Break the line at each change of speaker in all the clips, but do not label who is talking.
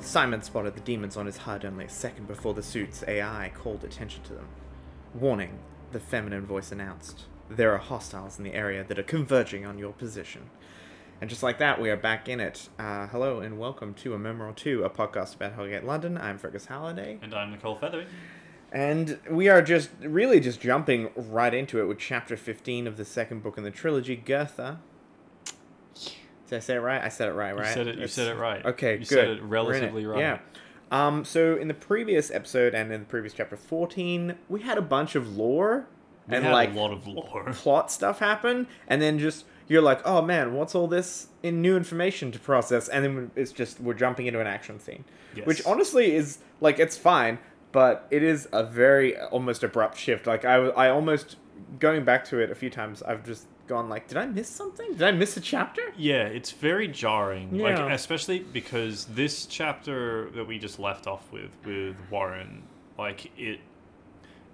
Simon spotted the demons on his HUD only a second before the suit's AI called attention to them. Warning, the feminine voice announced. There are hostiles in the area that are converging on your position. And just like that, we are back in it. Uh, hello and welcome to A Memoir 2, a podcast about Hellgate London. I'm Fergus Halliday.
And I'm Nicole Feathery.
And we are just really just jumping right into it with chapter 15 of the second book in the trilogy, Gertha. Did I say it right? I said it right, right?
You said it. You
It's-
said it right.
Okay,
you
good.
said it
We're in
relatively right.
Yeah. Um, so in the previous episode and in the previous chapter 14, we had a bunch of lore
We
and
had
like
a lot of lore.
plot stuff happen, and then just you're like, oh man, what's all this in new information to process? And then it's just we're jumping into an action scene,
Yes.
which honestly is like it's fine, but it is a very almost abrupt shift. Like I, I almost going back to it a few times. I've just gone like, did I miss something? Did I miss a chapter?
Yeah, it's very jarring.
Yeah.
Like especially because this chapter that we just left off with with Warren, like it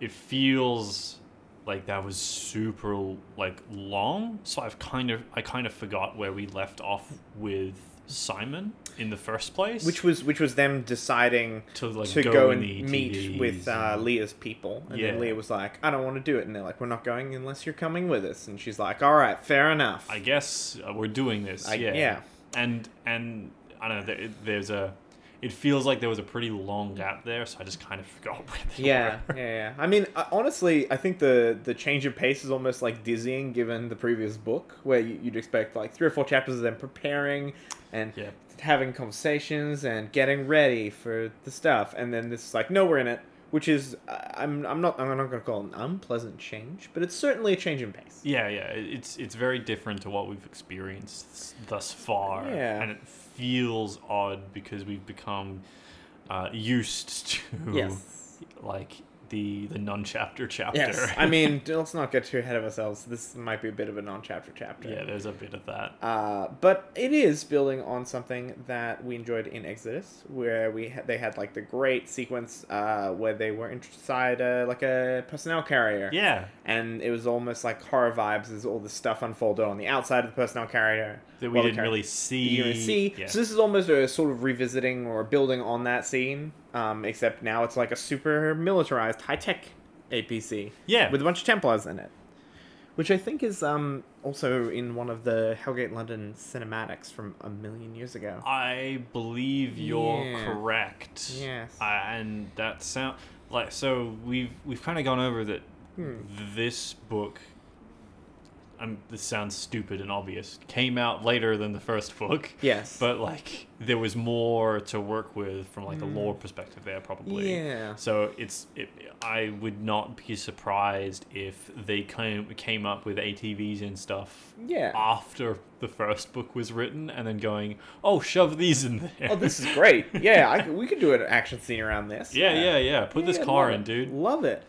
it feels like that was super like long. So I've kind of I kind of forgot where we left off with Simon in the first place.
Which was which was them deciding
to like
to go,
in
and
the E
meet
ETVs
with uh,
and-
Leah's people. And
Yeah.
then Leah was like, I don't want to do it. And they're like, we're not going unless you're coming with us. And she's like, all right, fair enough.
I guess uh, we're doing this.
I-
yeah.
yeah.
And and I don't know. There, it- there's a. It feels like there was a pretty long gap there, so I just kind of forgot where they
yeah,
were.
yeah, yeah. I mean, uh, honestly, I think the the change of pace is almost like dizzying given the previous book, where you, you'd expect like three or four chapters of them preparing and
Yeah.
having conversations and getting ready for the stuff, and then this is like, no, we're in it, which is I- I'm I'm not I'm not gonna call it an unpleasant change, but it's certainly a change in pace.
Yeah, yeah. it- It's it's very different to what we've experienced s- thus far.
Yeah.
And it feels odd because we've become uh, used to
Yes.
like the the non chapter chapter.
Yes. I mean, let's not get too ahead of ourselves. This might be a bit of a non-chapter chapter.
yeah, there's a bit of that.
Uh, but it is building on something that we enjoyed in Exodus, where we ha- they had like the great sequence uh, where they were inside uh, like a personnel carrier.
Yeah.
And it was almost like horror vibes as all the stuff unfolded on the outside of the personnel carrier.
That we
Well, the
didn't
car-
really see.
you can see.
Yeah.
So this is almost a sort of revisiting or building on that scene, um, except now it's like a super militarized, high tech APC
yeah.
with a bunch of Templars in it, which I think is um, also in one of the Hellgate London cinematics from a million years ago.
I believe you're
Yeah.
correct.
Yes.
I, and that sound like so we've we've kind of gone over that
Hmm.
this book. Um, this sounds stupid and obvious. Came out later than the first book,
Yes,
but like there was more to work with from like a
Hmm.
lore perspective there, probably.
yeah,
So it's it, I would not be surprised if they came came up with ATVs and stuff
yeah.
after the first book was written and then going, oh, shove these in there.
Oh, this is great. Yeah, I could, we could do an action scene around this.
yeah, yeah, yeah. Put this
Yeah,
car
love
in,
it.
dude.
Love it.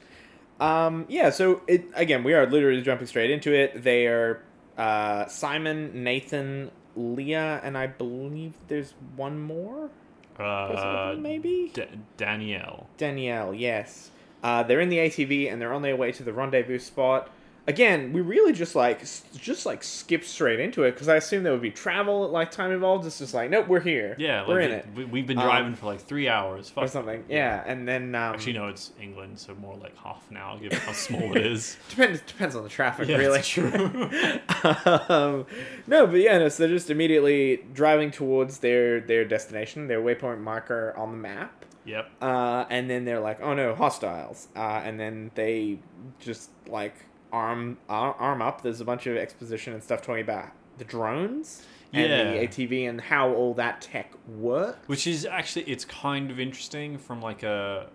Um, yeah, so it again, we are literally jumping straight into it. They are uh, Simon, Nathan, Leah, and I believe there's one more person,
Uh,
maybe
D- Danielle.
Danielle, yes. Uh, they're in the ATV and they're on their way to the rendezvous spot. Again, we really just like s- just like skip straight into it because I assume there would be travel like time involved. It's just like nope, we're here.
Yeah, like
we're in
we-
it
We, we've been
Um,
driving for like three hours. Fuck.
or something. Yeah, and then um,
Actually, no, it's England, so more like half an hour, given how small it is.
depends depends on the traffic
Yeah,
really.
it's true.
um, no, but yeah, no, so they're just immediately driving towards their their destination, their waypoint marker on the map.
yep.
Uh, and then they're like, "Oh no, hostiles!" Uh, and then they just like arm ar- arm up. There's a bunch of exposition and stuff talking about the drones and
Yeah.
the ATV and how all that tech works.
Which is actually, it's kind of interesting from like a.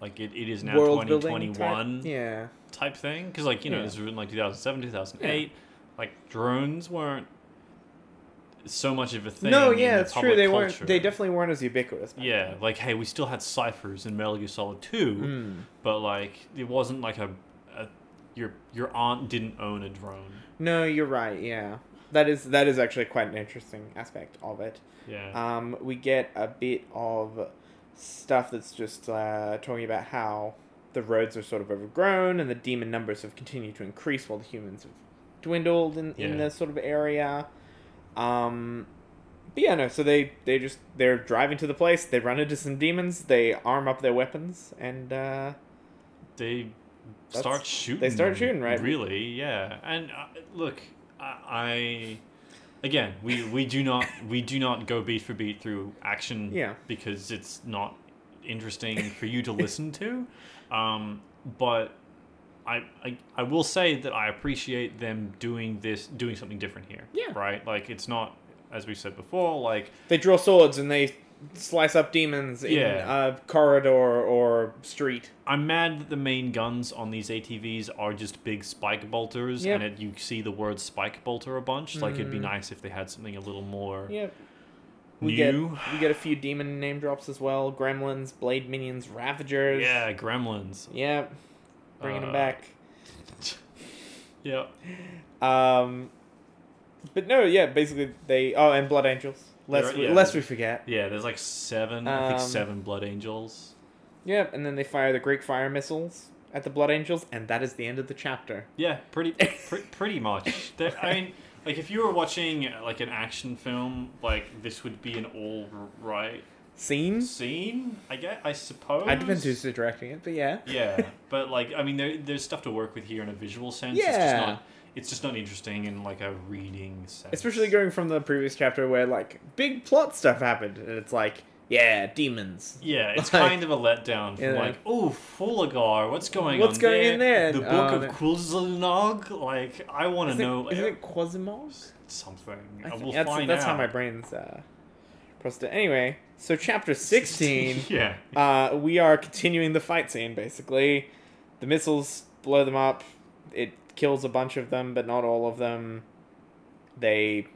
Like it, it is now
World building, type-
2021
yeah,
type thing because like you know
Yeah.
this was written like 2007 2008 like drones weren't so much of a thing
no,
in
yeah,
the
it's true.
public
They
culture.
weren't. They definitely weren't as ubiquitous. back
yeah like hey we still had ciphers in Metal Gear Solid 2
then. Mm.
but like it wasn't like a, a your your aunt didn't own a drone
Hmm. No, you're right. Yeah, that is that is actually quite an interesting aspect of it.
yeah
Um, we get a bit of stuff that's just uh, talking about how the roads are sort of overgrown and the demon numbers have continued to increase while the humans have dwindled in, in
Yeah.
the sort of area. Um, But yeah, no. So they they just they're driving to the place. They run into some demons. They arm up their weapons, and uh,
They
That's-
start shooting.
they start shooting, right?
Really, yeah. And uh, look, I, I again, we we do not we do not go beat for beat through action.
Yeah.
Because it's not interesting for you to listen to, um, but. I, I, I will say that I appreciate them doing this, doing something different here.
Yeah.
Right? Like, it's not, as we said before, like,
they draw swords and they slice up demons in
Yeah.
a corridor or street.
I'm mad that the main guns on these ATVs are just big spike bolters,
Yep. Mm.
and it, you see the word spike bolter a bunch. Like it'd be nice if they had something a little more
Yep. We get
new.
we get a few demon name drops as well. Gremlins, Blade Minions, Ravagers.
Yeah, Gremlins.
Yep. Bringing
Uh,
them back.
Yeah,
Um, but no, yeah. Basically, they. Oh, and Blood Angels. Lest
There-
we,
yeah.
lest we forget.
yeah. There's like seven. I think
Um,
seven Blood Angels.
Yep. And then they fire the Greek fire missiles at the Blood Angels, and that is the end of the chapter.
Yeah, pretty, pre- pretty much. They're- I mean, like if you were watching uh, like an action film, like this would be an all right
Scenes.
scene. I guess. I suppose.
I depends who's directing it, but yeah.
yeah but like i mean there, there's stuff to work with here in a visual sense it's just
Yeah.
not it's just not interesting in like a reading sense
Especially going from the previous chapter where like big plot stuff happened, and it's like, yeah, demons.
yeah it's
like-
kind of a letdown from
Yeah.
like oh Fulagar, what's going
What's
on
going
there?
in there?
the
Oh,
book of
that-
Kulzalnog? like i want to
Isn't it-
know
isn't
e-
it Quasimov?
something
I
I
think
will
that's,
Uh, find
that's how
out.
my brain's uh, processed. it. Anyway, so chapter sixteen.
yeah
uh, we are continuing the fight scene basically. The missiles blow them up. It kills a bunch of them, but not all of them. They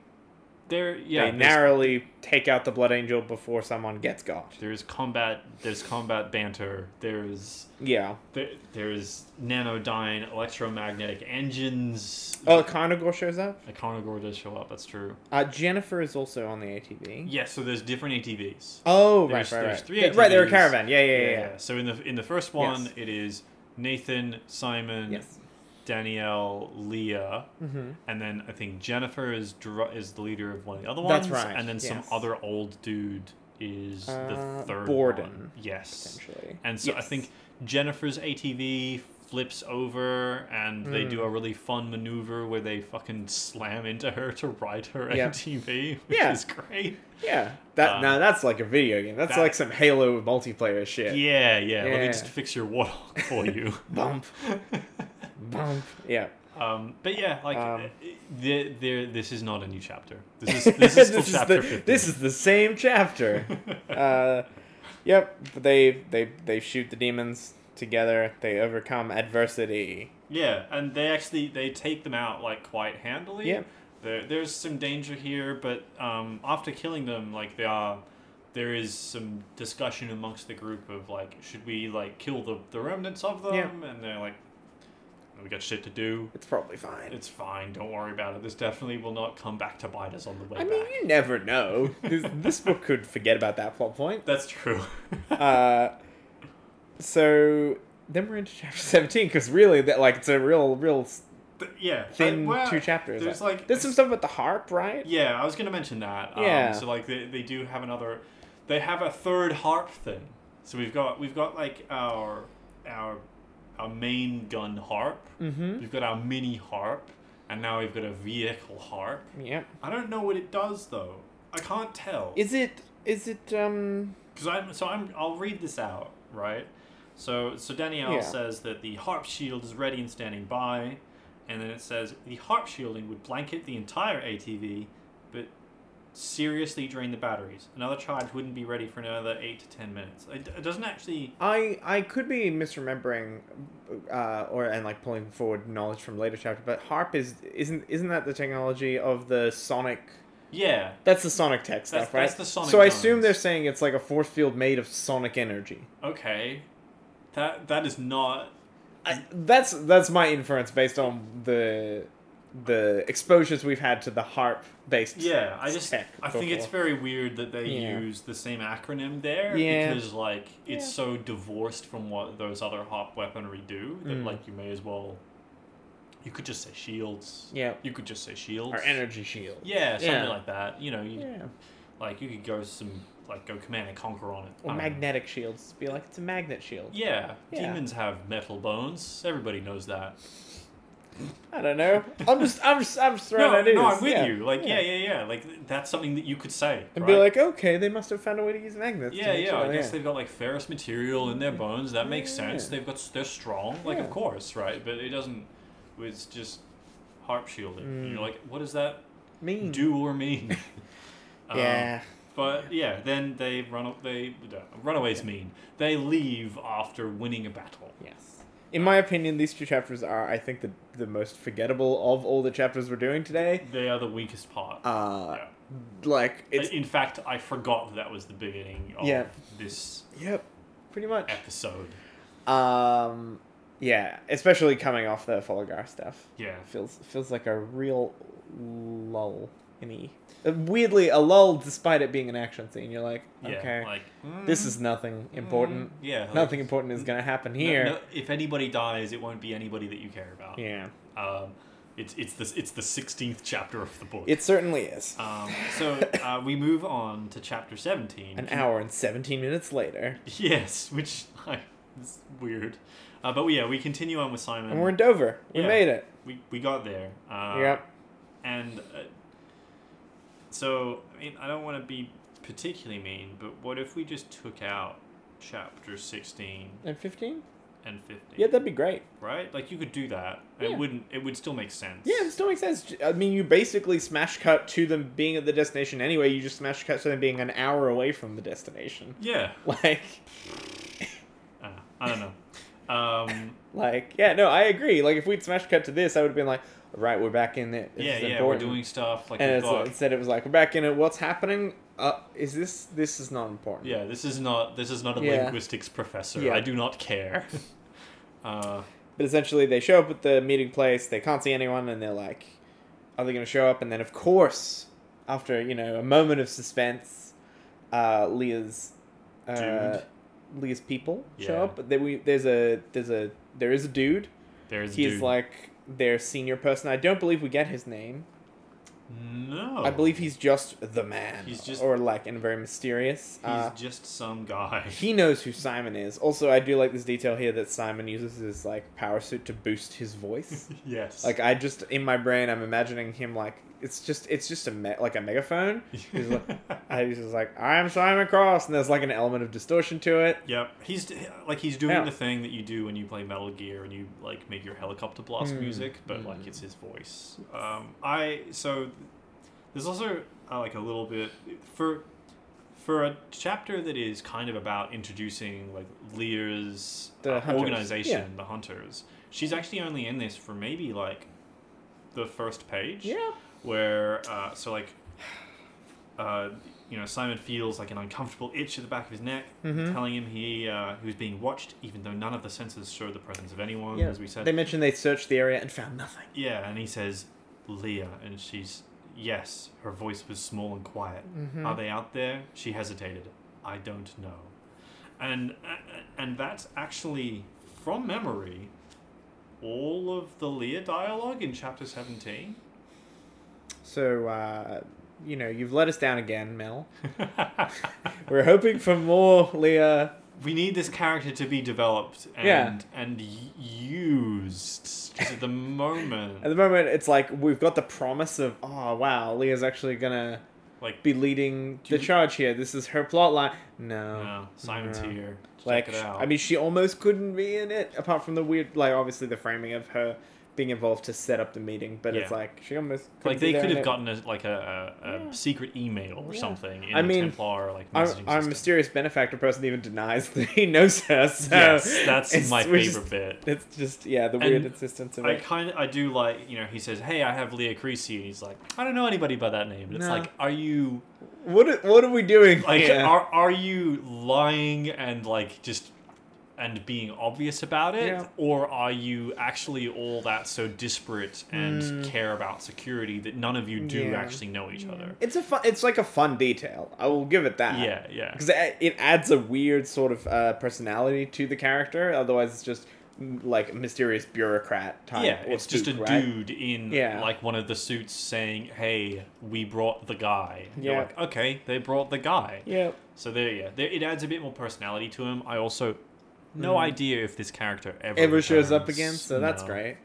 there yeah
they
there's-
narrowly take out the Blood Angel before someone gets got.
there's combat there's combat banter there's
Yeah.
there, there's nanodyne electromagnetic engines
Oh, Carnagor shows up.
Iconogore does show up that's true
Uh, Jennifer is also on the ATV.
Yeah, so there's different ATVs.
Oh, right,
There's-
right,
there's
right.
three
Th- right, they're a
ATVs.
caravan. Yeah, yeah, yeah. yeah.
So in the in the first one,
Yes.
it is Nathan, Simon,
Yes.
Danielle, Leah,
Mm-hmm.
and then I think Jennifer is dr- is the leader of one of the other ones.
That's right,
And then some
yes.
other old dude is
Uh,
the third
Borden,
one. Yes.
Essentially.
And so I
Yes.
think Jennifer's ATV flips over and they do
Mm.
a really fun maneuver where they fucking slam into her to ride her
Yeah.
ATV, which
Yeah.
is great.
Yeah. That
Uh,
now that's like a video game. That's
that-
like some Halo multiplayer shit.
Yeah, yeah. Let me
Yeah.
just fix your warlock for you.
Bump. Bump. Yeah.
um, but yeah, like
Um,
um, there, there. This is not a new chapter. This is this is still chapter
the,
15.
This is the same chapter. uh, yep. But they they they shoot the demons together. They overcome adversity.
yeah, and they actually they take them out like quite handily.
Yeah.
There, there's some danger here, but um, after killing them, like they are. There is some discussion amongst the group of like, should we like kill the, the remnants of them?
Yeah.
And they're like, we got shit to do.
It's probably fine.
It's fine. Don't worry about it. This definitely will not come back to bite us on the way
I
back.
mean, you never know. This, this book could forget about that plot point.
That's true.
Uh, so then we're into chapter seventeen because really, that like it's a real, real s-
Th- yeah.
thin
uh, well,
two chapters.
There's like
there's some stuff about the harp, right?
Yeah, I was gonna mention that. Um,
Yeah.
So like they, they do have another, they have a third harp thing. So we've got we've got like our our our main gun harp.
Mm-hmm.
We've got our mini harp, and now we've got a vehicle harp.
Yep.
I don't know what it does though. I can't tell.
Is it? Is it? Um.
Because I'm so I'm I'll read this out right. So so Danielle
Yeah.
says that the harp shield is ready and standing by, and then it says the harp shielding would blanket the entire ATV, but seriously drain the batteries. Another charge wouldn't be ready for another eight to ten minutes. It, it doesn't actually.
I I could be misremembering, uh, or and like pulling forward knowledge from later chapter, but harp is isn't isn't that the technology of the sonic?
Yeah,
That's the sonic tech stuff,
That's-
right?
that's the sonic
So I assume
guns.
they're saying it's like a force field made of sonic energy.
okay, that that is not.
I, that's that's my inference based on the the exposures we've had to the harp based.
Yeah, I just
Tech
I think it's
before.
very weird that they
Yeah.
use the same acronym there
Yeah.
because like it's
Yeah.
so divorced from what those other harp weaponry do that
Mm.
like you may as well you could just say shields.
Yeah.
You could just say shields.
Our energy shield.
Yeah, something
Yeah.
like that. You know, you,
Yeah.
Like you could go some like go command and conquer on it.
Or
I don't know.
magnetic shields. Be like, it's a magnet shield.
Yeah,
Yeah.
demons have metal bones. Everybody knows that.
I don't know. I'm just, I'm just, I'm just throwing
no,
ideas.
no, I'm with
Yeah.
you. Like, yeah. yeah, yeah, Like th- that's something that you could say.
And
right?
be like, okay, they must have found a way to use magnets. to
yeah,
make
yeah.
sure-
I guess they've got like ferrous material in their bones. That makes
Mm. Yeah.
sense. They've got s- they're strong. Like,
Yeah.
of course, right? But it doesn't. It's just harp shielding. And
Mm.
you're like, what does that
mean.
do or mean? Um,
yeah.
But yeah, then they run. up- They uh, runaways mean they leave after winning a battle.
Yes. In my opinion, these two chapters are, I think, the the most forgettable of all the chapters we're doing today.
They are the weakest part.
Uh,
Yeah.
like it's
in fact, I forgot that that was the beginning of
Yeah.
this
yep, pretty much.
episode.
Um, yeah, especially coming off the Foligar stuff
Yeah.
feels feels like a real lull in the weirdly a lull despite it being an action scene. You're like,
Yeah.
okay,
Like
this is nothing important.
mm, Yeah. like,
Nothing important is gonna happen
no-
here.
no- if anybody dies, it won't be anybody that you care about.
Yeah,
Um, it's it's the it's the sixteenth chapter of the book.
it certainly is.
um, so uh, we move on to chapter seventeen.
An
which-
hour and seventeen minutes later,
Yes, which like, is weird. Uh, but yeah, we continue on with Simon.
and we're in Dover. We
Mm. Yeah.
made it.
we we got there. Uh,
yep.
And uh, so, I mean, I don't want to be particularly mean, but what if we just took out chapter 16
And fifteen?
and 15?
Yeah, that'd be great.
right? Like, you could do that.
Yeah.
It wouldn't, it would still make sense.
Yeah, this still makes sense. J- I mean, you basically smash cut to them being at the destination anyway. You just smash cut to them being an hour away from the destination.
Yeah.
Like,
Uh, I don't know. Um,
like, yeah, no, I agree. Like, if we'd smash cut to this, I would have been like, right, we're back in it. This
yeah,
is
yeah,
important."
we're doing stuff. Like,
And
we've
it's, uh,
got,
instead, it was like, we're back in it. What's happening? Uh, is this? This is not important.
yeah, this is not, this is not a
Yeah.
linguistics professor.
Yeah.
I do not care. uh,
But essentially, they show up at the meeting place. They can't see anyone, and they're like, "Are they going to show up?" And then, of course, after you know a moment of suspense, uh, Leah's uh, Leah's people show
Yeah.
up. But then we, there's a there's a there is a dude.
there's
He's
dude.
like their senior person. I don't believe we get his name.
no.
I believe he's just the man.
Oh. He's just-
or like in a very mysterious.
he's
uh,
just some guy.
he knows who Simon is. Also, I do like this detail here that Simon uses his like power suit to boost his voice.
yes.
Like I just in my brain, I'm imagining him like it's just it's just a me- like a megaphone. He's like, I, he's just like I'm Simon Cross, and there's like an element of distortion to it.
Yep, he's d- like he's doing
Yeah.
the thing that you do when you play Metal Gear and you like make your helicopter blast
Mm.
music, but like it's his voice. Um, I so there's also uh, like a little bit for for a chapter that is kind of about introducing like Lear's
The
uh,
hunters,
organization,
yeah.
the Hunters. She's actually only in this for maybe like the first page
Yeah,
where uh, so like uh, you know Simon feels like an uncomfortable itch at the back of his neck,
Mhm.
telling him he uh, he was being watched, even though none of the sensors showed the presence of anyone,
yeah.
as we said.
They mentioned they searched the area and found nothing.
yeah, and he says Leah, and she's yes, her voice was small and quiet.
Mm-hmm.
Are they out there? She hesitated. I don't know, and uh, and that's actually from memory. All of the Leah dialogue in chapter seventeen.
So uh, you know you've let us down again, Mel. We're hoping for more, Leah.
we need this character to be developed and
Yeah.
and y- used to the moment.
At the moment, it's like we've got the promise of oh wow, Leah's actually gonna
like
be leading
Do
the
you-
charge here. This is her plot line.
no, Simon's
no.
here. Check
Oh, Like,
it out.
I mean, she almost couldn't be in it, apart from the weird, like, obviously the framing of her being involved to set up the meeting. But it's
Yeah.
like she almost couldn't
like
be
they
there
could
in it.
have gotten a, like a, a, a
Yeah.
secret email or
Yeah.
something in
I
the
mean,
Templar like
Our,
messaging
our
system.
mysterious benefactor person even denies that he knows her. So
yes, that's
it's-
my
we're
favorite
just-
bit.
It's just yeah, the weird
And
insistence of
I
it.
kind of I do like you know he says hey I have Leah Creasy and he's like I don't know anybody by that name and it's
No.
like are you
What are- what are we doing
Like,
here?
are are you lying and like just and being obvious about it,
Yeah.
or are you actually all that so disparate and care about security that none of you do
Hmm. Yeah.
actually know each other?
it's a fun. It's like a fun detail. I will give it that.
Yeah, yeah.
because it, it adds a weird sort of uh, personality to the character. Otherwise, it's just m- like mysterious bureaucrat type.
Yeah,
or
it's just a
spook, right?
dude in
Yeah.
like one of the suits saying, "Hey, we brought the guy." You're
Yeah.
like, okay, they brought the guy.
Yeah,
So there, yeah, there, it adds a bit more personality to him. I also no idea if this character ever
Mm-hmm. ever shows up
returns.
again, so that's
No.
great.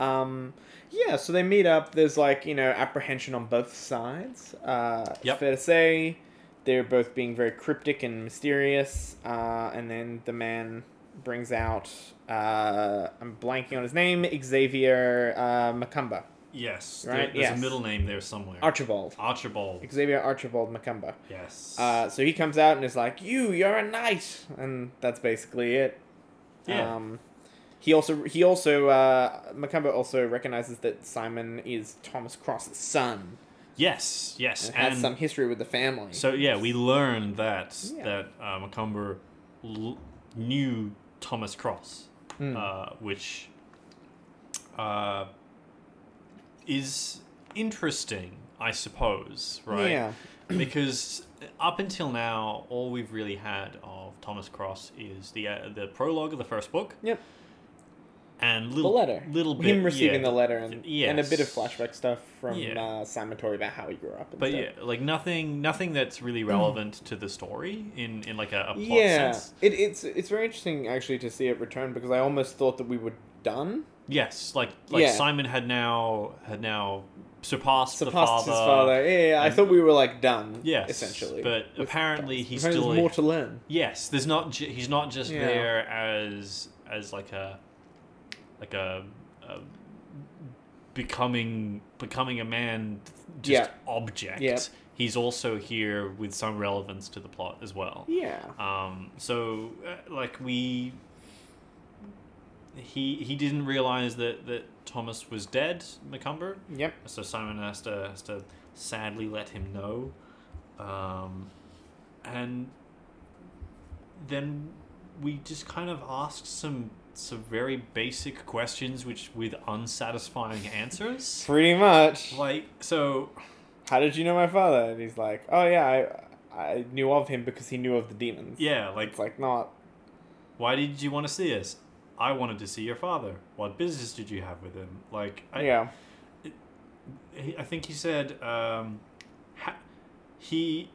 Um, yeah, so they meet up. There's like you know apprehension on both sides. Uh,
Yep.
Fair to say, they're both being very cryptic and mysterious. Uh, and then the man brings out. Uh, I'm blanking on his name. Xavier uh, Macumba,
Yes,
Right,
there, there's
yes.
a middle name there somewhere.
Archibald.
Ah. Archibald.
Xavier Archibald Macumba.
Yes.
Uh, so he comes out and is like, "You, you're a knight," and that's basically it.
Yeah.
Um, he also he also uh, Macumba also recognizes that Simon is Thomas Cross's son
yes. Yes.
and,
And,
has some history with the family.
so yeah, we learned that
Yeah.
that uh, Macumber l- knew Thomas Cross,
Hmm.
uh, which uh, is interesting, I suppose. Right.
Yeah.
because up until now, all we've really had of Thomas Cross is the uh, the prologue of the first book.
Yep.
And
The
little
letter.
little bit,
Him receiving
yeah.
the letter and,
Yes.
and a bit of flashback stuff from
Yeah.
uh, Simon Torrey about how he grew up. And
But
stuff. Hmm.
yeah, like nothing, nothing that's really relevant to the story in in like a, a plot
yeah,
sense.
it, it's it's very interesting actually to see it return because I almost thought that we were done.
Yes, like like
Yeah.
Simon had now had now surpassed, the
Surpassed
father.
his father. Yeah, yeah, yeah, I
and-
thought we were like done.
Yes,
essentially.
but
with
apparently
Thomas.
he's
Apparently
still,
there's more
like-
to learn.
Yes, there's not. Ju- he's not just
Yeah.
there as as like a like a, a becoming becoming a man just
Yeah.
object.
Yep.
He's also here with some relevance to the plot as well.
Yeah.
Um, so uh, like we he he didn't realize that that Thomas was dead, Macumber.
Yep.
So Simon has to, has to sadly let him know. Um, and then we just kind of asked some some very basic questions which with unsatisfying answers.
Pretty much.
Like so
How did you know my father? And he's like, Oh yeah, I I knew of him because he knew of the demons.
yeah, like
It's like not
why did you want to see us? I wanted to see your father. What business did you have with him? Like I,
yeah.
he- I think he said um, ha- he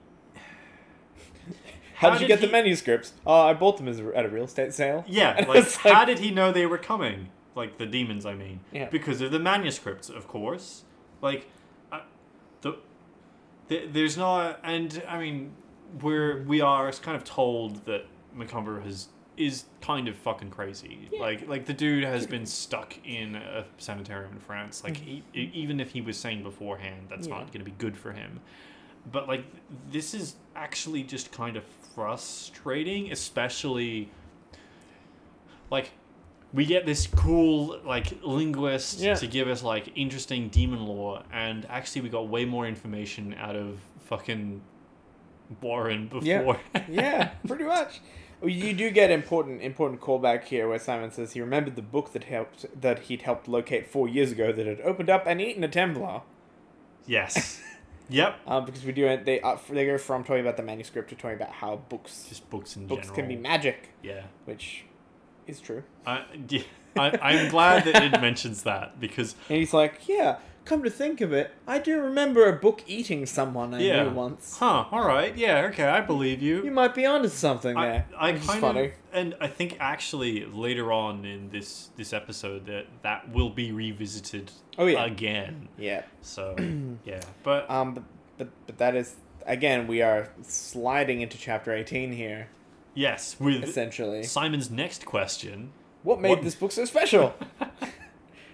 How,
how
did you
did
get the
he-
manuscripts? Oh, I bought them as a, at a real estate sale.
Yeah,
And
like,
it's
how did he know they were coming? Like the demons, I mean.
Yeah.
Because of the manuscripts, of course. Like, I, the, the there's not, and I mean, we're we are kind of told that Macumber has is kind of fucking crazy.
Yeah.
Like, like the dude has been stuck in a sanitarium in France. Like, he, e- even if he was sane beforehand, that's
Mm-hmm. Yeah.
not going to be good for him but like this is actually just kind of frustrating especially like we get this cool like linguist
Yeah.
to give us like interesting demon lore and actually we got way more information out of fucking warren
Yeah.
before
yeah, pretty much. Well, You do get important important callback here where Simon says he remembered the book that helped that he'd helped locate four years ago that had opened up and eaten a Templar.
yes yep
Um, because we do it, they uh, they go from talking about the manuscript to talking about how books
just books in
books
general
can be magic,
yeah
which is true.
I, yeah. I, i'm glad that it mentions that because
And he's like, yeah, come to think of it, I do remember a book eating someone I
yeah
knew once.
huh all right yeah okay i believe you
You might be onto something there.
I, I
Which is
kind
funny.
of, and I think actually later on in this this episode that that will be revisited
Oh, yeah.
again.
Yeah.
So yeah, but
Um, but, but, but that is, again, we are sliding into chapter 18 here,
yes, with
essentially.
Simon's next question.
What made
what-
this book so special?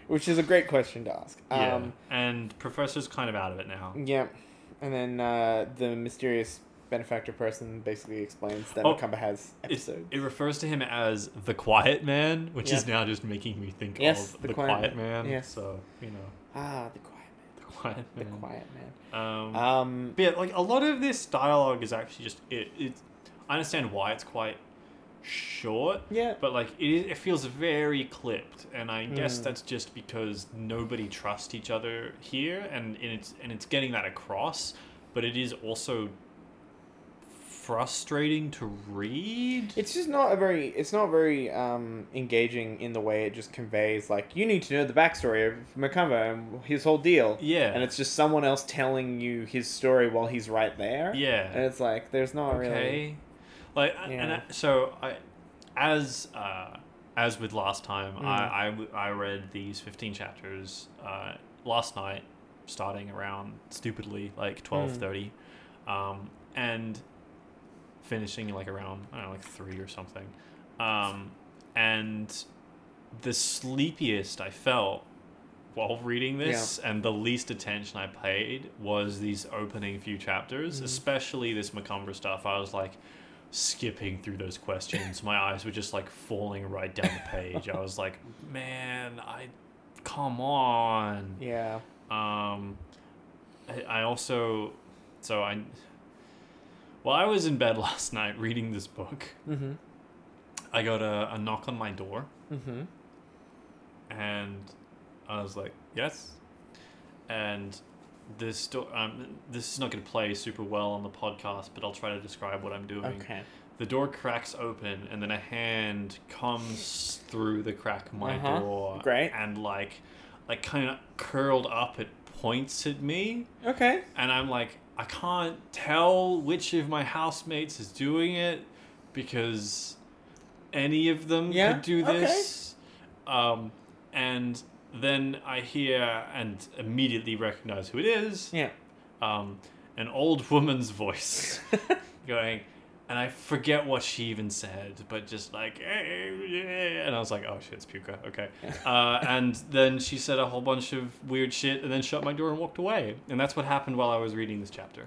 Which is a great question to ask.
Yeah,
Um,
and Professor's kind of out of it now.
yeah. And then uh, the mysterious benefactor person basically explains that
Oh,
Macumba has
It,
episodes.
it refers to him as the Quiet Man, which is
Yeah.
now just making me think
Yes,
of
the
the,
Quiet
Quiet,
Man.
Man.
Yes.
So you know,
ah, the quiet man.
the Quiet
The
Man.
quiet man.
Um,
Um,
But yeah, like a lot of this dialogue is actually just it. it I understand why it's quite short,
yeah.
but like it, is- it feels very clipped, and I guess
Mm.
that's just because nobody trusts each other here, and, and it's and it's getting that across, but it is also frustrating to read.
It's just not a very it's not very um, engaging in the way it just conveys like you need to know the backstory of Makamba and his whole deal.
Yeah.
And it's just someone else telling you his story while he's right there.
Yeah.
And it's like there's not really
okay. Like a- and
Yeah.
I- so I, as uh, as with last time,
Hmm.
I I w I I, read these fifteen chapters uh, last night, starting around stupidly like
Hmm.
twelve thirty, um, and finishing like around I don't know like three or something, um, and the sleepiest I felt while reading this and the least attention I paid was these opening few chapters, especially this Macumber stuff. I was like skipping through those questions. My eyes were just like falling right down the page. I was like, man, I come on.
Yeah.
Um, I, I also, so I, well, I was in bed last night reading this book.
Mm-hmm.
I got a, a knock on my door
Mm-hmm.
and I was like, yes. And this sto- um, this is not going to play super well on the podcast, but I'll try to describe what I'm doing.
Okay.
The door cracks open, and then a hand comes through the crack of my
Uh-huh.
door,
Great.
and like, like kind of curled up, it points at me,
Okay.
and I'm like, I can't tell which of my housemates is doing it because any of them
Yeah,
could do
okay.
this. Um, and then I hear and immediately recognize who it is
Yeah.
um, an old woman's voice going, and I forget what she even said, but just like, "Eh, and I was like, oh shit, it's Puka, okay. Uh, and then she said a whole bunch of weird shit and then shut my door and walked away. And that's what happened while I was reading this chapter.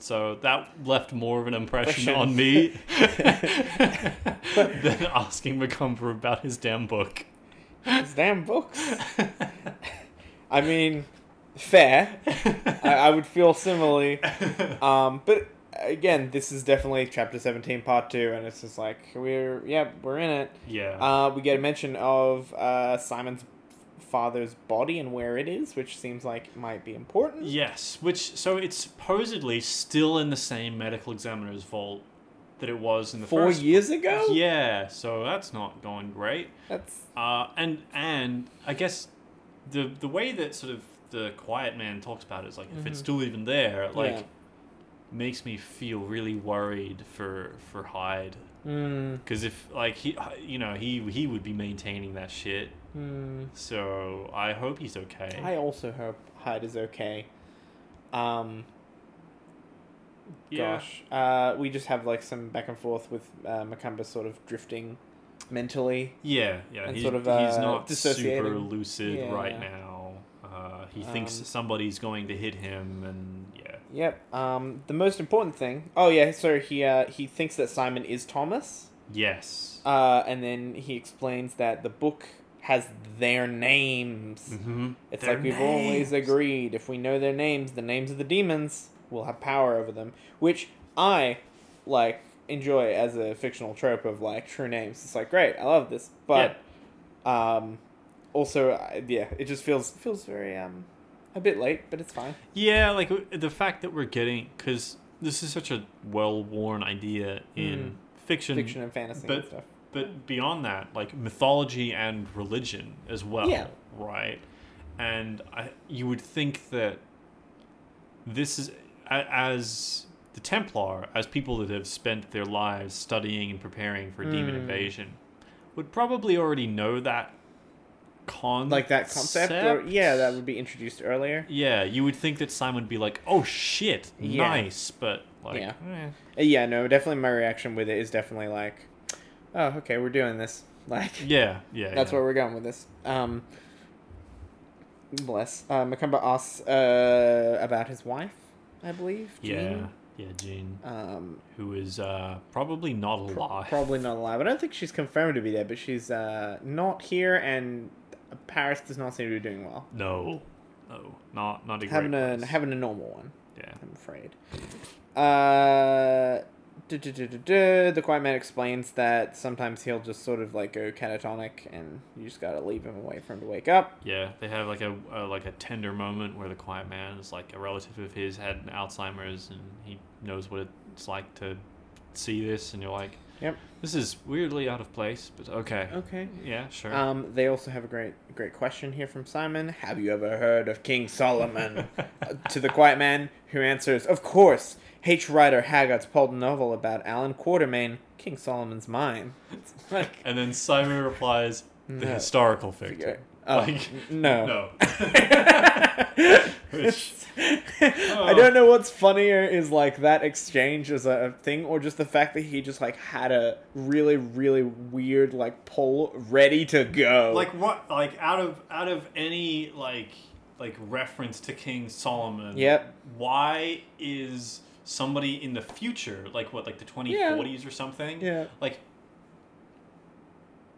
So that left more of an impression
Impression.
on me than asking Macumber about his damn book.
It's damn books. I mean, fair. I, I would feel similarly. Um, but again, this is definitely chapter 17, part 2, and it's just like, we're, yeah, we're in it.
yeah.
Uh, we get a mention of uh, Simon's father's body and where it is, which seems like might be important.
Yes, which so it's supposedly still in the same medical examiner's vault that it was in the
Four
first
years ago?
Yeah, so that's not going great.
That's.
Uh, and and I guess the the way that sort of the quiet man talks about it is like if it's still even there, like
Mm-hmm. Yeah.
makes me feel really worried for for Hyde
Mm,
because if like he you know he he would be maintaining that shit.
mm.
So I hope he's okay.
I also hope Hyde is okay. Um,
yeah.
gosh. Uh, we just have like some back and forth with uh, Macumba sort of drifting mentally.
Yeah, yeah.
and
He,
sort of,
he's
uh,
not super
dissociating.
lucid right
Yeah.
now. Uh, he thinks
Um,
somebody's going to hit him, and yeah.
Yep. Um, the most important thing. Oh yeah. So he uh, he thinks that Simon is Thomas.
Yes.
Uh, and then he explains that the book has their names.
mm-hmm.
It's like we've always agreed. If we know their names, the names of the demons, we'll have power over them. Which I like enjoy as a fictional trope of like true names. It's like great, I love this, but um, also I- yeah, it just feels feels very um a bit late, but it's fine.
Yeah, like w- the fact that we're getting because this is such a well-worn idea in fiction,
Hmm. Fiction and fantasy and
but-
stuff.
but beyond that, like mythology and religion as well,
Yeah.
right? And I, you would think that this is a- as the Templar, as people that have spent their lives studying and preparing for demon
Mm.
invasion, would probably already know that con
Like that concept, or, yeah, that would be introduced earlier.
yeah. You would think that Simon would be like, "Oh shit,
Yeah.
nice," but like,
Yeah.
eh.
Uh, Yeah, no, definitely my reaction with it is definitely like, oh, okay, we're doing this. Like,
yeah, yeah,
That's
yeah.
where we're going with this. Um, bless. Uh, Macumba asks uh, about his wife, I believe.
yeah,
Jean.
yeah, Jean.
Um,
who is uh, probably not
pro-
alive.
probably not alive. I don't think she's confirmed to be there, but she's uh, not here, and Paris does not seem to be doing well.
No, no, not not a great
Having a
place.
having a normal one,
yeah.
I'm afraid. Uh, duh, duh, duh, duh, duh. the quiet man explains that sometimes he'll just sort of like go catatonic, and you just gotta leave him and wait for him to wake up.
Yeah, they have like a, a like a tender moment where the quiet man is like a relative of his had Alzheimer's and he knows what it's like to see this and you're like,
Yep.
this is weirdly out of place, but okay.
Okay.
Yeah, sure.
Um, they also have a great, great question here from Simon. Have you ever heard of King Solomon? Uh, to the quiet man, who answers, "Of course." H. Rider Haggard's pulled novel about Alan Quatermain, King Solomon's Mine. It's like,
and then Simon replies, the
No.
historical fiction.
oh,
Like,
n- no.
No.
It's- I
Oh.
don't know what's funnier is like that exchange as a thing, or just the fact that he just like had a really, really weird like pull ready to go.
like what like out of out of any like like reference to king solomon
Yep.
why is somebody in the future like what like the 2040s or something
Yeah.
like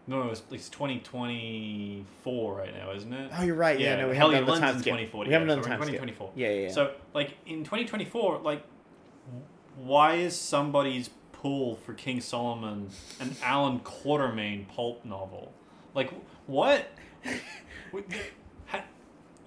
no, it's, it's 2024 right now, isn't it?
Oh, you're right. Yeah, no, we
Hell,
haven't done
yeah,
the
London's
time skip.
2040.
We haven't
yeah,
done
so
the
we're
time skip.
in 2024.
Yeah, yeah, yeah.
So, like, in 2024, like, why is somebody's pull for King Solomon an Alan Quatermain pulp novel? Like, what? What- ha-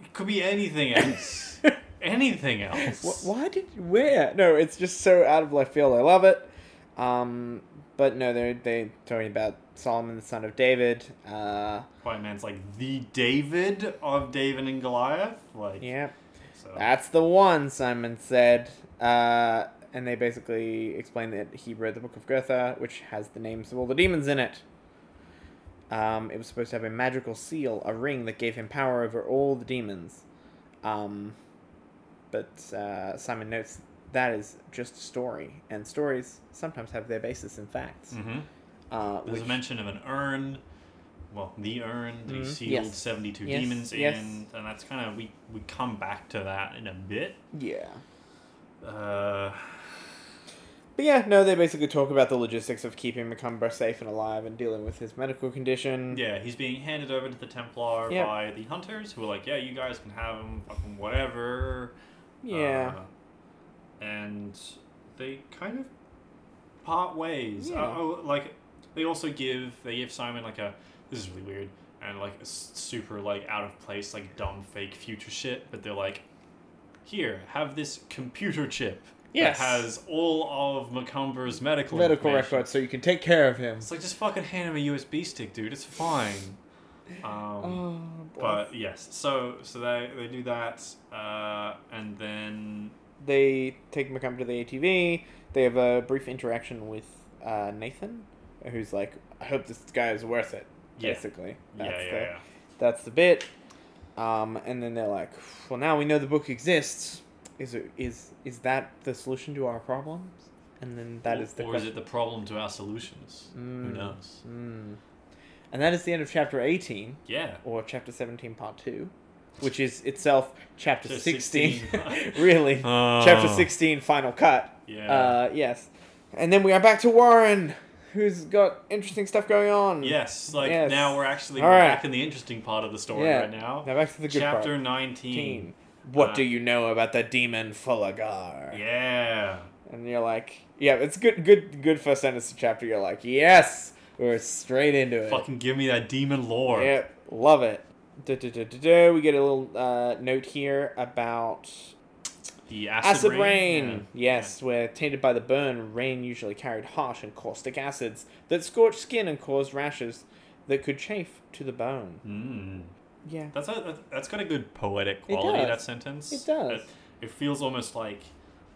it could be anything else. anything else.
Wh- why did where? No, it's just so out of left field. I love it. Um, but no, they they talking about Solomon, the son of David. Uh,
Quiet Man's like the David of David and Goliath. Like,
yeah.
so.
That's the one, Simon said. Uh, and they basically explained that he wrote the Book of Goethe, which has the names of all the demons in it. Um, it was supposed to have a magical seal, a ring that gave him power over all the demons. Um, but uh, Simon notes that is just a story, and stories sometimes have their basis in facts.
hmm
Uh,
There's a
which-
mention of an urn. Well, the urn that he
Mhm.
sealed
Yes.
72
Yes,
demons
yes.
in, and that's kind of we we come back to that in a bit.
yeah.
Uh,
But yeah, no, they basically talk about the logistics of keeping Macumber safe and alive and dealing with his medical condition.
yeah, he's being handed over to the Templar
Yeah.
by the hunters, who are like, "Yeah, you guys can have him, fucking whatever."
Yeah.
Uh, and they kind of part ways.
Yeah.
Oh, oh, like they also give they give Simon like a this is really weird and like a s- super like out of place like dumb fake future shit, but they're like, here have this computer chip
Yes.
that has all of Macumber's medical
medical
information."
records so you can take care of him.
It's like just fucking hand him a USB stick, dude. It's fine. Um,
Oh, boy.
but yes, so so they they do that, uh, and then
they take Macumber to the ATV. They have a brief interaction with uh, Nathan, who's like, "I hope this guy is worth it."
Yeah.
Basically,
yeah,
that's
yeah,
the
yeah.
that's the bit. Um, and then they're like, "Well, now we know the book exists. Is it is is that the solution to our problems?" And then that
or,
is the
or
question.
is it the problem to our solutions? Who
Mm.
knows?
Mm. And that is the end of chapter eighteen.
Yeah.
or chapter 17 part 2 which is itself chapter
So
16,
16.
really
Oh.
chapter 16 final cut
Yeah.
uh yes and then we are back to warren who's got interesting stuff going on
yes. Like
yes.
now we're actually
All
we're
right.
back in the interesting part of the story
Yeah.
right now.
now back to the good
Chapter
part.
19.
19 what
Uh,
do you know about the demon Fulagar?
Yeah.
and you're like yeah it's good good good first sentence of chapter you're like yes we're straight into it
Fucking give me that demon lore.
Yep, love it. Du-du-du-du-du. We get a little uh, note here about
The acid,
acid rain.
Yeah.
Yes, where tainted by the burn, rain usually carried harsh and caustic acids that scorched skin and caused rashes that could chafe to the bone.
Yeah. Mm.
Yeah.
That's a, that's got a good poetic quality.
does.
That sentence.
It does.
It, it feels almost like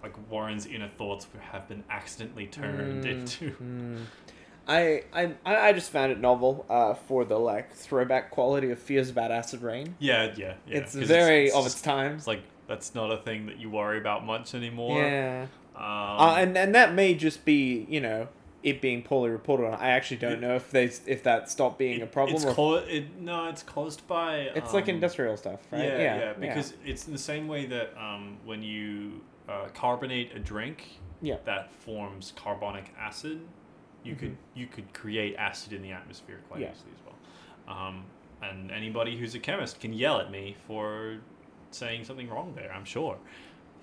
like Warren's inner thoughts have been accidentally turned into.
Mm. I, I I just found it novel uh, for the like throwback quality of fears about acid rain.
Yeah, yeah, yeah.
it's
'cause
very
it's
of its time.
It's like that's not a thing that you worry about much anymore.
Yeah.
Um,
Uh, and and that may just be you know it being poorly reported on. I actually don't
It-
know if they if that stopped being a problem.
It's
or,
cau- it, no, it's caused by.
it's like
um,
industrial stuff, right?
Yeah, yeah, because it's in the same way that um, when you uh, carbonate a drink,
Yeah.
that forms carbonic acid. You could you could create acid in the atmosphere quite
Mm-hmm. Yeah.
easily as well. Um, and anybody who's a chemist can yell at me for saying something wrong there. I'm sure.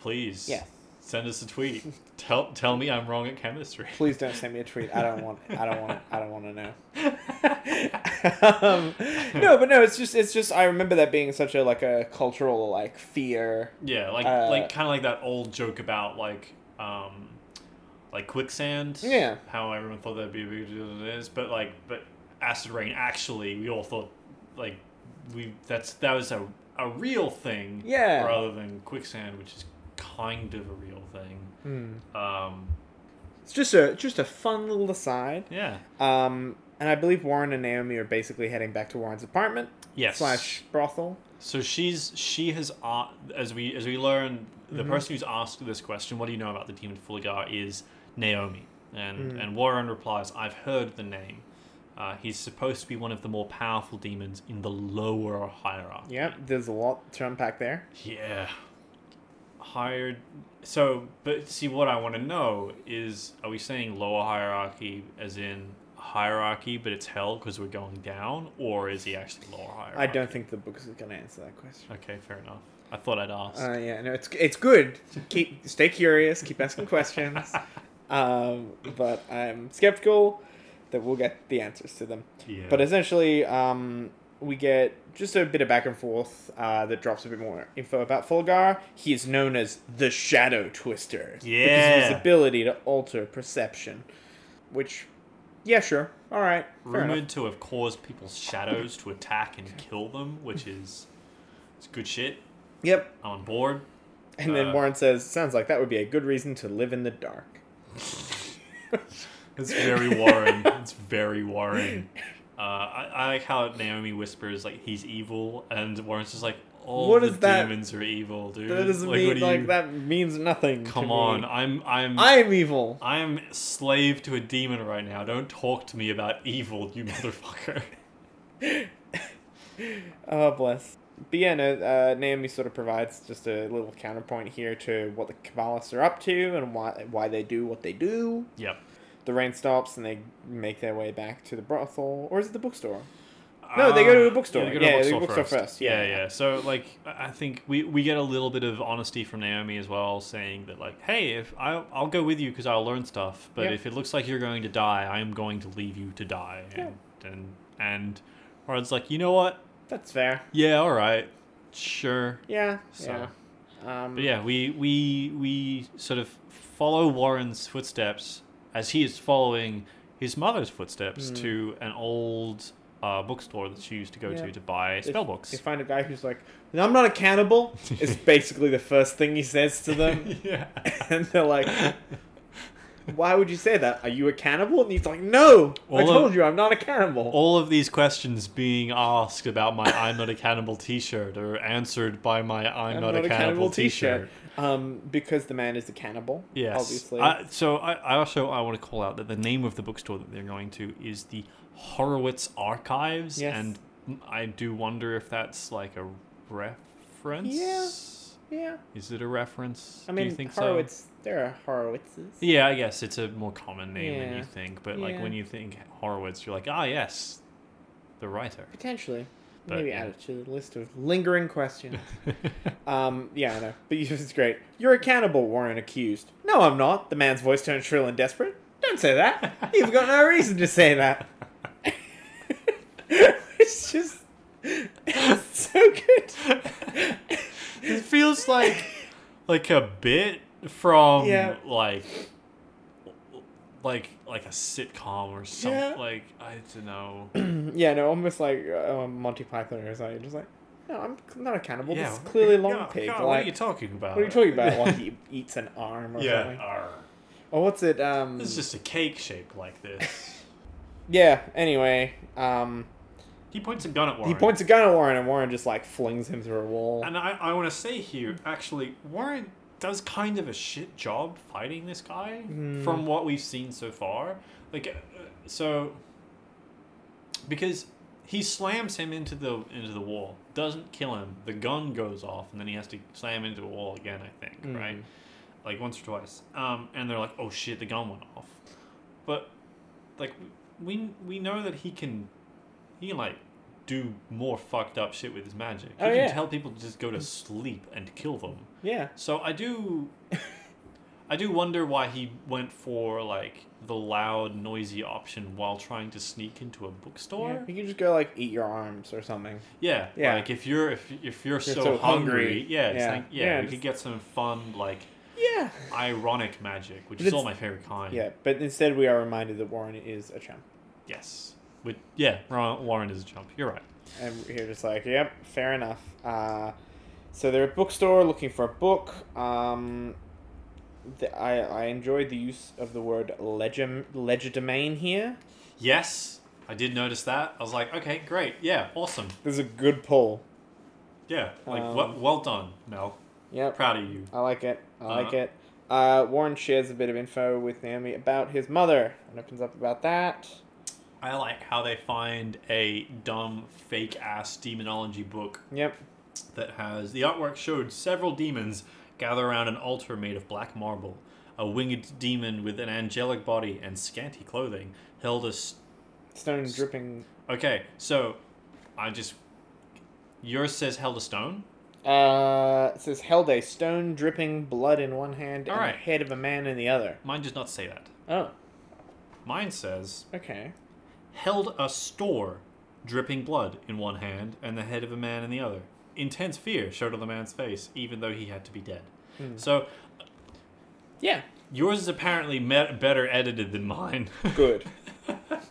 Please.
Yes.
Send us a tweet. tell tell me I'm wrong at chemistry.
Please don't send me a tweet. I don't want. I don't want. I don't want to know. um, no, but no. It's just. It's just. I remember that being such a like a cultural like fear.
Yeah, like
Uh,
like kind of like that old joke about like um like quicksand.
Yeah.
How everyone thought that'd be a big deal than it is, but like, but acid rain actually, we all thought like we that's that was a a real thing.
Yeah.
Rather than quicksand, which is kind of a real thing.
Hmm.
Um.
It's just a just a fun little aside.
Yeah.
Um, and I believe Warren and Naomi are basically heading back to Warren's apartment
Yes.
slash brothel.
So she's she has a as we as we learn the
Mhm.
person who's asked this question, what do you know about the demon Fuligar? Is Naomi, and
Mm.
and Warren replies, I've heard the name. Uh, he's supposed to be one of the more powerful demons in the lower hierarchy.
Yep, there's a lot to unpack there.
Yeah. Hired. So, but see, what I want to know is are we saying lower hierarchy as in hierarchy, but it's hell because we're going down, or is he actually lower hierarchy?
I don't think the book is going to answer that question.
Okay, fair enough. I thought I'd ask.
Uh, yeah, no, it's it's good. Keep stay curious, keep asking questions. Um, but I'm skeptical that we'll get the answers to them.
yeah.
But essentially, um, we get just a bit of back and forth uh, that drops a bit more info about Fulgar. He is known as the Shadow Twister. Because of
Yeah.
his ability to alter perception. Which, yeah, sure. All right. fair enough.
rumored to have caused people's shadows to attack and kill them, which is it's good shit.
Yep.
I'm on board.
And then
Uh,
Warren says, sounds like that would be a good reason to live in the dark.
It's very Warren. it's very Warren. Uh, I, I like how Naomi whispers like he's evil, and Warren's just like all
What
the
is that?
demons are evil, dude.
That doesn't
Like, what
mean
do
like
you-
that means nothing. to
Come
me.
on, I'm I'm
I'm evil.
I'm slave to a demon right now. Don't talk to me about evil, you motherfucker.
Oh bless. But yeah, no, uh, Naomi sort of provides just a little counterpoint here to what the Kabbalists are up to and why why they do what they do.
yep.
The rain stops and they make their way back to the brothel, or is it the bookstore? No, they go to a
Uh,
bookstore.
they go to
Yeah,
a
they
bookstore,
go bookstore
first.
first.
Yeah,
Yeah,
yeah, So like, I I think we, we get a little bit of honesty from Naomi as well, saying that like, hey, if I I'll go with you because I'll learn stuff, but
Yep.
if it looks like you're going to die, I am going to leave you to die. And and and Rod's like, you know what?
That's fair.
Yeah, all right, sure.
Yeah,
So-
yeah. Um,
But yeah, we we we sort of follow Warren's footsteps as he is following his mother's footsteps
Hmm.
to an old uh, bookstore that she used to go
Yeah.
to to buy
They-
spell books.
They find a guy who's like, "No, "I'm not a cannibal." It's basically the first thing he says to them,
yeah.
and they're like, "Why would you say that? Are you a cannibal?" And he's like, "No, I
All of-
told you, I'm not a cannibal."
All of these questions being asked about my I'm not a cannibal t shirt are answered by my I'm, not, a cannibal t shirt.
Um, because the man is a cannibal.
Yes.
obviously.
I, so I, I also I want to call out that the name of the bookstore that they're going to is the Horowitz Archives.
Yes.
And I do wonder if that's like a reference.
yeah,
Is it a reference?
I mean,
do you think so?
Horowitz. There are Horowitzes.
Yeah, I guess it's a more common name than
Yeah.
you think, but like
Yeah.
when you think Horowitz, you're like, ah, yes, the writer.
Potentially,
But,
maybe
yeah.
add it to the list of lingering questions. um, yeah, I know, but you- it's great. You're a cannibal, Warren accused. No, I'm not. The man's voice turned shrill and desperate. Don't say that. You've got no reason to say that. it's just it's so good.
it feels like like a bit from
Yeah.
like like like a sitcom or something.
Yeah.
Like I don't know.
Yeah, no, almost like uh, Monty Python or something. Just like, no, I'm c- not a cannibal.
yeah,
this is clearly long
yeah,
pig.
God,
like,
what are you talking about?
talking about? like he eats an arm or
yeah,
something.
arr.
Or what's it? Um,
this is just a cake shaped like this.
yeah. Anyway, um,
He points a gun at Warren.
he points a gun at Warren, and Warren just like flings him through a wall.
And I, I want to say here, actually, Warren does kind of a shit job fighting this guy from what we've seen so far. Like, uh, so because he slams him into the into the wall, doesn't kill him. The gun goes off, and then he has to slam into a wall again. I think
Mm.
right, like once or twice. Um, and they're like, oh shit, the gun went off. But like we we know that he can he can like do more fucked up shit with his magic. He
Oh,
can
yeah.
tell people to just go to sleep and kill them.
Yeah,
So I do I do wonder why he went for like the loud, noisy option while trying to sneak into a
yeah.
bookstore.
You can just go like eat your arms or something.
Yeah.
Yeah.
Like if you're if if you're, so,
so
hungry,
hungry.
yeah, it's
Yeah.
like yeah,
Yeah,
we
just-
could get some fun like
Yeah.
ironic magic, which
But
is all
it's-
my favorite kind.
Yeah, but instead we are reminded that Warren is a chump.
Yes. With yeah, Ro- Warren is a chump. You're right.
And you're just like, yep, fair enough. Uh, so they're at a bookstore looking for a book. Um, the, I, I enjoyed the use of the word legem, legidomain here.
Yes, I did notice that. I was like, okay, great. Yeah, awesome.
There's a good pull.
Yeah, like
Um,
well, well done, Mel.
Yep.
Proud of you.
I like it. I like
Uh-huh.
it. Uh, Warren shares a bit of info with Naomi about his mother and opens up about that.
I like how they find a dumb fake ass demonology book
Yep.
that has the artwork showed several demons gather around an altar made of black marble. A winged demon with an angelic body and scanty clothing held a s-
Stone dripping.
Okay, so I just yours says held a stone.
Uh, it says held a stone dripping blood in one hand and
Alright.
the head of a man in the other.
Mine does not say that.
Oh,
Mine says
okay.
held a store dripping blood in one hand and the head of a man in the other. Intense fear showed on the man's face, even though he had to be dead. So
Yeah.
yours is apparently met, better edited than mine.
Good.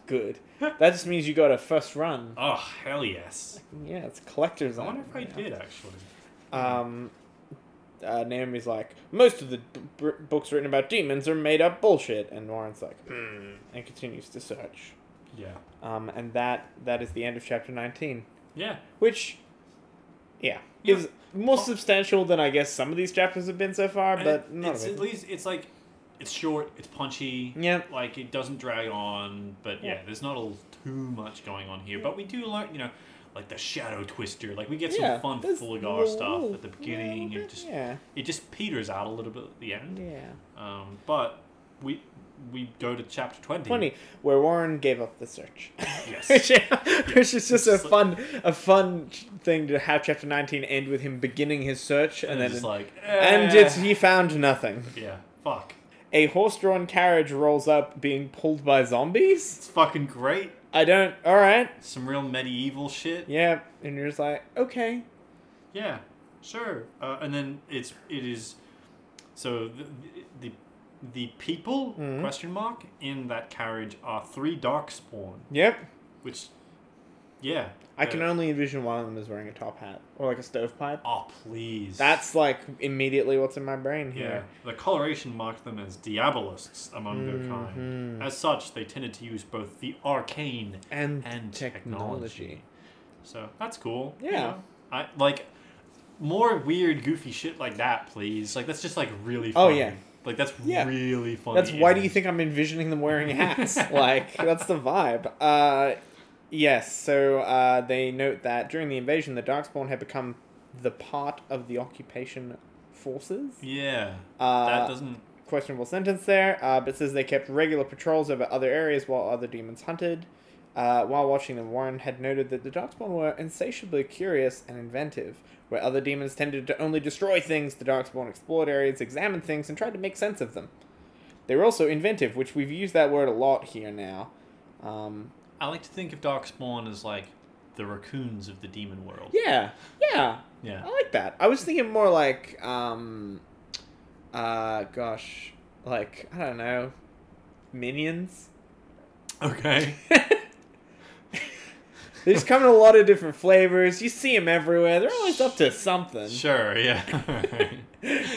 Good. That just means you got a first run.
oh hell yes!
Yeah, it's collector's
I wonder
item
if I
right now.
did actually.
Um, uh, Naomi's like, most of the b- b- books written about demons are made up bullshit, and Warren's like, hmm, and continues to search.
Yeah.
Um, and that that is the end of chapter nineteen,
Yeah.
which, yeah,
Yeah.
is more substantial than I guess some of these chapters have been so far,
And
but
it-
not.
it's
a bit.
at least it's like it's short, it's punchy.
Yeah.
Like it doesn't drag on, but yeah,
Yeah.
there's not all too much going on here. But we do learn, you know, like the shadow twister. Like we get some
yeah,
fun
there's
Fulgar
little-
stuff
little-
at the beginning.
little
It
bit,
just
yeah,
it just peters out a little bit at the end.
yeah.
Um, but we we go to chapter twenty.
20 where warren gave up the search
Yes.
which, which is just a
It's like-
fun a fun thing to have chapter 19 end with him beginning his search and,
And,
then
it's just like
and
eh.
it's he found nothing
yeah fuck
a horse-drawn carriage rolls up being pulled by zombies
it's fucking great.
i don't all right
Some real medieval shit.
yeah and you're just like okay
Yeah, sure. Uh, and then it's it is so the the, the people
Mhm.
question mark in that carriage are three darkspawn,
yep
which yeah.
i can
uh,
only envision one of them as wearing a top hat or like a stovepipe
Oh please.
that's like immediately what's in my brain
yeah.
here
The coloration marked them as diabolists among their kind.
Mhm.
As such, they tended to use both the arcane
and,
and
technology.
technology. So that's cool. you
Yeah.
know. I like more weird, goofy shit like that, please. Like that's just like really.
Oh,
Funny.
yeah.
Like that's
Yeah.
really funny.
That's why do you think I'm envisioning them wearing hats? like that's the vibe. Uh, yes. So uh, they note that during the invasion, the Darkspawn had become the part of the occupation forces.
Yeah. that
Uh,
doesn't.
questionable sentence there, uh, but says they kept regular patrols over other areas while other demons hunted. Uh, while watching them, Warren had noted that the Darkspawn were insatiably curious and inventive. Where other demons tended to only destroy things, the Darkspawn explored areas, examined things, and tried to make sense of them. They were also inventive, which we've used that word a lot here now. Um,
I like to think of Darkspawn as like the raccoons of the demon world.
yeah, yeah,
Yeah.
I like that. I was thinking more like, um, uh, gosh, like, I don't know, minions?
Okay.
They just come in a lot of different flavors. You see them everywhere. They're always up to something.
sure. Yeah.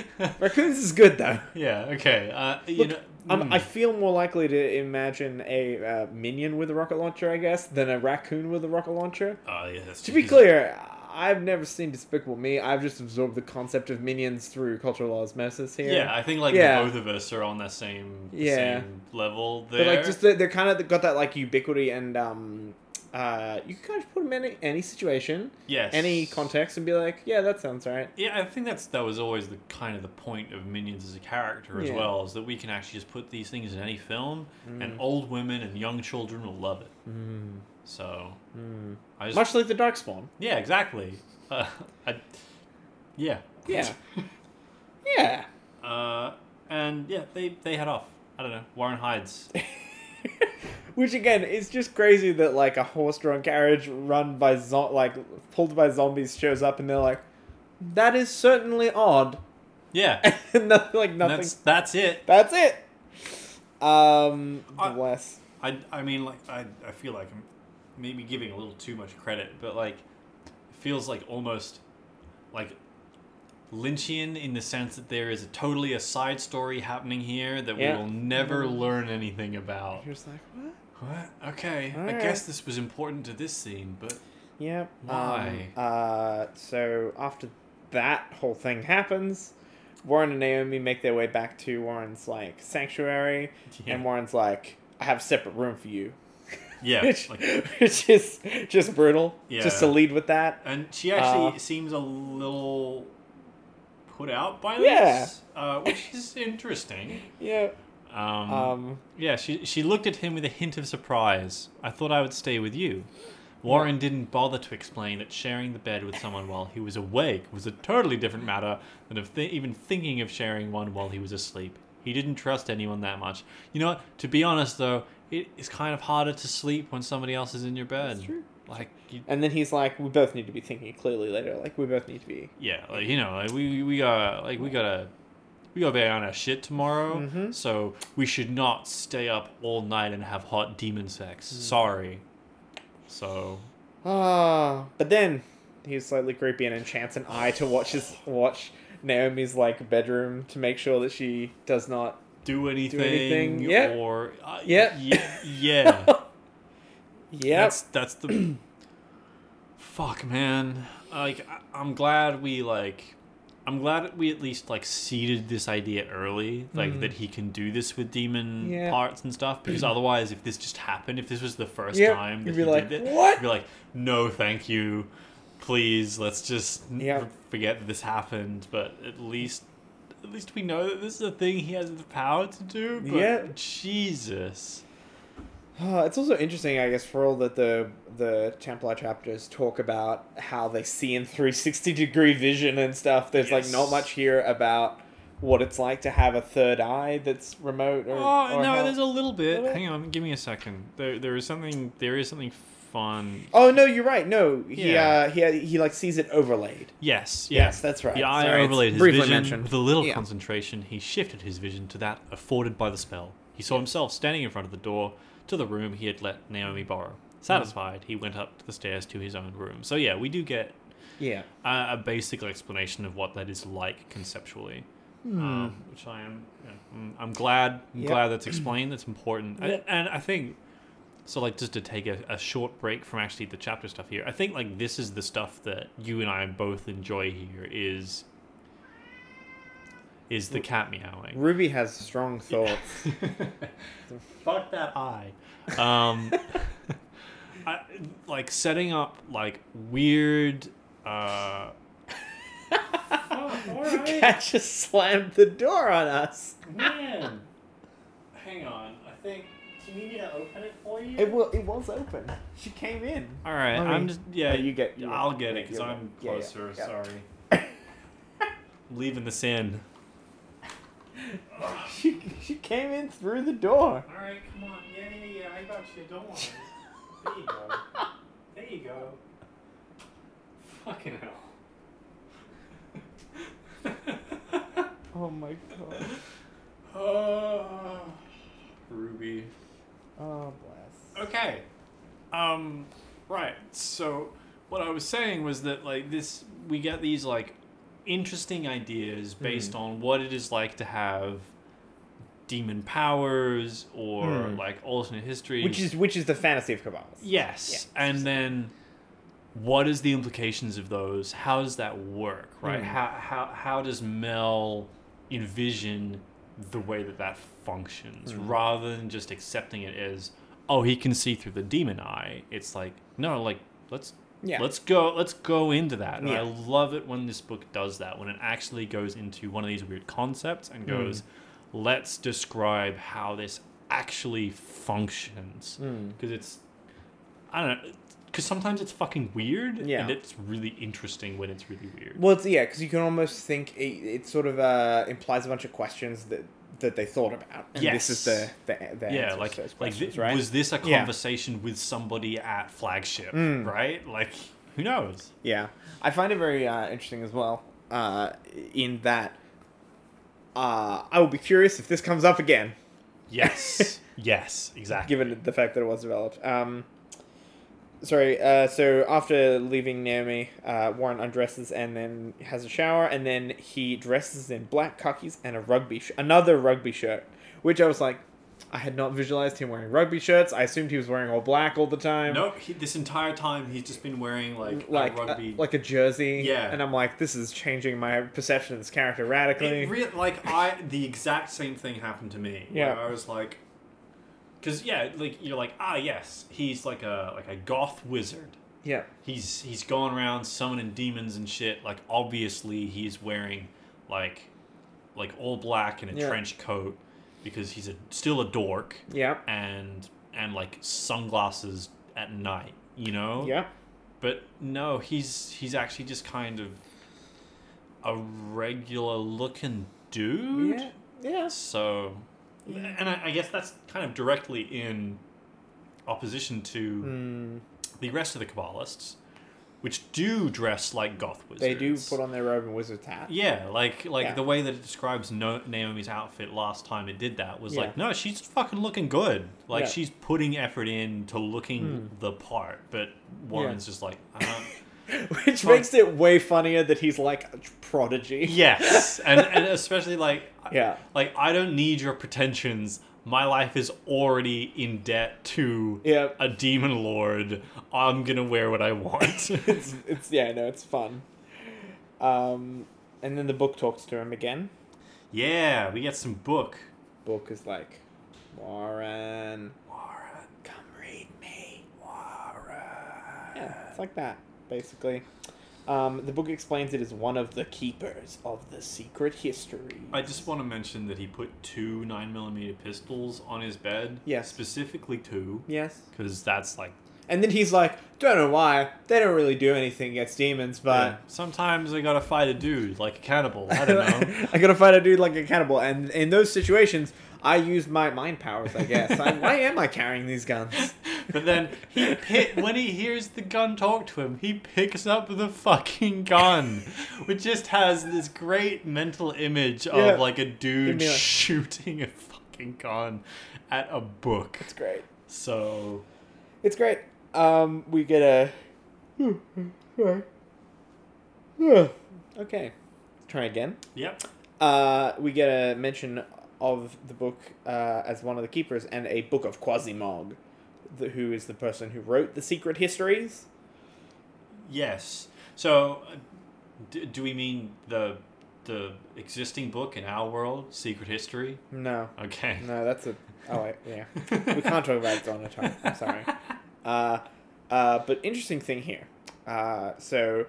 Raccoons is good though.
yeah. Okay. Uh, you
Look,
know.
Um,
hmm.
I feel more likely to imagine a uh, minion with a rocket launcher, I guess, than a raccoon with a rocket launcher.
Oh yeah. That's
To be
Jesus.
clear, I've never seen Despicable Me. I've just absorbed the concept of minions through cultural osmosis here.
Yeah, I think like
Yeah.
both of us are on that same the
Yeah.
same level there.
but like just the, they're kind of got that like ubiquity and um, uh, you can kind of put them in any, any situation,
yes.
any context, and be like, yeah, that sounds right.
Yeah, I think that's that was always the kind of the point of Minions as a character as
Yeah.
well, is that we can actually just put these things in any film, and
Mm.
old women and young children will love it.
Mm.
So
Mm.
I just
Much like the Darkspawn.
yeah, exactly. Uh, I, yeah,
Yeah. Yeah.
Uh, and yeah, they they head off. I don't know. Warren hides.
Which again is just crazy that like a horse-drawn carriage run by zo- like pulled by zombies shows up and they're like, that is certainly odd.
Yeah.
no, like
And
nothing.
that's
That's,
that's it.
it. Um,
I-
bless.
I, I mean like I, I feel like I'm maybe giving a little too much credit, but like it feels like almost like Lynchian in the sense that there is a totally a side story happening here that
Yeah.
we will never learn anything about.
You're just like what?
What? Okay, I
Alright.
guess this was important to this scene, but
Yep. um,
Why?
uh, so after that whole thing happens, Warren and Naomi make their way back to Warren's like sanctuary,
Yeah.
and Warren's like, "I have a separate room for you,"
yeah,
which,
like
which is just brutal. Just to
Yeah.
lead with that.
And she actually
Uh,
seems a little put out by
Yeah.
this, uh, which is interesting.
Yeah.
Um,
Um.
yeah, she she looked at him with a hint of surprise. I thought I would stay with you. Warren didn't bother to explain that sharing the bed with someone while he was awake was a totally different matter than of th- even thinking of sharing one while he was asleep. He didn't trust anyone that much. You know what? To be honest, though, it is kind of harder to sleep when somebody else is in your bed.
That's true.
Like, you,
And then he's like, "We both need to be thinking clearly later. Like, we both need to be."
yeah, like you know, like we we got like we gotta we gotta be on our shit tomorrow.
Mhm.
So we should not stay up all night and have hot demon sex.
Mm.
Sorry. So
Ah. But then he's slightly creepy and enchants an eye to watch his watch Naomi's like bedroom to make sure that she does not.
do anything,
anything, yeah.
or uh,
Yeah.
y- yeah.
Yep.
That's that's the fuck, man. Like I, I'm glad we like. I'm glad we at least like seeded this idea early, like
Mm.
that he can do this with demon
Yeah.
parts and stuff. Because otherwise, if this just happened, if this was the first
Yeah,
time that
you'd
he
be like,
did it,
"What?"
You'd be like, no, thank you, please. Let's just n-
Yeah.
forget that this happened. But at least, at least we know that this is a thing he has the power to do. But
Yeah.
Jesus,
Uh, it's also interesting, I guess, for all that the the Templar chapters talk about how they see in 360 degree vision and stuff. There's like not
Yes.
much here about what it's like to have a third eye that's remote. Or,
Oh
or
no,
how-
there's a little bit.
Little bit?
Hang on, give me a second. There, there is something. There is something fun.
Oh no, you're right. No, he
Yeah.
uh, he he like sees it overlaid.
Yes,
Yes,
yes,
that's right.
The eye
Sorry, it's
overlaid his
briefly
vision
mentioned.
with a little
Yeah.
concentration. He shifted his vision to that afforded by the spell. He saw himself standing in front of the door to the room he had let Naomi borrow.
Hmm.
Satisfied, he went up the stairs to his own room. So yeah, we do get
Yeah.
a, a basic explanation of what that is like conceptually. Um, which I am, yeah, I'm- I'm glad. I'm
Yep.
glad that's explained. That's important, I-
Yep.
and I think so. Like just to take a, a short break from actually the chapter stuff here. I think like this is the stuff that you and I both enjoy here. Is is the cat meowing?
Ruby has strong thoughts.
Fuck that eye. Um, I, like setting up like weird. Uh, Oh,
the cat just slammed the door on us.
Man, hang on. I think. Do you need me to open it for you?
It was it was open. She came in.
All right,
Let
I'm
me-
just yeah.
Oh, you get- you
I'll
get-
get
yeah,
it because
you'll
I'm
get- yeah, yeah,
closer.
yeah.
Sorry. Leaving this in.
She she came in through the door.
All right, come on. Yeah, yeah, yeah. I got you. Don't worry. There you go. There you go. Fucking hell.
Oh my god.
oh, Ruby.
Oh bless.
Okay. Um right. So what I was saying was that like this we get these like interesting ideas
Hmm.
based on what it is like to have demon powers or
Hmm.
like alternate histories.
Which is which is the fantasy of Kabbalah.
Yes.
Yeah.
And then what is the implications of those? How does that work, right?
Mm.
How, how, how does Mel envision the way that that functions
Mm.
rather than just accepting it as, oh, he can see through the demon eye? It's like, no, like, let's.
Yeah.
Let's go. Let's go into that. And I
Yeah.
love it when this book does that. When it actually goes into one of these weird concepts
Hmm.
and goes, "Let's describe how this actually functions."
Mm.
because it's I don't know because sometimes it's fucking weird
Yeah.
and it's really interesting when it's really weird.
Well, it's, yeah, because you can almost think it, it sort of uh, implies a bunch of questions that that they thought about, and this is the
Yes.
the, the answer
yeah,
to
like
those
like
questions,
thi-
right?
was this a
Yeah.
conversation with somebody at flagship,
Mm.
right? Like who knows?
Yeah, I find it very uh, interesting as well. Uh, in that Uh, I will be curious if this comes up again,
Yes. yes. Exactly.
given the fact that it was developed. Um, sorry. Uh, so after leaving Naomi, uh, Warren undresses and then has a shower, and then he dresses in black khakis and a rugby, sh- another rugby shirt, which I was like, I had not visualized him wearing rugby shirts. I assumed he was wearing all black all the time.
No, he, this entire time he's just been wearing like,
Like
a
a,
rugby.
like a jersey,
Yeah.
and I'm like, this is changing my perception of this character radically.
it re- like I, the exact same thing happened to me. where
Yeah.
I was like, because yeah, like you're like ah yes, he's like a like a goth wizard.
yeah,
He's he's going around summoning demons and shit. Like obviously he's wearing like like all black and a
Yeah.
trench coat because he's a still a dork
yeah,
and and like sunglasses at night. You know.
yeah.
But no, he's he's actually just kind of a regular looking dude.
Yeah. Yeah.
So, and I, I guess that's kind of directly in opposition to
Mm,
the rest of the Kabbalists, which do dress like goth wizards.
they do put on their robe and wizard's hat.
Yeah, like like
Yeah.
the way that it describes no- Naomi's outfit last time it did that was like,
Yeah.
no, she's fucking looking good. Like
Yeah. Hmm.
she's putting effort in to looking the part. But Warren's just like, "Uh, I don't.
Which makes it way funnier that he's like a prodigy.
Yes, and and especially like
Yeah.
like I don't need your pretensions. My life is already in debt to
Yeah.
a demon lord. I'm gonna wear what I want.
It's, it's yeah, no, it's fun. Um, and then the book talks to him again.
yeah, we get some book.
Book is like, Warren,
Warren,
come read me.
Warren.
Yeah, it's like that basically. Um, the book explains it as one of the keepers of the secret history.
I just want to mention that he put two nine millimeter pistols on his bed.
Yes.
specifically two,
yes.
because that's like
And then he's like, don't know why they don't really do anything against demons, but.
eh, sometimes I gotta fight a dude like a cannibal. I don't know.
I gotta fight a dude like a cannibal, and in those situations, I use my mind powers. I guess. I, why am I carrying these guns?
But then he pi- when he hears the gun talk to him, he picks up the fucking gun, which just has this great mental image of
Yeah.
like a dude
Give me a-
shooting a fucking gun at a book.
It's great.
So
It's great. Um, we get a. okay. Try again.
yep,
Uh, we get a mention of the book uh, as one of the keepers and a book of Quasimog, th- who is the person who wrote the secret histories.
yes. So uh, d- do we mean the the existing book in our world, Secret History?
No,
Okay.
no, that's a. Oh wait, yeah. we can't talk about it on a time. I'm sorry. Uh, uh, but interesting thing here. Uh, so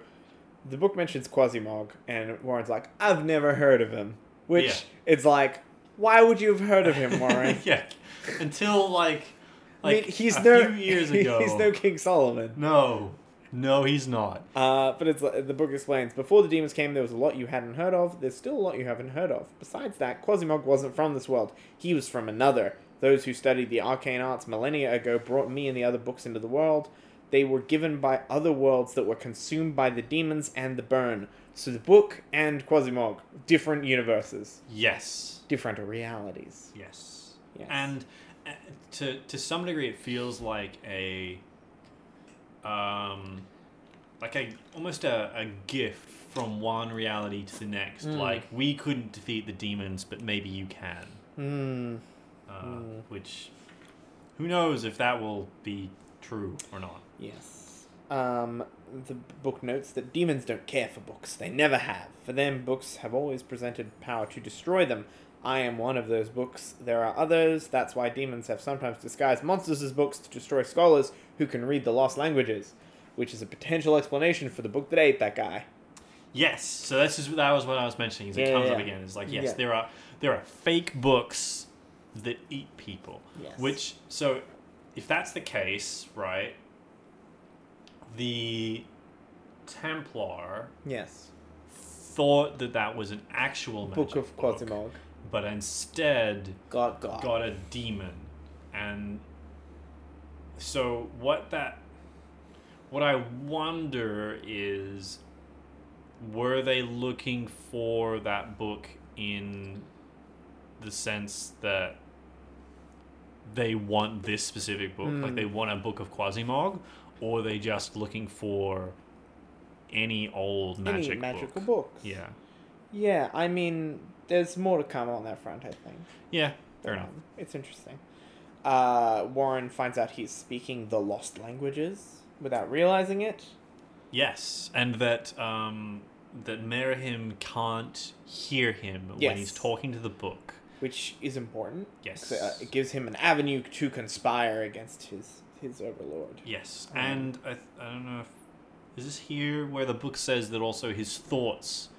the book mentions Quasimog, and Warren's like, I've never heard of him. Which it's like, why would you have heard of him, Warren?
yeah. Until like
I
like
mean, he's
a
no
few years
he-
ago.
He's no King Solomon.
No, no, he's not.
Uh, but it's the book explains before the demons came, there was a lot you hadn't heard of. There's still a lot you haven't heard of. Besides that, Quasimog wasn't from this world. He was from another. Those who studied the arcane arts millennia ago brought me and the other books into the world. They were given by other worlds that were consumed by the demons and the burn. So the book and Quasimog, different universes,
Yes,
different realities.
yes,
Yes.
and uh, to to some degree, it feels like a, um, like a almost a, a gift from one reality to the next.
Mm.
Like we couldn't defeat the demons, but maybe you can.
Hmm.
Uh,
Mm.
Which, who knows if that will be true or not?
Yes. Um, the book notes that demons don't care for books. They never have. For them, books have always presented power to destroy them. I am one of those books. There are others. That's why demons have sometimes disguised monsters as books to destroy scholars who can read the lost languages, which is a potential explanation for the book that ate that guy.
Yes, so this is that was what I was mentioning. Is it
Yeah,
comes
yeah,
up
yeah.
again. It's like yes,
Yeah.
there are there are fake books that eat people.
Yes.
Which so, if that's the case, right? The Templar
Yes.
thought that that was an actual
Book
magic
of Quasimog.
but instead
God, God.
got a demon and so what that what i wonder is were they looking for that book in the sense that they want this specific book, like
Hmm.
they want a book of Quasimog, or are they just looking for any old magic
Any magical
book.
books.
Yeah,
Yeah, I mean, there's more to come on that front, I think.
yeah, fair enough.
Um, It's interesting. Uh, Warren finds out he's speaking the lost languages without realizing it.
Yes, and that um, that Merahim can't hear him when
Yes.
he's talking to the book.
which is important. 'cause,
Yes.
uh, it gives him an avenue to conspire against his his overlord.
Yes,
Um,
and I, th- I don't know if is this here where the book says that also his thoughts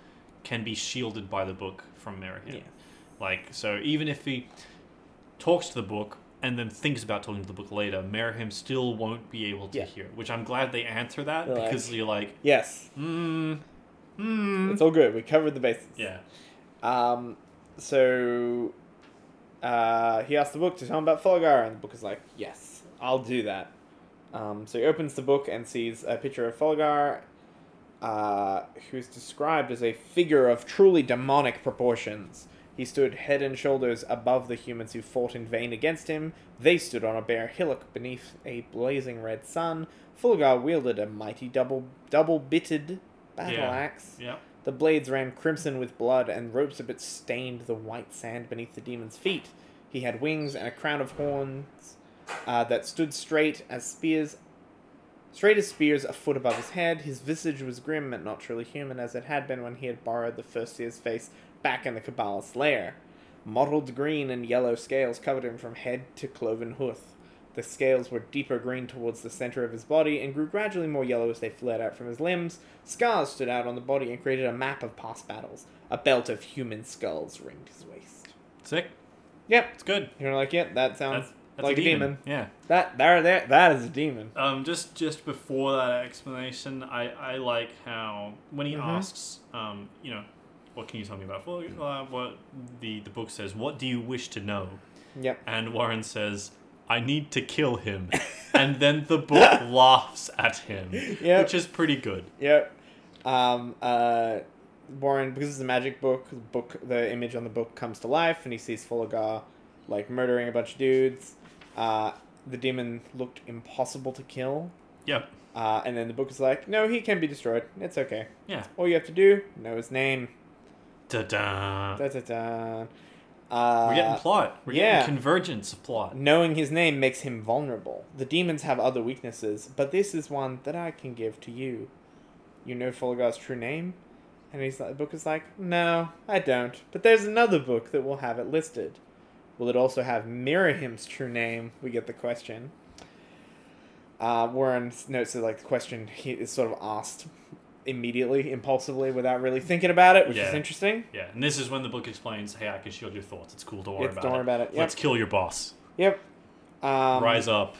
can be shielded by the book from Merahim.
Yeah.
Like so, even if he talks to the book and then thinks about talking to the book later, Merahim still won't be able to
Yeah.
hear. Which I'm glad they answer that
They're like-
because you're like,
Yes,
hmm, hmm.
it's all good. We covered the bases.
Yeah.
Um. So, uh, he asks the book to tell him about Folgar, and the book is like, "Yes, I'll do that." Um. So he opens the book and sees a picture of Folgar, uh, who's described as a figure of truly demonic proportions. He stood head and shoulders above the humans who fought in vain against him. They stood on a bare hillock beneath a blazing red sun. Fulgar wielded a mighty double double bitted battle
Yeah.
axe.
Yeah.
The blades ran crimson with blood, and ropes of it stained the white sand beneath the demon's feet. He had wings and a crown of horns uh, that stood straight as spears, straight as spears, a foot above his head. His visage was grim and not truly human, as it had been when he had borrowed the first seer's face back in the Kabbalist's lair. Mottled green and yellow scales covered him from head to cloven hoof. The scales were deeper green towards the center of his body and grew gradually more yellow as they flared out from his limbs. Scars stood out on the body and created a map of past battles. A belt of human skulls ringed his waist.
Sick.
Yep.
It's good.
You're like, yep, that sounds
That's,
Um,
that's
like a demon.
Yeah.
That there, there, that is a demon.
Um, just just before that explanation, I, I like how when he
Mhm.
asks, um, you know, what can you tell me about Fol- uh, what the the book says? What do you wish to know?
Yep.
And Warren says, I need to kill him, and then the book laughs at him,
Yep.
which is pretty good.
Yep. Um, uh, Warren, because it's a magic book, the book, the image on the book comes to life, and he sees Fulagar, like murdering a bunch of dudes. Uh, the demon looked impossible to kill.
Yep.
Uh, and then the book is like, no, he can be destroyed. It's okay.
Yeah.
All you have to do, know his name.
Da da.
Da da da. Uh,
We're getting plot. We're
yeah.
getting convergence of plot.
Knowing his name makes him vulnerable. The demons have other weaknesses, but this is one that I can give to you. You know Folgar's true name? And he's like, the book is like, no, I don't. But there's another book that will have it listed. Will it also have Mirahim's true name? We get the question. Uh, Warren notes that like the question he is sort of asked immediately, impulsively, without really thinking about it, which is
Yeah.
interesting.
Yeah, and this is when the book explains, "Hey, I can shield your thoughts. It's cool. Don't worry
It's-
about
don't
it.
worry about it. Yep.
Let's kill your boss.
Yep. Um,
Rise up."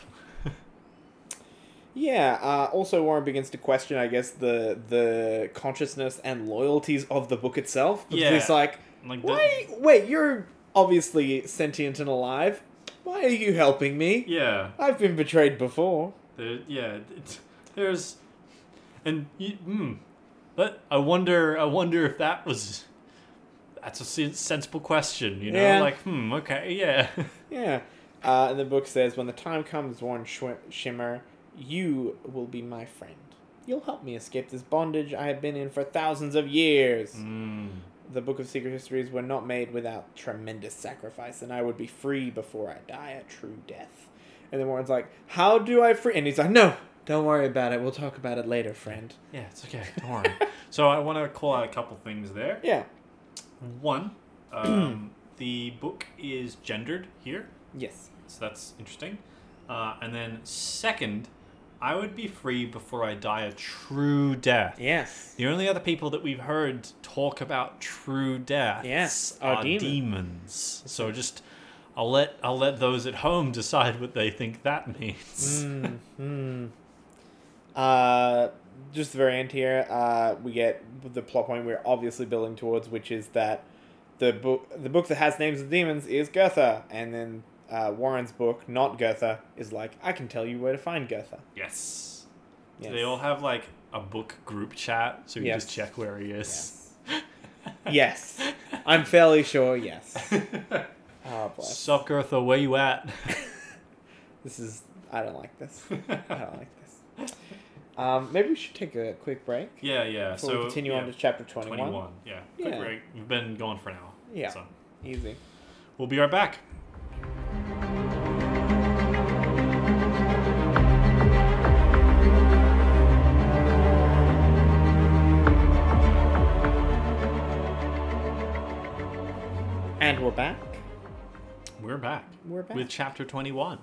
Yeah. Uh, also, Warren begins to question, I guess, the the consciousness and loyalties of the book itself. Because
Yeah.
He's like,
Like the-
why? Wait, you're obviously sentient and alive. Why are you helping me?
Yeah,
I've been betrayed before.
there, yeah. It's, there's, and you, mm, but I wonder, I wonder if that was, that's a sen- sensible question, you know?
Yeah.
Like, hmm, okay, yeah,
Yeah. Uh, and the book says, when the time comes, Warren Schw- Shimmer, you will be my friend. You'll help me escape this bondage I have been in for thousands of years.
mm,
the Book of Secret Histories were not made without tremendous sacrifice, and I would be free before I die a true death. And then Warren's like, How do I free? And he's like, No, don't worry about it. We'll talk about it later, friend.
yeah. It's okay. Don't worry. so I want to call out a couple things there.
Yeah.
One, um, the book is gendered here.
Yes.
So that's interesting. Uh, and then second, I would be free before I die a true death.
Yes.
The only other people that we've heard talk about true deaths
Yes, are
are,
demons.
demons. So just I'll let I'll let those at home decide what they think that means.
mm, mm. Uh, just the very end here, uh, we get the plot point we're obviously building towards, which is that the book, the book that has names of demons, is Goethe, and then uh, Warren's book, not Goethe, is like, I can tell you where to find Goethe.
Yes.
Yes.
They all have like a book group chat, so you
Yes.
just check where he is.
Yes. yes. I'm fairly sure, yes. Oh, bless.
Suckers, the way you at?
This is. I don't like this. I don't like this. Um, maybe we should take a quick break
yeah, yeah.
before
so
we continue
yeah,
on to chapter 21.
twenty-one. Yeah. Quick
Yeah.
break. We've been going for an hour.
Yeah.
So
Easy.
we'll be right back.
And we're back.
We're back.
We're back.
With chapter twenty-one.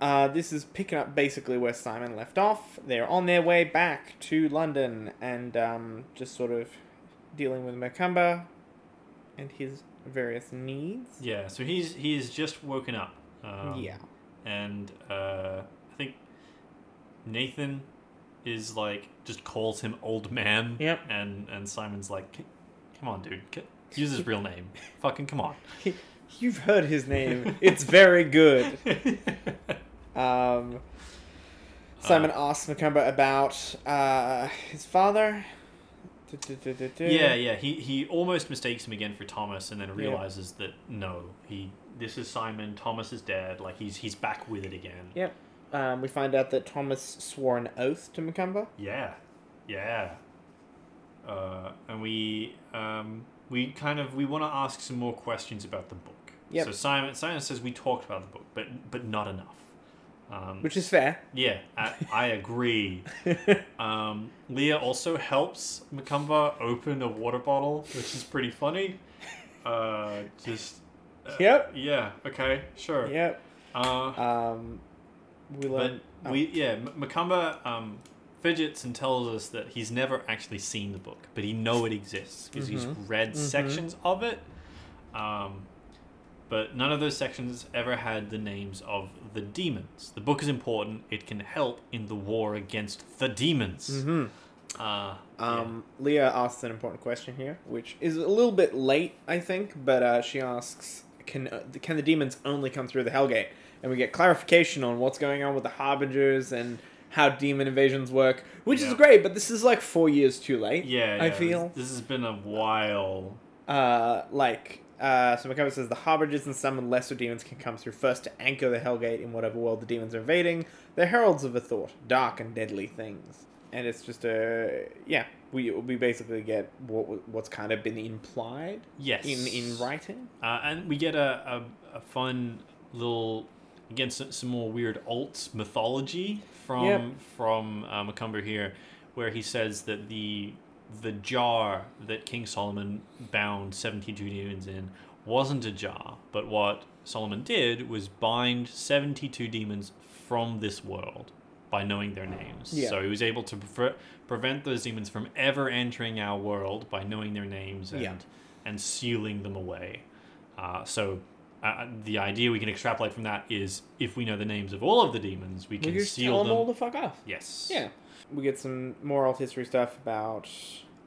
Uh, this is picking up basically where Simon left off. They're on their way back to London and um, just sort of dealing with Macumba and his various needs.
Yeah. So he's he's just woken up. Um,
yeah.
and uh, I think Nathan is like just calls him old man.
Yep.
And and Simon's like, "C- come on, dude, C- use his real name. Fucking come on.
You've heard his name. it's very good. Um, Simon
Uh.
asks Macumba about uh, his father. Du-du-du-du-du.
yeah, yeah. He he almost mistakes him again for Thomas, and then realizes that no, he this is Simon. Thomas is dead. Like he's he's back with it again.
Yep. Um, we find out that Thomas swore an oath to Macumba.
Yeah, yeah. Uh, and we um, we kind of we want to ask some more questions about the book.
Yep.
So Simon Simon says we talked about the book, but but not enough. Um,
Which is fair.
yeah, I, I agree. um, Leah also helps Macumba open a water bottle, which is pretty funny. Uh, just uh,
Yep.
Yeah. Okay. Sure.
Yep.
Uh,
Um, we
but
learn. oh,
we yeah, M- Makamba um, fidgets and tells us that he's never actually seen the book, but he know it exists because
Mm-hmm.
he's read sections of it. Um, but none of those sections ever had the names of the demons. The book is important; it can help in the war against the demons.
Mhm.
Uh, yeah.
Um, Leah asks an important question here, which is a little bit late, I think, but uh, she asks, "Can uh, can the demons only come through the Hellgate?" And we get clarification on what's going on with the harbingers and how demon invasions work, which is
Yeah.
great. But this is like four years too late.
yeah,
I
yeah,
feel
this, this has been a while.
uh, like uh, so. Macumba says the harbingers and some lesser demons can come through first to anchor the Hellgate in whatever world the demons are invading. They're heralds of a thought, dark and deadly things. And it's just a yeah. We we basically get what what's kind of been implied
Yes,
in in writing.
Uh, and we get a, a, a fun little again some, some more weird alt mythology from
Yep.
from uh, Macumber here, where he says that the the jar that King Solomon bound seventy two demons in wasn't a jar, but what Solomon did was bind seventy two demons from this world by knowing their names.
Yeah.
So he was able to pre- prevent those demons from ever entering our world by knowing their names and
Yeah.
and sealing them away. Uh, so uh, the idea we can extrapolate from that is if we know the names of all of the demons, we
We
can
just tell
seal
them all
them.
to fuck off.
yes.
Yeah, we get some more alt history stuff about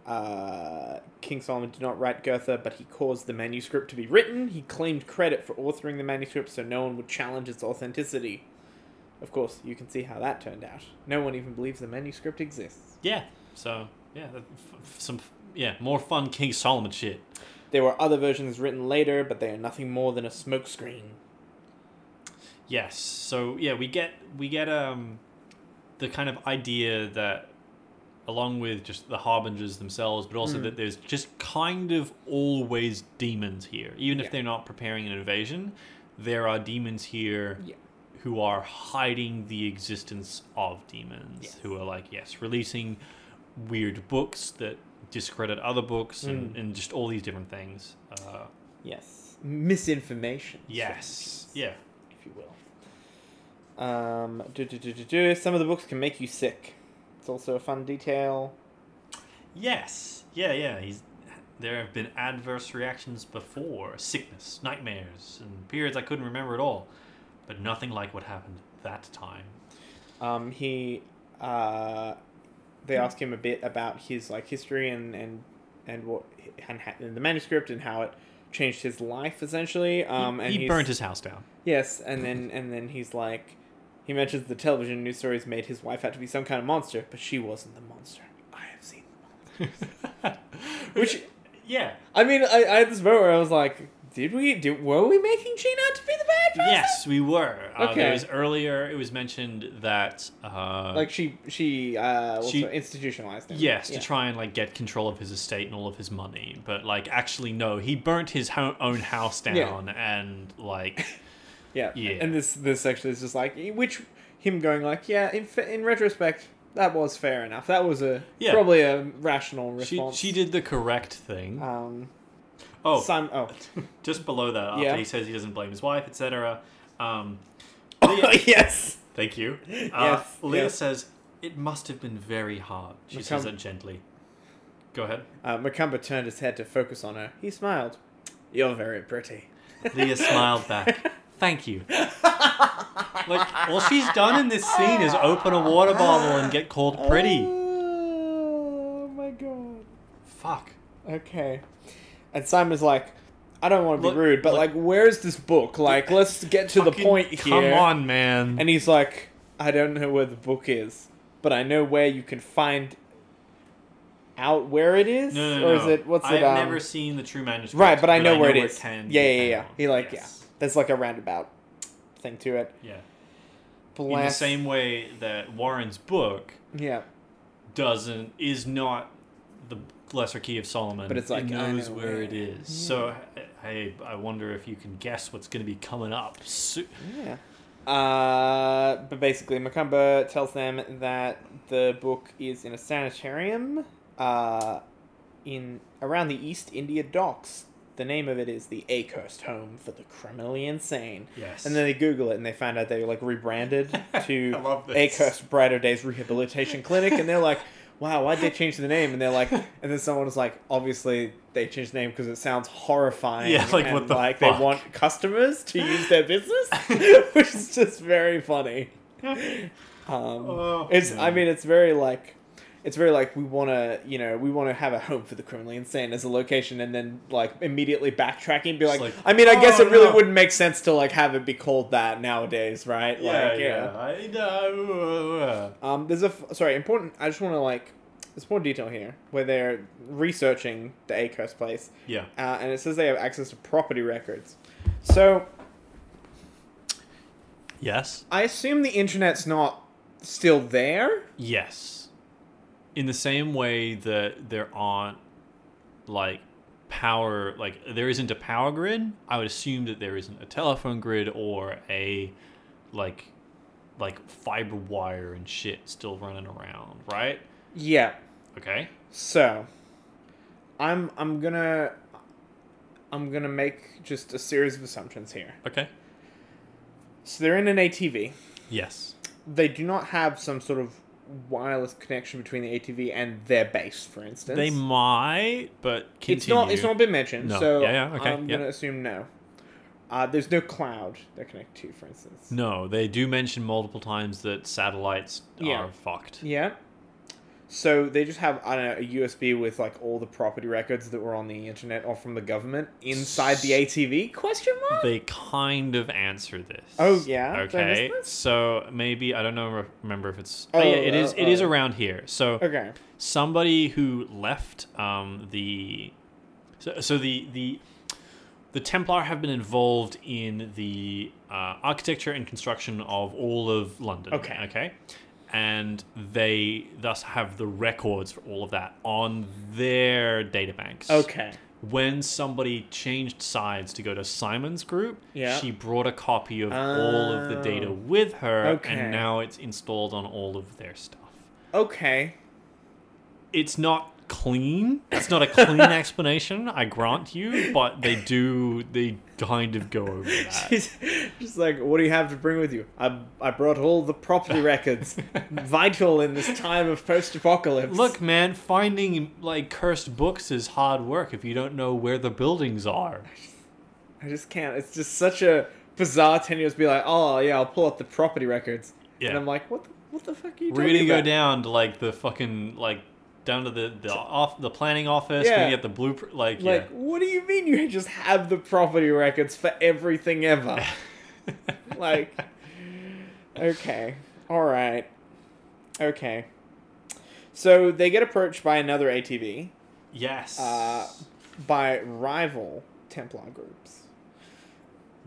uh, King Solomon did not write Goethe, but he caused the manuscript to be written. He claimed credit for authoring the manuscript, so no one would challenge its authenticity. Of course, you can see how that turned out. No one even believes the manuscript exists.
Yeah. So yeah, that- f- f- some yeah more fun King Solomon shit.
There were other versions written later, but they are nothing more than a smokescreen.
Yes. So yeah, we get we get um the kind of idea that along with just the harbingers themselves, but
Hmm.
also that there's just kind of always demons here, even
Yeah.
if they're not preparing an invasion. There are demons here
Yeah.
who are hiding the existence of demons,
Yes.
who are like, yes, releasing weird books that discredit other books
Hmm.
and, and just all these different things. Uh,
Yes. Misinformation.
yes. Yeah.
if you will. Um, do, do, do, do, do. Some of the books can make you sick. It's also a fun detail.
Yes. Yeah, yeah. He's there have been adverse reactions before. Sickness, nightmares, and periods I couldn't remember at all. But nothing like what happened that time.
Um, he, uh, they
Hmm.
ask him a bit about his like history and and and what and, ha- and the manuscript and how it changed his life essentially. Um, and
he
he's-
burnt his house down.
Yes, and then and then he's like, he mentions the television news stories made his wife out to be some kind of monster, but she wasn't the monster. I have seen the monster. Which
yeah.
I mean, I, I had this moment where I was like, did we? Did, were we making Gene out to be the bad person?
Yes, we were. Uh,
Okay.
there was earlier. It was mentioned that. Uh,
Like she she uh what's
She-
her- institutionalized him.
Yes,
Yeah.
to try and like get control of his estate and all of his money, but like actually no, he burnt his ho- own house
Yeah.
down and like
Yeah.
Yeah.
And this this section is just like which him going like yeah in fa- in retrospect that was fair enough that was a
Yeah.
probably a rational
she
response.
she did the correct thing.
Um.
oh,
Sim- oh.
just below that, after
Yeah.
he says he doesn't blame his wife, etc. Um,
oh
Leah,
yes.
thank you. Uh,
Yes,
Leah
yes.
says it must have been very hard. She
Become-
says that gently. Go ahead.
Uh, Macumber turned his head to focus on her. He smiled. You're very pretty.
Leah smiled back. Thank you. Like all she's done in this scene is open a water bottle and get called pretty.
Oh my god.
Fuck.
Okay. And Simon's like, I don't want to be
Look-
rude, but
look-
like, where's this book? Like, let's get to the
Fucking
point
come
here.
on, man.
And he's like, I don't know where the book is, but I know where you can find out where it is.
no, no, no.
or is it what's
I've
it? Um,
never seen the true manuscript.
right, but I know where it is. yeah,
can be
yeah, yeah.
found.
He like,
Yes.
yeah. There's like a roundabout thing to it.
yeah.
Bless.
In the same way that Warren's book
Yeah.
doesn't is not the lesser key of Solomon,
But it's like,
it
I
knows
know
where,
where
it
it
is. So I, I wonder if you can guess what's going to be coming up. So,
Yeah. Uh, but basically, Macumber tells them that the book is in a sanitarium uh, in around the East India docks. The name of it is the Acurst Home for the Criminally Insane.
yes,
And then they Google it and they find out they were like rebranded
I
to
love this.
Acurst Brighter Days Rehabilitation Clinic, and they're like, "Wow, why'd they change the name?" And they're like, and then someone was like, "Obviously, they changed the name because it sounds horrifying."
Yeah, like,
and,
what the
like
fuck?
they want customers to use their business, which is just very funny. Um,
Oh,
it's I
man.
mean, it's very like. It's very like we want to, you know, we want to have a home for the criminally insane as a location, and then like immediately backtracking, and be like,
Just like,
I mean, I guess
"Oh,
it really
no."
wouldn't make sense to like have it be called that nowadays, right?
yeah,
like,
yeah, I know.
um, there's a f- sorry important. I just want to like there's more detail here where they're researching the Acos place,
Yeah,
uh, and it says they have access to property records. So
yes,
I assume the internet's not still there.
yes. In the same way that there aren't like power, like there isn't a power grid. I would assume that there isn't a telephone grid or a like like fiber wire and shit still running around, right?
Yeah.
Okay.
So I'm I'm gonna I'm gonna make just a series of assumptions here.
Okay.
So they're in an ATV.
Yes.
They do not have some sort of wireless connection between the ATV and their base, for instance.
They might, but continue.
It's not. It's not been mentioned.
No.
So
Yeah, yeah, okay,
I'm
yeah.
gonna assume no. Uh, there's no cloud they're connected to, for instance.
No, they do mention multiple times that satellites
Yeah.
are fucked.
Yeah. So they just have I don't know a USB with like all the property records that were on the internet or from the government inside the ATV? Question mark.
They kind of answer this.
Oh, yeah? Did I miss
Okay.
this?
So maybe I don't know. re- Remember if it's. Oh,
Oh,
yeah, it is.
oh,
It is
oh.
around here. So
Okay.
somebody who left um, the so, so the the the Templar have been involved in the uh, architecture and construction of all of London.
Okay.
Okay. And they thus have the records for all of that on their databanks.
Okay.
When somebody changed sides to go to Simon's group,
Yeah.
she brought a copy of all of the data
Oh.
with her,
Okay.
and now it's installed on all of their stuff
Okay.
it's not clean. It's not a clean explanation, I grant you, but they do they kind of go over that.
She's just like, what do you have to bring with you? I I brought all the property records, vital in this time of post-apocalypse.
Look, man, finding like cursed books is hard work if you don't know where the buildings are.
I just can't. It's just such a bizarre tenure to be like, oh yeah, I'll pull up the property records,
Yeah.
and I'm like, what the what the fuck are you
We're
talking
gonna go
about?
down to like the fucking like down to the the off the planning office. We're
Yeah.
gonna get the blueprint. Like,
Like, what do you mean you just have the property records for everything ever?
yeah.
like, okay, all right, okay. So they get approached by another ATV,
yes.
uh, by rival Templar groups,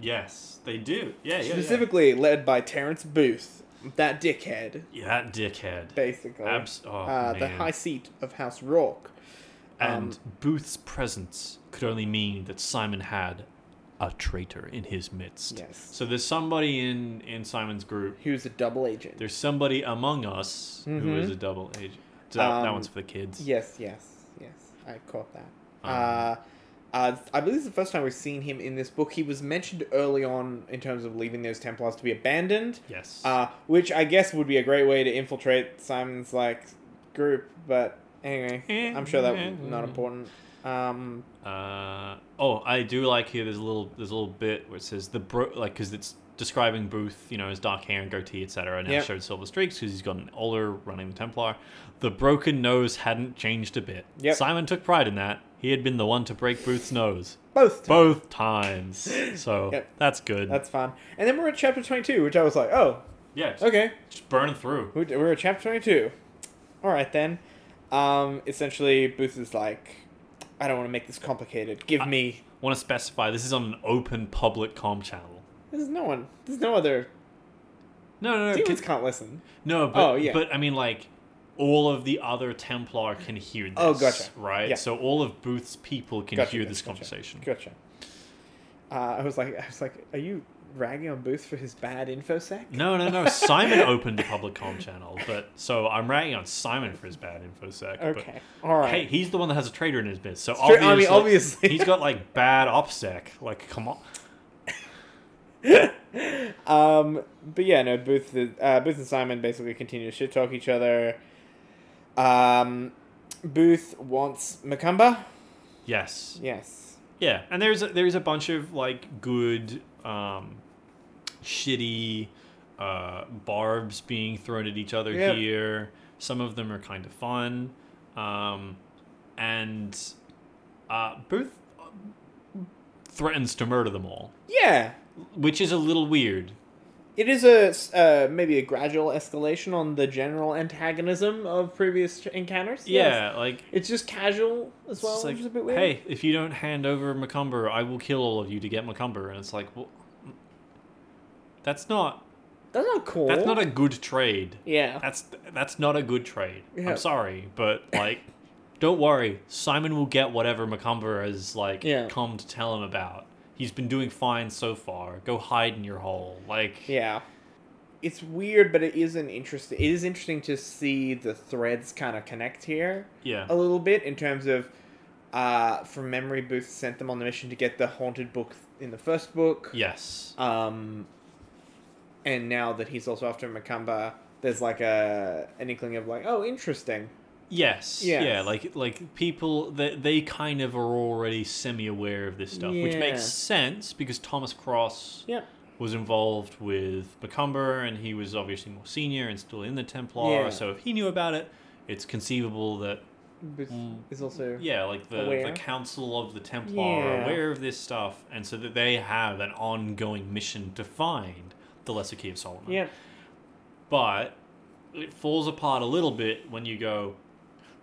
Yes, they do. Yeah, yeah. Specifically.
specifically led by Terence Booth, that dickhead,
Yeah, that dickhead.
basically,
Abs- oh,
uh, the
man.
high seat of House Rourke.
and Booth's presence could only mean that Simon had a traitor in his midst.
Yes.
So there's somebody in in Simon's group.
He was a double agent.
There's somebody among us who is a double agent. So that, that
Mm-hmm. Um,
one's for the kids.
Yes, yes, yes. I caught that.
Um,
uh, uh, I believe it's the first time we've seen him in this book. He was mentioned early on in terms of leaving those Templars to be abandoned,
Yes.
uh, which I guess would be a great way to infiltrate Simon's like group. But anyway, I'm sure that's not important. Um,
Uh, oh, I do like here. There's a little there's a little bit where it says the bro like because it's describing Booth, you know, his dark hair and goatee, etc. Now
Yep.
showed silver streaks because he's gotten older, running the Templar. The broken nose hadn't changed a bit.
Yep.
Simon took pride in that. He had been the one to break Booth's nose
both times.
both times, so
Yep.
that's good.
That's fun. And then we're at chapter 22, which I was like, oh,
yeah, just,
okay.
just burn through.
We- We're at chapter 22. All right, then. Um, essentially, Booth is like, I don't want to make this complicated. Give me
Want to specify this is on an open public com channel.
There's no one. There's no other.
No, no, no.
Demons
kids-
can't listen.
No, but,
Oh, yeah.
but I mean, like, all of the other Templar can hear this.
Oh, gotcha.
Right?
Yeah.
So all of Booth's people can
Gotcha,
hear
gotcha,
this
gotcha.
conversation.
Gotcha. Uh, I was like, I was like, are you ragging on Booth for his bad infosec?
No, no, no. Simon opened a public comm channel, but so I'm ragging on Simon for his bad infosec.
Okay. All
But,
right.
hey, he's the one that has a traitor in his midst. So
true. I
obviously,
mean, obviously.
he's got like bad opsec. Like, come on.
Um. But yeah, no. Booth, is- uh, Booth and Simon basically continue to shit talk each other. Um, Booth wants Macumba.
Yes.
Yes.
Yeah, and there's a, there's a bunch of like good, um, shitty uh, barbs being thrown at each other
Yeah.
here. Some of them are kind of fun, um, and uh, Booth threatens to murder them all,
Yeah.
which is a little weird.
It is a s- uh, maybe a gradual escalation on the general antagonism of previous ch- encounters. Yes.
Yeah, like.
It's just casual as
It's
well,
just like,
which is a bit weird.
hey, if you don't hand over Macumber, I will kill all of you to get Macumber. And it's like, well, that's not
That's not cool.
that's not a good trade.
Yeah.
That's that's not a good trade.
Yeah.
I'm sorry, but like, don't worry. Simon will get whatever Macumber has like
Yeah.
come to tell him about. He's been doing fine so far. Go hide in your hole. Like,
Yeah. It's weird, but it is an interesting. It is interesting to see the threads kind of connect here
yeah,
a little bit in terms of, uh, from memory, Booth sent them on the mission to get the haunted book in the first book.
yes,
Um, and now that he's also after Macumba, there's like a an inkling of like, oh, interesting.
yes, yeah.
Yes.
Like, like people that they, kind of are already semi-aware of this stuff, which
Yeah.
makes sense because Thomas Cross
Yep.
was involved with Macumber, and he was obviously more senior and still in the Templar.
Yeah.
So if he knew about it, it's conceivable that
Booth
Mm.
is also
yeah like the,
Aware.
the council of the templar are
Yeah.
aware of this stuff and so that they have an ongoing mission to find the lesser key of solomon
yeah.
but it falls apart a little bit when you go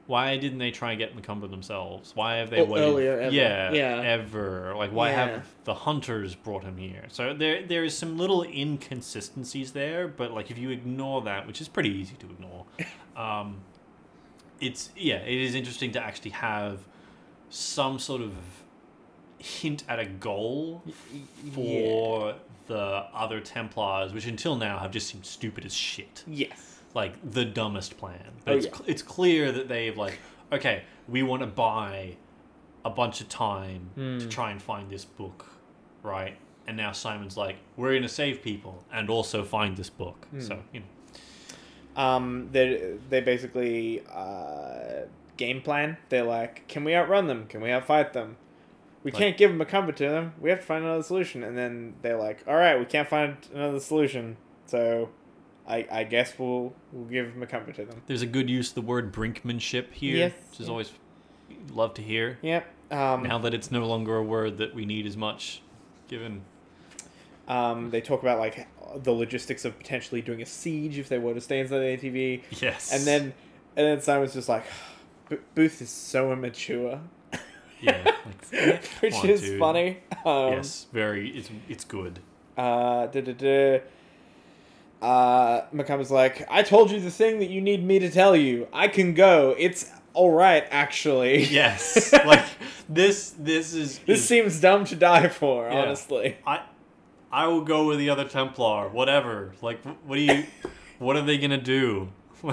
why didn't they try and get Macumber themselves? Why have they
Or
waited?
Oh, earlier, ever.
Yeah,
Yeah.
ever. Like, why
Yeah.
have the hunters brought him here? So there, there is some little inconsistencies there. But like, if you ignore that, which is pretty easy to ignore, um, it's yeah, it is interesting to actually have some sort of hint at a goal for the other Templars, which until now have just seemed stupid as shit
Yes.
like the dumbest plan. But
Oh,
it's,
yeah.
cl- it's clear that they've like, okay, we want to buy a bunch of time
Hmm.
to try and find this book, right? And now Simon's like, we're going to save people and also find this book.
Hmm.
So, you know,
um, they they basically uh, game plan. They're like, can we outrun them? Can we outfight them? We
Like-
can't give them a combat to them. We have to find another solution. And then they're like, all right, we can't find another solution, so I I guess we'll we'll give them a combat to them.
there's a good use of the word brinkmanship here,
Yes,
which is
yeah.
always love to hear.
Yep. Um,
Now that it's no longer a word that we need as much, given
um, they talk about like the logistics of potentially doing a siege if they were to stay inside the ATV,
yes,
and then and then Simon's just like, "Bo- Booth is so immature.
yeah, like, yeah,
which
come on,
is
dude.
funny. Um,
yes, very. It's it's good.
Uh, duh, duh, duh. Uh, Makoma's like, I told you the thing that you need me to tell you. I can go. It's all right, actually.
Yes, like this. This is
This
is-
seems dumb to die for,
Yeah.
honestly.
I I will go with the other Templar. Whatever. Like, wh- what do you? what are they gonna do?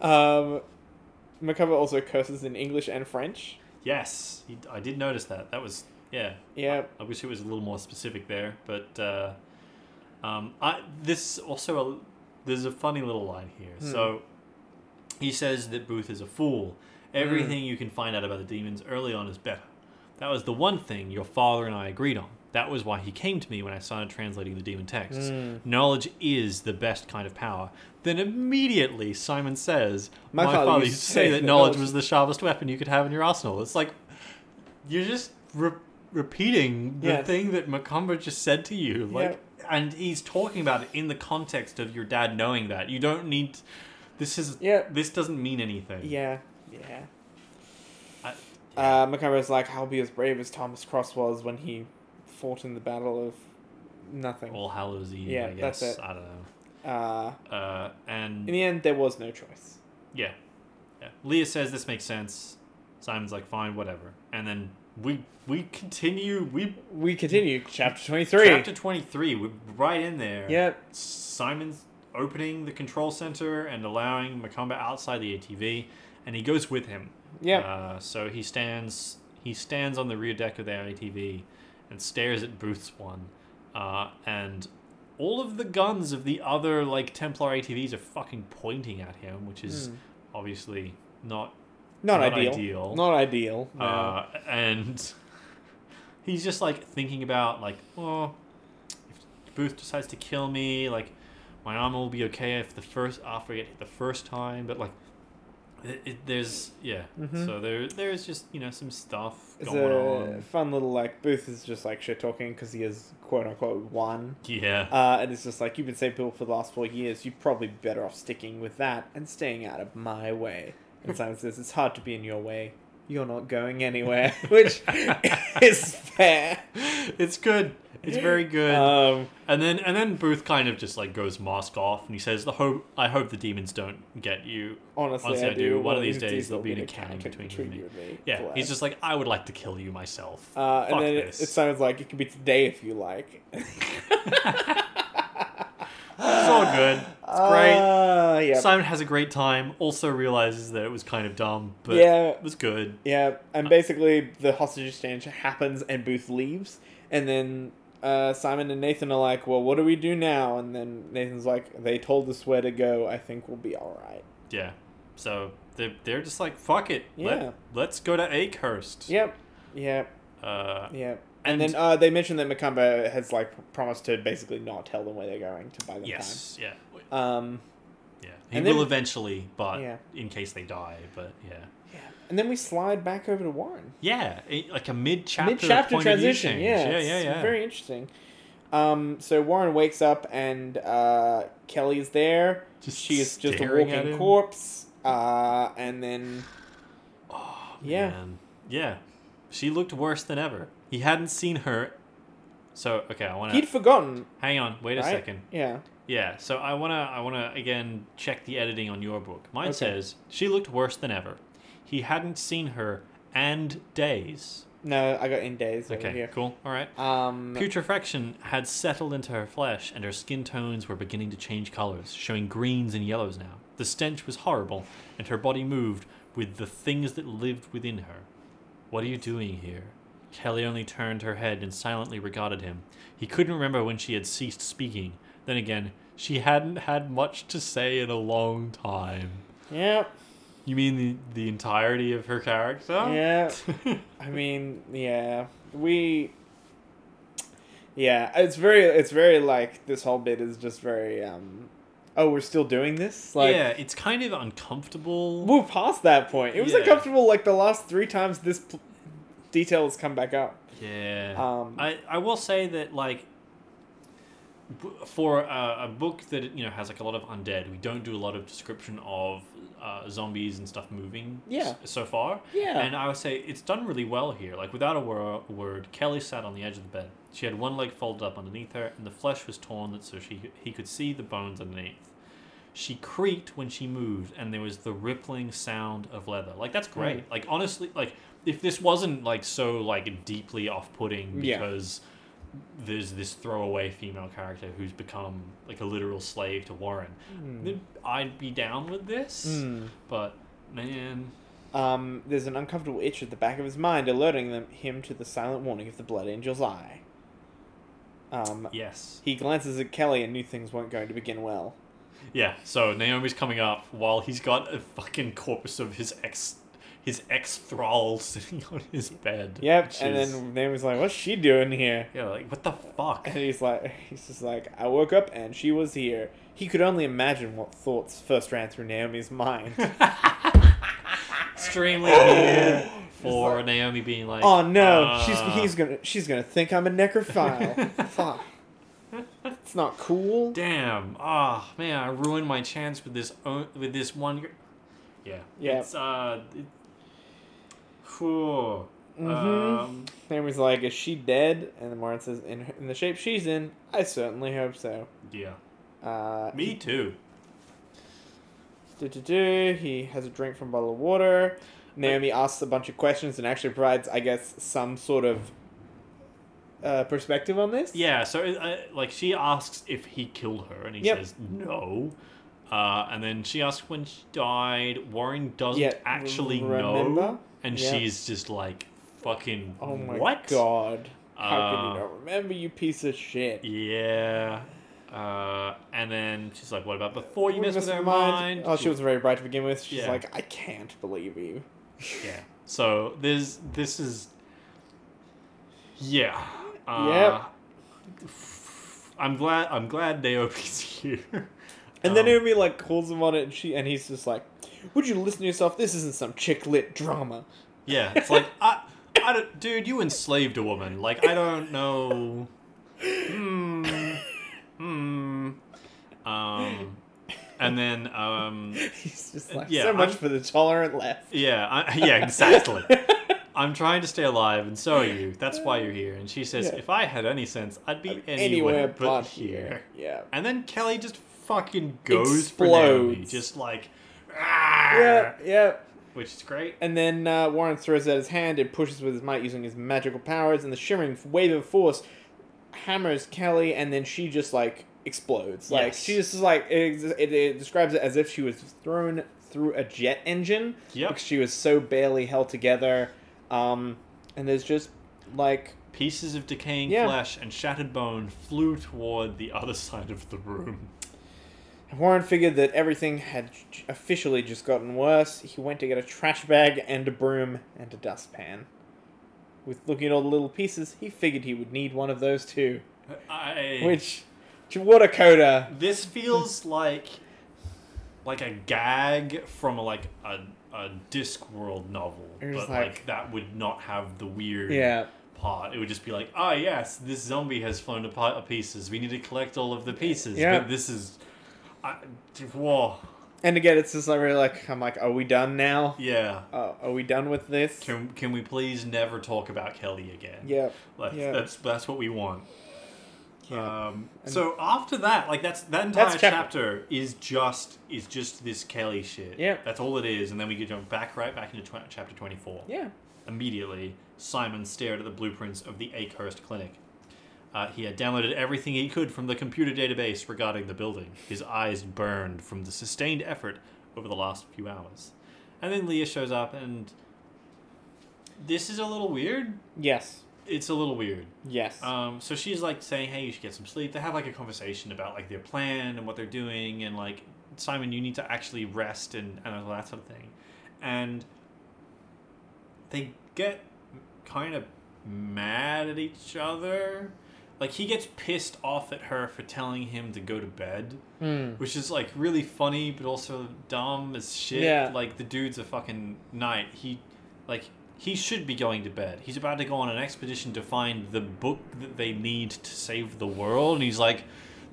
Um, Makoma also curses in English and French.
yes, he, I did notice that. That was yeah.
Yeah.
I wish it was a little more specific there, but uh, um, I this also a, there's a funny little line here. So he says that Booth is a fool. Everything you can find out about the demons early on is better. That was the one thing your father and I agreed on. That was why he came to me when I started translating the demon texts.
Mm.
Knowledge is the best kind of power. Then immediately Simon says, "My, father, used to say that knowledge was the sharpest weapon you could have in your arsenal." It's like you're just re- repeating the
Yes.
thing that Macumba just said to you. Like, and he's talking about it in the context of your dad knowing that. You don't need. This is.
Yeah.
This doesn't mean anything.
Yeah. Yeah.
I-
Uh, Makoma's like, I'll be as brave as Thomas Cross was when he fought in the Battle of Nothing.
All Hallows Eve.
Yeah,
I
that's
guess.
it.
I don't know.
Uh,
Uh, and
in the end, there was no choice.
yeah, yeah. Leah says this makes sense. Simon's like, fine, whatever. And then we we continue. We
We continue. Chapter 23.
chapter twenty three. We're right in there.
Yep.
Simon's opening the control center and allowing Macumba outside the ATV, and he goes with him.
Yep.
Uh, so he stands he stands on the rear deck of the ATV and stares at Booth's one, uh, and all of the guns of the other like Templar ATVs are fucking pointing at him, which is
Hmm.
obviously not
not,
not
ideal.
ideal.
Not ideal. No.
uh, and he's just like thinking about like, oh, if Booth decides to kill me, like my arm will be okay if the first after I get hit the first time, but like it, it, there's yeah,
Mm-hmm.
so there there's just you know some stuff
it's
going
a
on.
fun little like Booth is just like shit talking because he is quote unquote one,
Yeah,
uh, and it's just like you've been saying people for the last four years. You're probably better off sticking with that and staying out of my way. And Simon says it's hard to be in your way. You're not going anywhere, which is fair.
it's good. It's very good.
Um,
And then and then Booth kind of just like goes mask off and he says, "The hope I hope the demons don't get you."
honestly,
Honestly,
I, do.
One of these days there'll be an accounting
accounting
between, you and me.
you and me.
Yeah,
Bless.
he's just like, I would like to kill you myself.
Uh,
Fuck
and then it,
this.
it sounds like it could be today if you like. it's
It's all good. It's great.
Uh, yeah.
Simon has a great time. Also realizes that it was kind of dumb, but
Yeah.
it was good.
Yeah,
Uh,
and basically the hostage exchange happens and Booth leaves, and then uh, Simon and Nathan are like, "Well, what do we do now?" And then Nathan's like, "They told us where to go. I think we'll be all right."
Yeah. So they're, they're just like, fuck it.
Yeah.
Let, let's go to Akehurst.
Yep, yep,
Uh,
yep. And,
And-
then uh, they mentioned that Macumba has like promised to basically not tell them where they're going to buy them
yes. Yeah.
time. Um,
Yeah. He
And
will
then-
eventually, but
Yeah.
in case they die. But yeah.
yeah. And then we slide back over to Warren.
Yeah. it- like a mid chapter.
mid chapter transition. Yeah,
Yeah.
it's
Yeah. Yeah.
Very interesting. Um, so Warren wakes up and uh, Kelly's there.
Just
She's just a
staring at
walking
him.
corpse. Uh, and then yeah,
Man. Yeah. She looked worse than ever. He hadn't seen her. So, okay, I want to.
he'd forgotten.
Hang on, wait
right?
a second.
Yeah.
Yeah, so I wanna I wanna again check the editing on your book. Mine
Okay.
says she looked worse than ever. He hadn't seen her and days.
No, I got in days. over
Okay,
Here.
cool. All right.
Um.
Putrefaction had settled into her flesh, and her skin tones were beginning to change colors, showing greens and yellows now. The stench was horrible, and her body moved with the things that lived within her. What are you doing here? Kelly only turned her head and silently regarded him. He couldn't remember when she had ceased speaking. Then again, she hadn't had much to say in a long time.
Yeah.
You mean the, the entirety of her character?
Yeah. I mean, yeah. We. Yeah, it's very, it's very like this whole bit is just very. um Oh, we're still doing this. Like,
yeah, it's kind of uncomfortable.
We're past that point. It was
Yeah.
uncomfortable like the last three times this pl- detail has come back up.
Yeah.
Um,
I, I will say that like b- for a, a book that you know has like a lot of undead, we don't do a lot of description of uh, uh, zombies and stuff moving
Yeah.
s- so far.
Yeah.
And I would say it's done really well here. Like, without a wor- word, Kelly sat on the edge of the bed. She had one leg folded up underneath her, and the flesh was torn that so she he could see the bones underneath. She creaked when she moved, and there was the rippling sound of leather. Like, that's
Hmm.
great. Like, honestly, like, if this wasn't, like, so, like, deeply off-putting
Yeah.
because there's this throwaway female character who's become, like, a literal slave to Warren, then I'd be down with this.
Hmm.
But, man...
Um, there's an uncomfortable itch at the back of his mind, alerting them, him to the silent warning of the Blood Angel's eye. Um,
Yes.
he glances at Kelly and knew things weren't going to begin well.
Yeah, so Naomi's coming up while he's got a fucking corpse of his ex his ex thrall sitting on his bed.
Yep,
which
and
is-
then Naomi's like, "What's she doing here?"
Yeah, like what the fuck?
And he's like, he's just like, "I woke up and she was here." He could only imagine what thoughts first ran through Naomi's mind.
Extremely weird for Naomi being like
oh no,
uh,
she's he's gonna she's gonna think I'm a necrophile. Fuck, it's not cool.
Damn. Ah, man, I ruined my chance with this o- with this one gr- Yeah.
Yeah.
It's uh it, Whew.
Mhm.
Um
Naomi's like, "Is she dead?" And then Warren says, "In her, in the shape she's in, I certainly hope so."
yeah.
Uh,
Me too.
do, do, do. He has a drink from a bottle of water. Naomi asks a bunch of questions and actually provides, I guess, some sort of uh, perspective on this.
Yeah, so uh, like she asks if he killed her, and he
Yep.
says no. Uh, and then she asks when she died. Warren doesn't
Yeah,
actually
r- remember?
know, and
Yeah.
she's just like, "Fucking
Oh my
what?"
god! How could
Uh,
you not remember, you piece of shit?
Yeah. Uh, and then she's like, "What about before you
We
messed with
missed
her
her
mind?"
Oh, she was very bright to begin with. She's
Yeah.
like, I can't believe you.
Yeah. So there's this is. Yeah. Uh, I'm glad. I'm glad Naomi's here.
And then
Um,
Naomi like calls him on it, and she and he's just like, "Would you listen to yourself? This isn't some chick lit drama."
Yeah, it's like I, I don't, dude, you enslaved a woman. Like I don't know. Hmm. Hmm. Um. And then um.
He's just like,
Yeah,
so much
I'm-
for the tolerant left.
Yeah. I, yeah. Exactly. I'm trying to stay alive, and so are you. That's why you're here. And she says,
Yeah.
"If I had any sense, I'd be anywhere,
Anywhere
but, here."
Yeah.
And then Kelly just fucking goes for Naomi,
Explodes.
just like,
Yep, yep.
which is great.
And then uh, Warren throws out his hand and pushes with his might using his magical powers, and the shimmering wave of force hammers Kelly, and then she just like explodes. Like
Yes.
she just is like it, it, it describes it as if she was thrown through a jet engine.
Yep.
Because she was so barely held together, um, and there's just like
Pieces of decaying
Yeah.
flesh and shattered bone flew toward the other side of the room.
Warren figured that everything had j- officially just gotten worse. He went to get a trash bag and a broom and a dustpan. With looking at all the little pieces, he figured he would need one of those too.
I,
Which, to water coda.
this feels like like a gag from like a a Discworld novel,
It
but
was
like,
like-
that would not have the weird
Yeah.
part. It would just be like, ah, yes, this zombie has flown to pi- pieces. We need to collect all of the pieces.
Yeah.
But this is, I, whoa,
And again, it's just like really like I'm like, are we done now?
yeah.
Uh, are we done with this?
Can can we please never talk about Kelly again?
Yeah.
Like
Yeah.
that's that's what we want.
Yeah.
Um,
And-
so after that, like that's that entire
That's
chapter. is just is just this Kelly shit.
Yeah.
that's all it is, and then we could jump back right back into tw- chapter twenty four.
yeah.
Immediately, Simon stared at the blueprints of the Akehurst Clinic. Uh, he had downloaded everything he could from the computer database regarding the building. His eyes burned from the sustained effort over the last few hours. And then Leah shows up, and this is a little weird.
Yes.
It's a little weird.
Yes.
Um, so she's like saying, "Hey, you should get some sleep." They have like a conversation about like their plan and what they're doing, and like Simon, you need to actually rest and and all that sort of thing. And they get kind of mad at each other. Like he gets pissed off at her for telling him to go to bed,
Hmm.
which is like really funny but also dumb as shit.
Yeah.
Like the dude's a fucking knight. He like he should be going to bed. He's about to go on an expedition to find the book that they need to save the world and he's like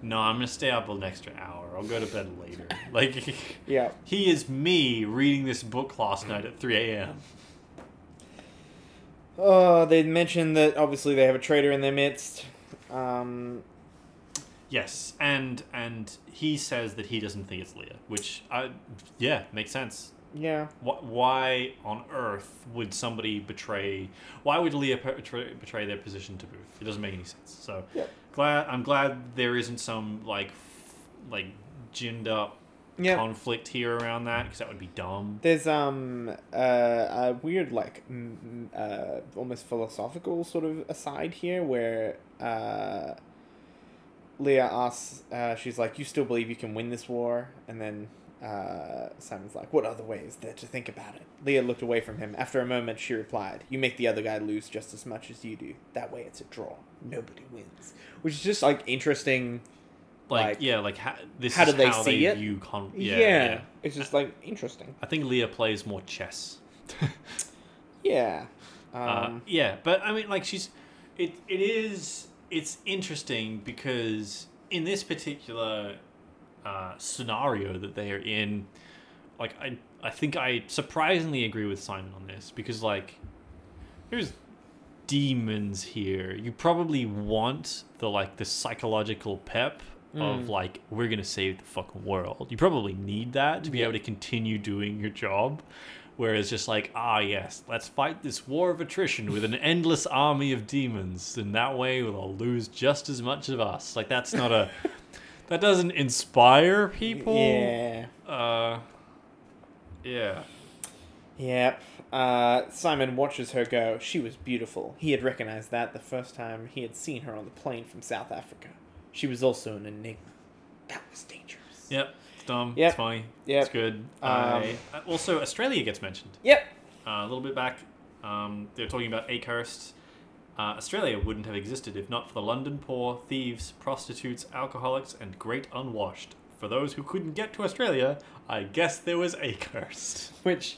no, I'm gonna stay up an extra hour. I'll go to bed later. Like,
Yeah.
he is me reading this book last night at 3 a.m.
Uh, they mentioned that obviously they have a traitor in their midst. Um,
Yes, and and he says that he doesn't think it's Leah, which I, yeah, makes sense.
yeah.
Wh- Why on earth would somebody betray? Why would Leah pe- betray, betray their position to Booth? It doesn't make any sense. So
Yep.
glad I'm glad there isn't some like f- like ginned up
Yeah.
conflict here around that because that would be dumb.
There's um uh, a weird like m- m- uh, almost philosophical sort of aside here where uh, Leah asks, uh, she's like, "You still believe you can win this war?" And then uh, Simon's like, "What other way is there to think about it?" Leah looked away from him. After a moment, she replied, "You make the other guy lose just as much as you do. That way, it's a draw. Nobody wins." Which is just like interesting.
Like,
like,
yeah, like ha- this
how
is
do they
how
see
they
it?
view con-
Yeah,
yeah, yeah.
it's just like interesting.
I think Leah plays more chess.
Yeah. Um,
Uh, yeah, but I mean, like she's, it it is it's interesting because in this particular uh, scenario that they are in, like I I think I surprisingly agree with Simon on this because like there's demons here. You probably want the like the psychological pep. Of
Mm.
like we're gonna save the fucking world. You probably need that to be able to continue doing your job. Whereas just like, ah, yes, let's fight this war of attrition with an endless army of demons, and that way we'll lose just as much of us. Like that's not a, that doesn't inspire people.
yeah.
Uh, yeah.
Yep. Uh, Simon watches her go. She was beautiful. He had recognized that the first time he had seen her on the plane from South Africa. She was also an enigma. That was dangerous.
Yep. It's dumb.
Yep.
It's funny.
Yep. Um,
It's good. I- uh, also, Australia gets mentioned
Yep.
uh, a little bit back. Um, they're talking about Akerst. Uh, Australia wouldn't have existed if not for the London poor, thieves, prostitutes, alcoholics, and great unwashed. For those who couldn't get to Australia, I guess there was Akerst.
Which,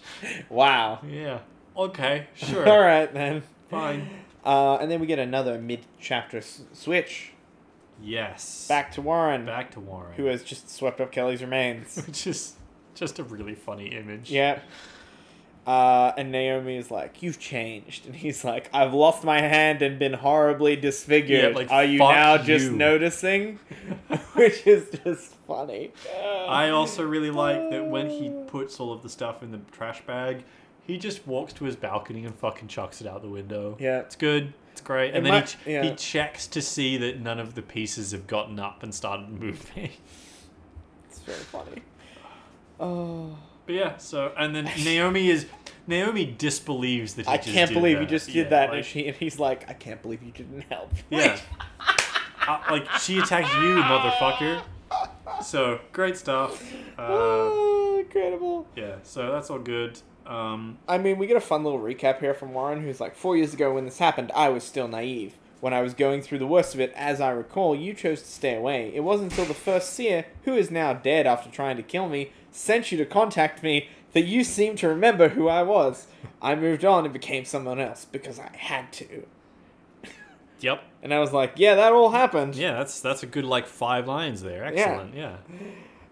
wow.
Yeah. Okay. Sure.
All right then.
Fine.
Uh, and then we get another mid-chapter s- switch
Yes.
back to Warren,
Back to Warren.
who has just swept up Kelly's remains.
Which is just a really funny image.
Yeah. Uh, and Naomi is like, "You've changed," and he's like, "I've lost my hand and been horribly disfigured.
Yeah, like,
Are you
fuck
now just
you."
noticing?" Which is just funny.
I also really like that when he puts all of the stuff in the trash bag, he just walks to his balcony and fucking chucks it out the window.
yeah,
It's good. It's great.
It
And then
might-
he, ch-
yeah.
he checks to see that none of the pieces have gotten up and started moving.
it's very funny. Oh,
But yeah, so and then Naomi is Naomi disbelieves that he
I
just
can't
did
believe
that.
you just did
Yeah,
that,
like-
and, she, and he's like, "I can't believe you didn't help."
Yeah. Uh, like she attacked you, motherfucker. So great stuff. Uh,
Oh, incredible.
yeah. So that's all good. Um,
I mean, we get a fun little recap here from Warren, who's like, Four years ago when this happened, I was still naive. When I was going through the worst of it, as I recall, you chose to stay away. It wasn't until the first seer, who is now dead after trying to kill me, sent you to contact me that you seemed to remember who I was. I moved on and became someone else because I had to.
yep.
And I was like, Yeah, that all happened.
Yeah. That's that's a good like five lines there. Excellent. Yeah.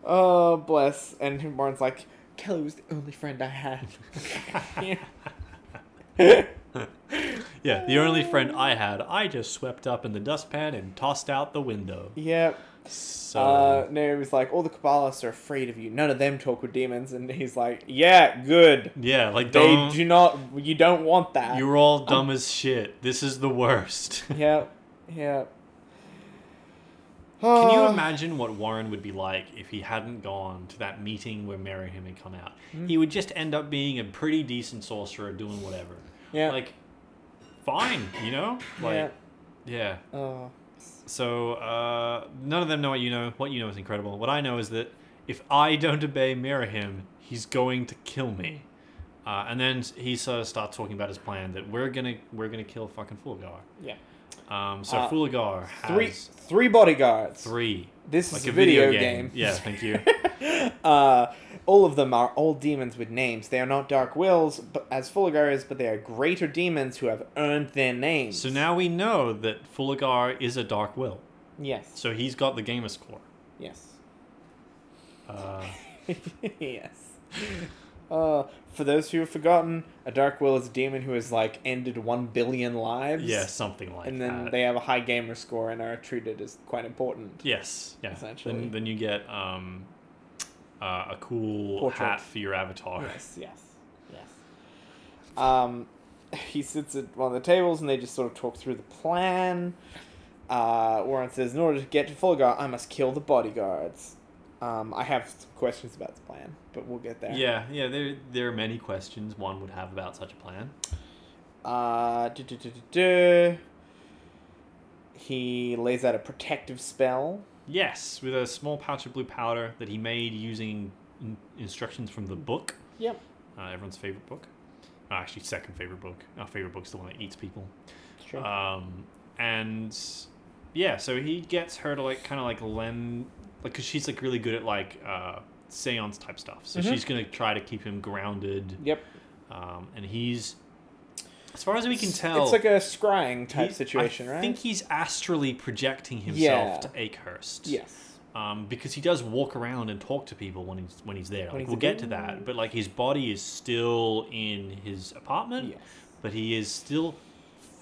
Oh, bless. And Warren's like, Kelly was the only friend I had. Yeah.
Yeah, the only friend I had, I just swept up in the dustpan and tossed out the window.
yep.
So
Uh, Naomi's like, all the Kabbalists are afraid of you. None of them talk with demons, and he's like, yeah, good.
yeah, like
They
don't
do Um, not. You don't want that.
You're all dumb as shit. This is the worst.
Yeah, yeah. Ah,
Can you
uh,
imagine what Warren would be like if he hadn't gone to that meeting where Mary him had come out?
Hmm.
He would just end up being a pretty decent sorcerer doing whatever.
Yeah.
Like, fine, you know? Like, yeah.
yeah. Oh,
So, uh, none of them know what you know. What you know is incredible. What I know is that if I don't obey Mirahim, he's going to kill me. Uh, and then he sort of starts talking about his plan that we're gonna we're gonna kill fucking Fulgar.
yeah.
Um, so
Uh,
Fulgar has
Three, three bodyguards.
three.
This
Like
is
a
a video,
video
game.
game. Yeah, thank you.
uh, all of them are old demons with names. They are not dark wills, but as Fulgar is, but they are greater demons who have earned their names.
So now we know that Fulgar is a dark will.
Yes.
So he's got the gamer score.
Yes.
Uh,
yes. Uh, for those who have forgotten, a Dark Will is a demon who has like ended one billion lives.
yeah, something like
and then
that.
they have a high gamer score and are treated as quite important.
Yes, yeah.
Essentially.
Then, then you get um, uh, a cool
Portrait.
hat for your avatar.
Yes, yes, yes. Um, he sits at one of the tables and they just sort of talk through the plan. Uh, Warren says, in order to get to Fulgar, I must kill the bodyguards. Um, I have some questions about the plan, but we'll get there.
Yeah, yeah. There, there are many questions one would have about such a plan.
Uh, duh, duh, duh, duh, duh. He lays out a protective spell.
Yes, with a small pouch of blue powder that he made using in- instructions from the book,
Yep.
uh, everyone's favorite book. Uh, actually, second favorite book. Our favorite book's the one that eats people.
Sure.
Um, and yeah, so he gets her to like kind of like lend, like, cause she's like really good at like uh, seance type stuff. So
Mhm.
she's gonna try to keep him grounded.
yep.
Um, and he's, as far as we can tell,
It's like a scrying type
he-
situation,
I
right?
think he's astrally projecting himself
Yeah.
to Akehurst.
yes.
Um, because he does walk around and talk to people when he's when he's there.
When
like
he's
we'll get to
there.
that, but like his body is still in his apartment
Yes.
but he is still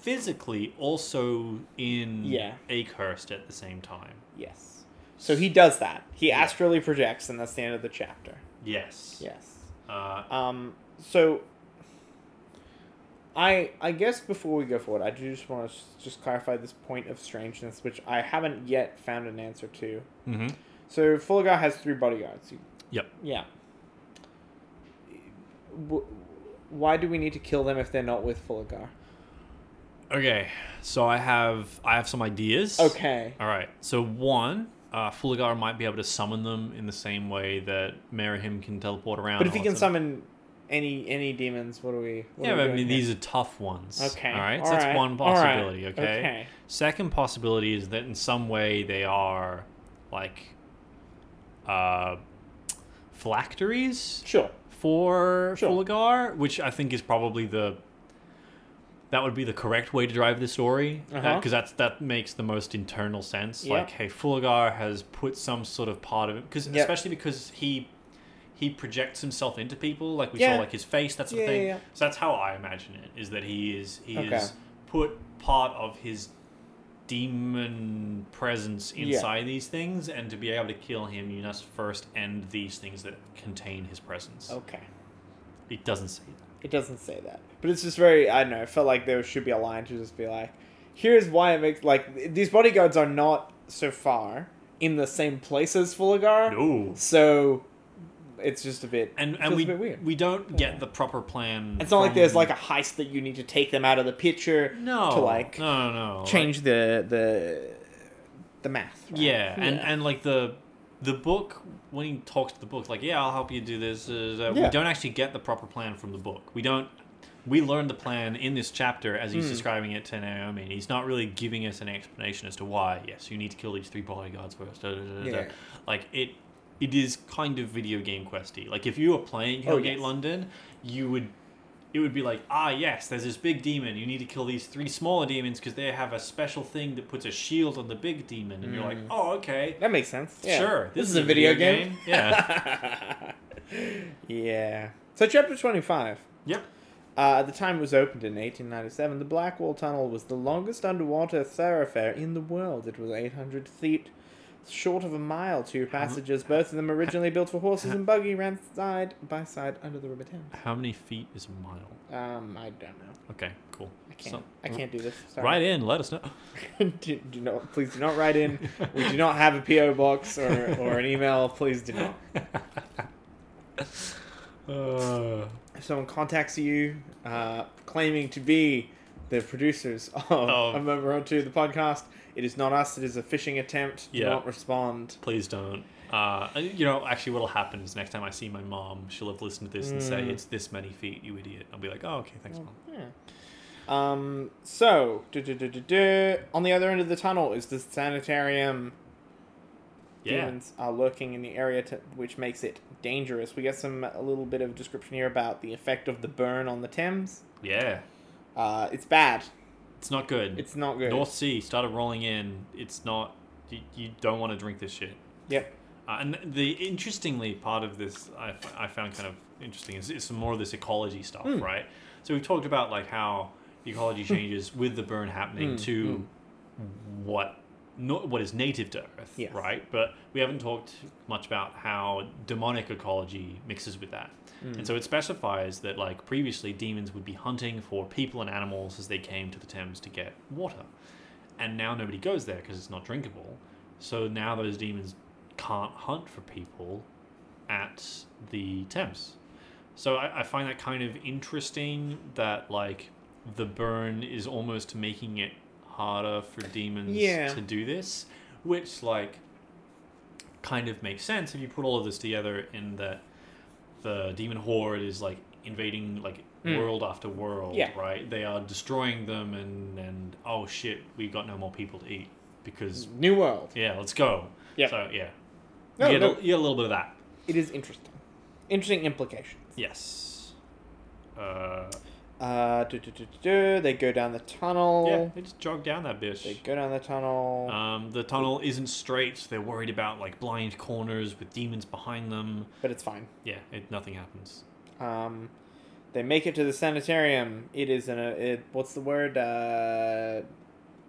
physically also in
Yeah.
Akehurst at the same time.
Yes. So he does that. He
Yeah.
astrally projects, and that's the end of the chapter.
Yes.
Yes.
Uh,
Um. So. I I guess before we go forward, I do just want to just clarify this point of strangeness, which I haven't yet found an answer to.
mhm.
So Fulgar has three bodyguards.
Yep.
Yeah. W- why do we need to kill them if they're not with Fulgar?
Okay. So I have I have some ideas.
Okay.
All right. So one, uh, Fuligar might be able to summon them in the same way that Merihim can teleport around.
But if
or
he can
something.
summon any any demons, what are we? What
yeah,
are we
but I
doing
mean
here?
these are tough ones.
Okay.
All right.
All
So that's
right.
one
All right.
possibility. Okay?
Okay.
Second possibility is that in some way they are like uh, phylacteries.
Sure.
for
Sure.
Fulgar, which I think is probably the that would be the correct way to drive the story because
Uh-huh.
that's that makes the most internal sense.
Yep.
Like, hey, Fulgar has put some sort of part of it because
Yep.
especially because he he projects himself into people, like we
Yeah.
saw like his face, that sort
Yeah,
of thing.
yeah, yeah.
So that's how I imagine it is that he is he
Okay.
is put part of his demon presence
Yeah.
inside these things and to be able to kill him you must first end these things that contain his presence
Okay.
it doesn't say that.
It doesn't say that, but it's just very. I don't know. It felt like there should be a line to just be like, "Here's why it makes like these bodyguards are not so far in the same place as Fulgar,
No.
so it's just a bit
And
it
and
feels
we
a bit weird.
we don't
Yeah.
get the proper plan.
it's not like
from-
there's like a heist that you need to take them out of the picture
no
to like
no no no,
change the the the math.
Like,
right?
yeah, and and like the the book when he talks to the book like yeah I'll help you do this. Uh, uh,
Yeah.
We don't actually get the proper plan from the book. We don't. We learn the plan in this chapter as he's
Hmm.
describing it to Naomi. and He's not really giving us an explanation as to why. Yes, you need to kill these three bodyguards first. da, da, da, da, da.
Yeah.
Like it, it is kind of video game questy. Like if you were playing Hellgate
Oh, yes.
London, you would it would be like, ah, yes, there's this big demon. You need to kill these three smaller demons because they have a special thing that puts a shield on the big demon. And you're like,
Mm.
oh, okay,
that makes sense. Yeah.
sure. This, is, a video, game. Yeah.
Yeah. yeah. So chapter twenty five.
yep.
Uh, at the time it was opened in 1897, the Blackwall Tunnel was the longest underwater thoroughfare in the world. It was 800 feet short of a mile. Two passages, both of them originally built for horses and buggy, ran side by side under the river Thames.
How many feet is a mile?
Um, I don't know.
Okay, cool.
I can't.
So-
I can't do this. Sorry.
Write in. Let us know.
do, do not, please do not write in. We do not have a PO box or, or an email. Please do not.
Uh,
If someone contacts you uh, claiming to be the producers of
Oh.
a member or two of the podcast, it is not us. It is a phishing attempt. Do
Yeah.
not respond.
please don't. Uh, and, you know, actually, what'll happen is next time I see my mom, she'll have listened to this and say
Mm.
it's this many feet, you idiot. I'll be like, oh, okay, thanks, mom.
Yeah. Um. So, duh, duh, duh, duh, duh. on the other end of the tunnel is the sanitarium.
Yeah.
Demons are lurking in the area, to, which makes it dangerous. We get some a little bit of description here about the effect of the burn on the Thames.
Yeah.
Uh, it's bad.
It's not good.
It's not good.
North Sea started rolling in. It's not. You, you don't want to drink this shit.
Yep.
Uh, and the interestingly part of this I, f- I found kind of interesting is, is some more of this ecology stuff, right? So we've talked about like how ecology changes with the burn happening
Mm,
to what not what is native to Earth,
Yes.
right? But we haven't talked much about how demonic ecology mixes with that. And so it specifies that like previously demons would be hunting for people and animals as they came to the Thames to get water. And now nobody goes there because it's not drinkable. So now those demons can't hunt for people at the Thames. So I, I find that kind of interesting that like the burn is almost making it harder for demons
Yeah.
to do this, which like kind of makes sense if you put all of this together in that the demon horde is like invading like
Mm.
world after world,
Yeah.
right? They are destroying them and and oh shit, we've got no more people to eat because
New World.
yeah, let's go.
Hmm. Yeah.
So yeah.
No,
you, get
no.
A, you get a little bit of that.
It is interesting. Interesting implications.
Yes. Uh,
Uh, do, do, do, do, do. They go down the
yeah,
tunnel.
they just jog down that
Oh. They
bitch.
go down the tunnel.
Um, the tunnel isn't straight. so They're worried about like blind corners with demons behind them.
but it's fine.
Yeah, it, nothing happens.
Um, they make it to the sanitarium. It is an uh, it, what's the word? Uh,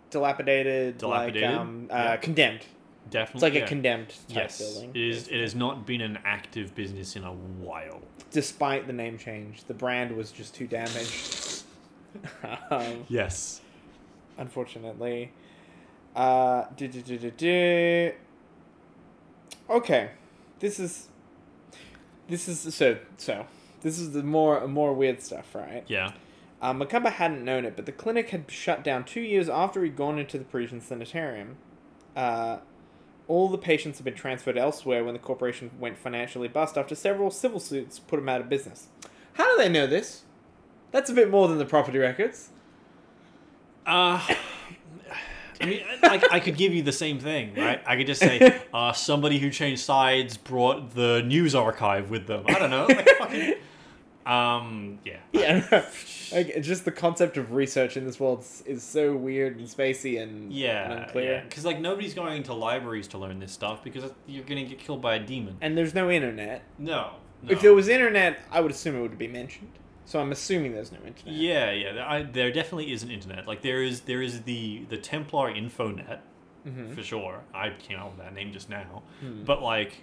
dilapidated.
Dilapidated?
Like, um, uh,
Yeah.
Condemned.
Definitely.
It's like
yeah.
a condemned type
Yes,
building.
it is. It has not been an active business in a while.
Despite the name change, the brand was just too damaged. um,
Yes.
unfortunately. Uh, do, do, do, do, do. Okay, this is this is so so. This is the more more weird stuff, right?
Yeah.
Uh, Macumba hadn't known it, but the clinic had shut down two years after he'd gone into the Parisian sanitarium. Uh, all the patients had been transferred elsewhere when the corporation went financially bust after several civil suits put him out of business. How do they know this? That's a bit more than the property records.
Uh, I mean, like I could give you the same thing, right? I could just say uh, somebody who changed sides brought the news archive with them. I don't know. Like, fucking, um. Yeah.
yeah, I know. like it's just the concept of research in this world is, is so weird and spacey and, and
Yeah,
unclear.
yeah. Because like nobody's going to libraries to learn this stuff because you're gonna get killed by a demon.
And there's no internet.
No, no.
If there was internet, I would assume it would be mentioned. So I'm assuming there's no internet.
yeah, yeah. there- I, there definitely is an internet. Like there is, there is the the Templar infonet
Mhm.
for sure. I came up with that name just now,
Hmm.
but like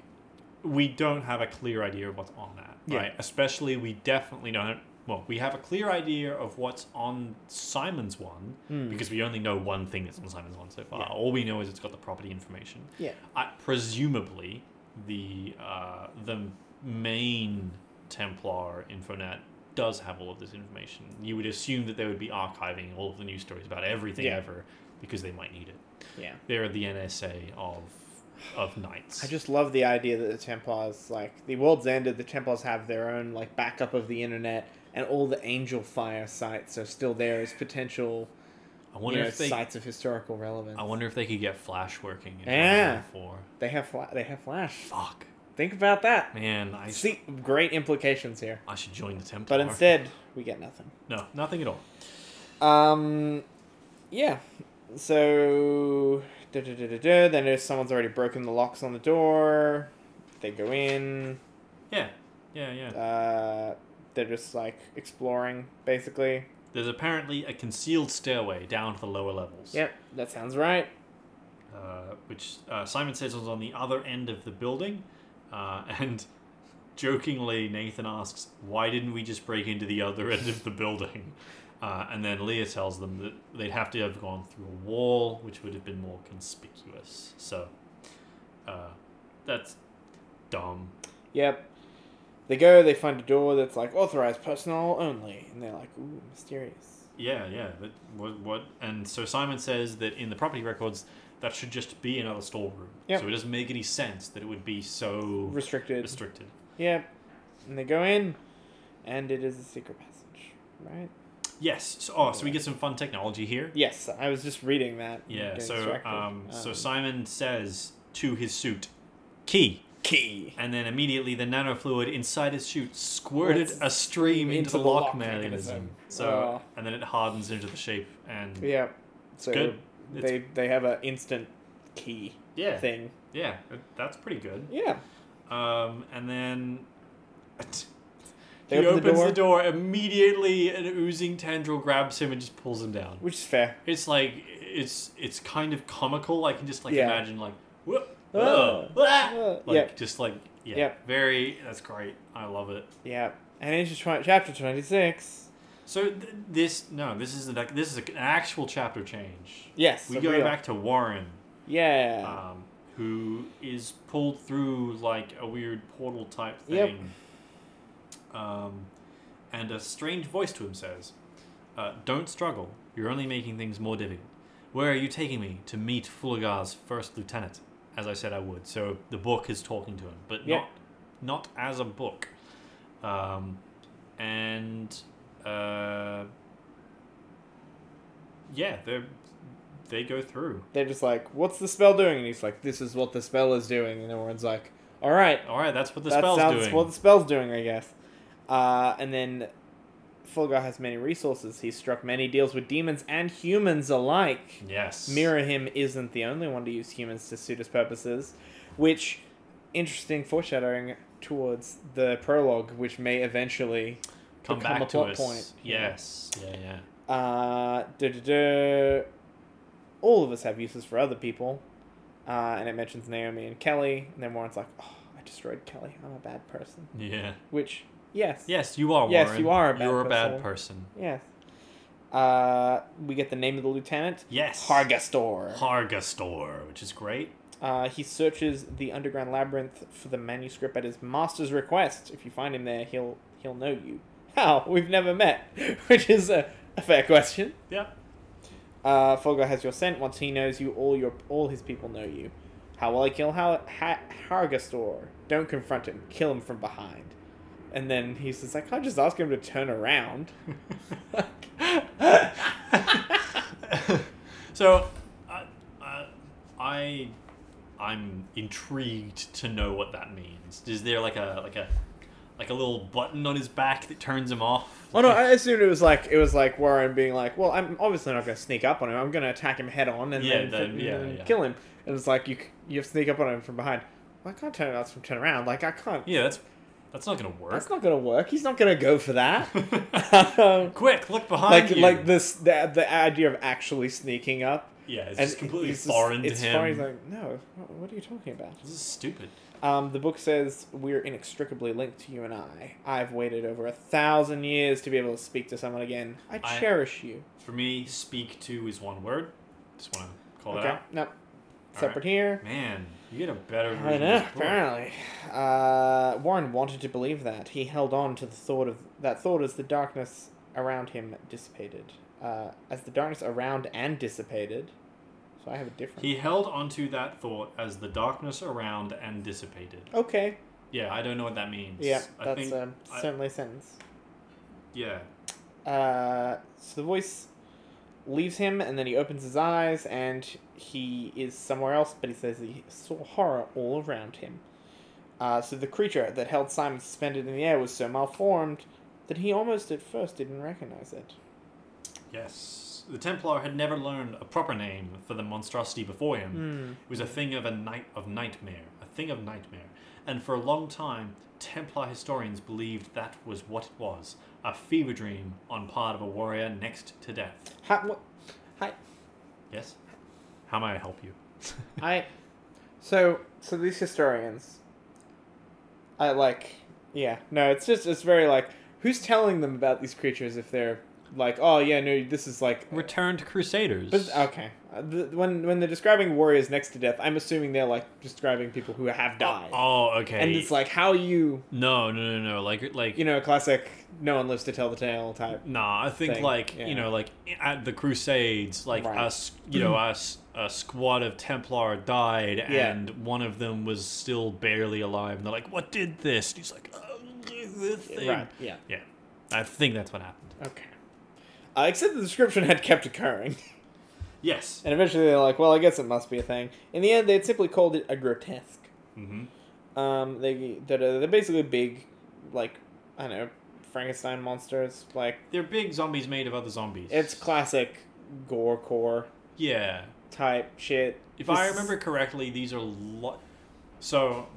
we don't have a clear idea of what's on that,
Yeah.
right? Especially we definitely don't. Well, we have a clear idea of what's on Simon's one
Hmm.
because we only know one thing that's on Simon's one so far.
Yeah.
All we know is it's got the property information.
Yeah.
I, presumably, the uh, the main Templar infonet does have all of this information. You would assume that they would be archiving all of the news stories about everything
Yeah.
ever because they might need it.
Yeah.
They're the NSA of of knights.
I just love the idea that the Templars, like the world's ended, the Templars have their own like backup of the internet, and all the Angel Fire sites are still there as potential
I
you
wonder
know,
if they
sites of historical relevance.
I wonder if they could get Flash working. In
Yeah.
Four.
they have fla- they have Flash.
Fuck,
Think about that.
man. I sh-
See, great implications here.
I should join the Templar.
But instead, we get nothing.
no, nothing at all.
Um, yeah. So, da, da, da, da, da. they notice someone's already broken the locks on the door. They go in.
Yeah, yeah, yeah.
Uh, they're just like exploring, basically.
There's apparently a concealed stairway down to the lower levels.
Yep, that sounds right.
uh, which uh, Simon says was on the other end of the building, uh, and jokingly Nathan asks, "Why didn't we just break into the other end of the building?" Uh, and then Leah tells them that they'd have to have gone through a wall, which would have been more conspicuous. So uh, that's dumb.
Yep. They go, they find a door that's like authorized personnel only. And they're like, ooh, mysterious.
Yeah, yeah. That, what, what? And so Simon says that in the property records, that should just be another storeroom.
Yep.
So it doesn't make any sense that it would be so
Restricted.
restricted.
Yep. And they go in, and it is a secret passage, right?
Yes. So, oh, so we get some fun technology here.
Yes, I was just reading that. and
Yeah.
getting
So,
distracted.
um, so Simon says to his suit, "Key,"
key
and then immediately the nanofluid inside his suit squirted a stream into, the, lock, mechanism. Uh. So,
Oh.
and then it hardens into the shape, and
Yeah. So
Good. It's-
they they have an instant key.
Yeah.
thing.
Yeah, that- that's pretty good.
Yeah.
Um, and then
They
he
open the
opens
door.
the door. immediately. An oozing tendril grabs him and just pulls him down.
Which is fair.
It's like it's it's kind of comical. I can just like
Yeah.
imagine like whoop,
Ah.
oh, ah,
Ah.
like
Yep.
just like yeah,
Yep.
very. That's great. I love it.
Yeah. And it's just try- chapter 26.
So th- this no, this is an, this is an actual chapter change.
Yes.
We
a
go
real-
back to Warren.
Yeah.
um, who is pulled through like a weird portal type
Yep.
thing. Um, and a strange voice to him says, uh, "Don't struggle. You're only making things more difficult. Where are you taking me to meet Fulagar's first lieutenant? As I said I would. So the book is talking to him, but
Yep.
not not as a book. Um, and uh, yeah, they they go through.
They're just like, what's the spell doing? And he's like, this is what the spell is doing. And everyone's like, all right.
All right, that's what the
that
spell's
sounds
doing.
what the spell's doing, I guess. Uh, and then Fulgar has many resources. He's struck many deals with demons and humans alike.
Yes.
Mirror him isn't the only one to use humans to suit his purposes, which interesting foreshadowing towards the prologue, which may eventually
come
become
back
a
to
plot
us.
point.
Yes. Yeah, yeah.
uh, duh, duh, duh. all of us have uses for other people, uh, and it mentions Naomi and Kelly, and then Warren's like, oh, I destroyed Kelly. I'm a bad person.
Yeah.
Which, yes,
Yes, you are.
Yes,
Warren.
you are a bad
You're a bad
person.
person.
yes. Uh, we get the name of the lieutenant.
Yes.
Hargastor.
Hargastor, which is great.
Uh, he searches the underground labyrinth for the manuscript at his master's request. If you find him there, he'll he'll know you. How? We've never met, which is a, a fair question.
Yeah.
Uh, Folgar has your scent. Once he knows you, all your all his people know you. How will I kill Har- ha- Hargastor? Don't confront him. Kill him from behind. And then he says, "I can't just ask him to turn around."
so, I, I, I, I'm intrigued to know what that means. Is there like a like a like a little button on his back that turns him off?
Oh no! I assumed it was like it was like Warren being like, "Well, I'm obviously not going to sneak up on him. I'm going to attack him head on and
Yeah,
then,
that- yeah,
and
yeah.
kill him." And it's like you c- you sneak up on him from behind. Well, I can't turn around from turn around. Like I can't.
Yeah, that's that's not gonna work.
That's not going to work. He's not going to go for that. Um,
Quick, look behind
like
you.
like this the the idea of actually sneaking up.
Yeah, it's
and
just completely
he's just-
foreign
it's
to him.
Foreign. He's like, no, what- what are you talking about?
this is stupid.
Um, the book says we're inextricably linked to you and I. I've waited over a thousand years to be able to speak to someone again. I
I-
cherish you.
For me, speak to is one word. Just want to call
okay,
that
no, separate here.
out. Man, you get a better version.
I
of
know.
this book.
Apparently, uh, Warren wanted to believe that. He held on to the thought of that thought as the darkness around him dissipated. Uh, as the darkness around and dissipated. So I have a different.
He held onto that thought as the darkness around and dissipated.
okay.
Yeah, I don't know what that means.
Yeah,
I
that's
think.
um,
I-
certainly a sentence.
yeah,
Uh, so the voice leaves him, and then he opens his eyes, and he is somewhere else. But he says he saw horror all around him. Uh, so the creature that held Simon suspended in the air was so malformed that he almost at first didn't recognize it.
yes. The Templar had never learned a proper name for the monstrosity before him.
Hmm.
It was a thing of a night of nightmare, a thing of nightmare, and for a long time, Templar historians believed that was what it was, a fever dream on part of a warrior next to death.
Hi, what, hi,
Yes. How may I help you?
I. So, so these historians. I like, yeah, no, it's just it's very like who's telling them about these creatures if they're like, oh yeah, no, this is like
Returned Crusaders.
But okay, Uh, th- when when they're describing warriors next to death, I'm assuming they're like describing people who have died,
Oh, okay.
and it's like how you
no, no, no, no. Like, like
you know classic no one lives to tell the tale type.
Nah, I think
thing,
like
yeah.
you know, like at the Crusades, like
Right.
us, you know, us a squad of Templar died,
Yeah.
and one of them was still barely alive. And they're like, "What did this?" And he's like, oh, "This thing."
Right. Yeah.
Yeah, I think that's what happened.
Okay. Uh, except the description had kept occurring,
Yes.
and eventually they're like, well, I guess it must be a thing. In the end, they had simply called it a grotesque.
Mm-hmm.
Um, they they're, they're basically big, like I don't know, Frankenstein monsters. Like
They're big zombies made of other zombies.
it's classic gore core
yeah.
type shit.
If I
This-
remember correctly, these are lo- so.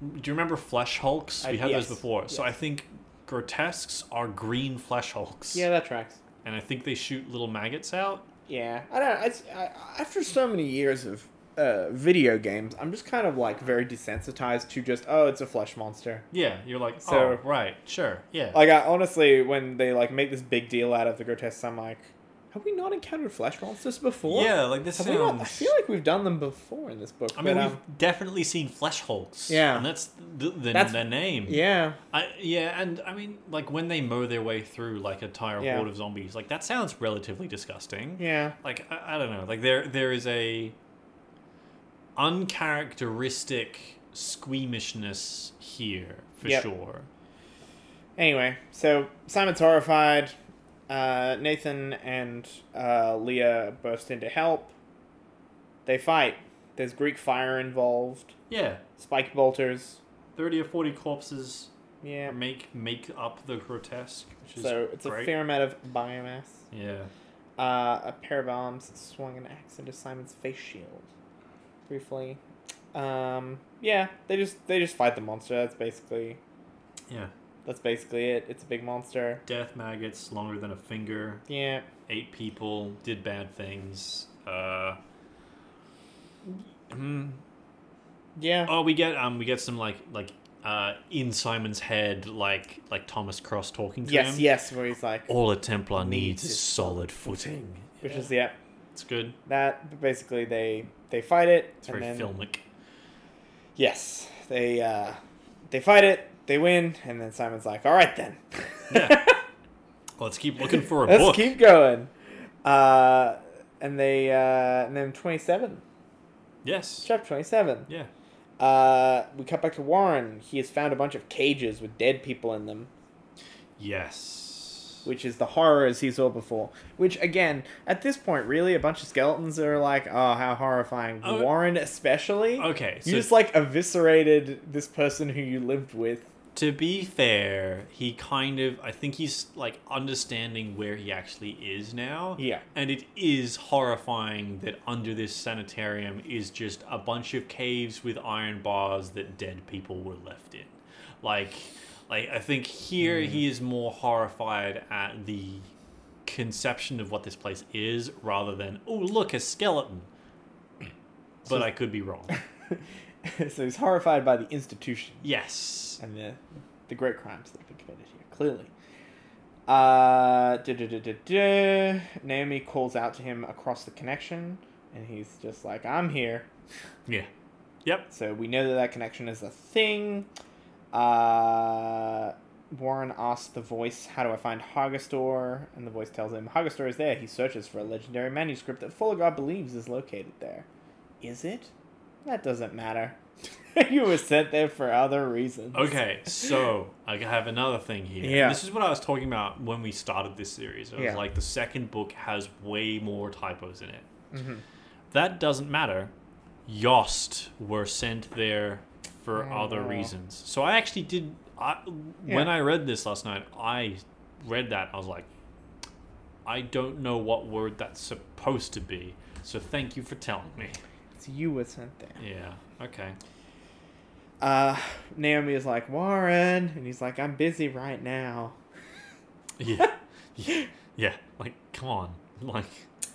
Do you remember Flesh Hulks?
I-
We had
yes,
those before. So I
yes.
think grotesques are green Flesh Hulks.
Yeah, that tracks.
And I think they shoot little maggots out.
Yeah, I don't. It's, I, after so many years of uh, video games, I'm just kind of like very desensitized to just oh, it's a flesh monster.
Yeah, you're like,
So-
oh, right, sure, yeah.
Like I honestly, when they like make this big deal out of the grotesque, I'm like, have we not encountered flesh monsters before?
yeah, like this
Have we not, I
sounds.
feel like we've done them before in this book.
I mean,
but,
we've
um,
definitely seen Flesh Hulks.
Yeah.
And that's the, the,
That's-
the name.
yeah,
I, yeah, and I mean, like when they mow their way through like a entire
Yeah.
horde of zombies, like that sounds relatively disgusting.
yeah,
Like I, I don't know, like there there is a uncharacteristic squeamishness here for
Yep.
sure.
Anyway, so Simon's horrified. Uh, Nathan and uh, Leah burst in to help. They fight. There's Greek fire involved.
Yeah,
Spike bolters.
thirty or forty corpses
Yeah.
make make up the grotesque, which is
So it's
great.
a fair amount of biomass.
yeah.
Uh, a pair of arms swung an axe into Simon's face shield. Briefly. Um, yeah, they just they just fight the monster. That's basically
Yeah,
that's basically it. It's a big monster.
death maggots longer than a finger.
Yeah.
Eight people did bad things. Uh, mm,
Yeah.
Oh, we get um, we get some like like uh, in Simon's head, like like Thomas Cross talking to
yes,
him.
yes, where he's like
All a Templar
Needs
needs
is
is solid footing.
which is yeah.
It's good.
that but basically they they fight it
It's
and
very
then
filmic.
yes they uh they fight it they win and then simon's like all right then
Yeah. Let's keep looking for a
let's
book.
keep going uh and they uh and then 27
Yes.
chapter 27
Yeah.
uh we cut back to warren he has found a bunch of cages with dead people in them
Yes.
which is the horrors he saw before which again at this point really a bunch of skeletons are like oh how horrifying
Oh.
warren especially
Okay. So
you just like eviscerated this person who you lived with
to be fair, he kind of I think he's like understanding where he actually is now.
Yeah.
And it is horrifying that under this sanitarium is just a bunch of caves with iron bars that dead people were left in. Like like I think here he is more horrified at the conception of what this place is rather than oh look a skeleton. But I could be wrong.
so he's horrified by the institution
Yes.
and the the great crimes that have been committed here. Clearly, uh, duh, duh, duh, duh, duh. Naomi calls out to him across the connection, and he's just like, "I'm here."
Yeah. Yep.
So we know that that connection is a thing. Uh, Warren asks the voice, "How do I find Hagastor?" And the voice tells him, "Hagastor is there. He searches for a legendary manuscript that Folgar believes is located there. Is it? That doesn't matter. you were sent there for other reasons."
Okay, so I have another thing here.
Yeah.
This is what I was talking about when we started this series. I was
Yeah.
like, the second book has way more typos in it.
Mm-hmm.
That doesn't matter. Yost were sent there for
Oh,
other
no.
reasons. So I actually did. I, When
Yeah.
I read this last night, I read that. I was like, I don't know what word that's supposed to be. So thank you for telling me.
So you were sent there.
Yeah. Okay.
Uh, Naomi is like, Warren. And he's like, I'm busy right now.
Yeah. yeah. Yeah. Like, come on. Like.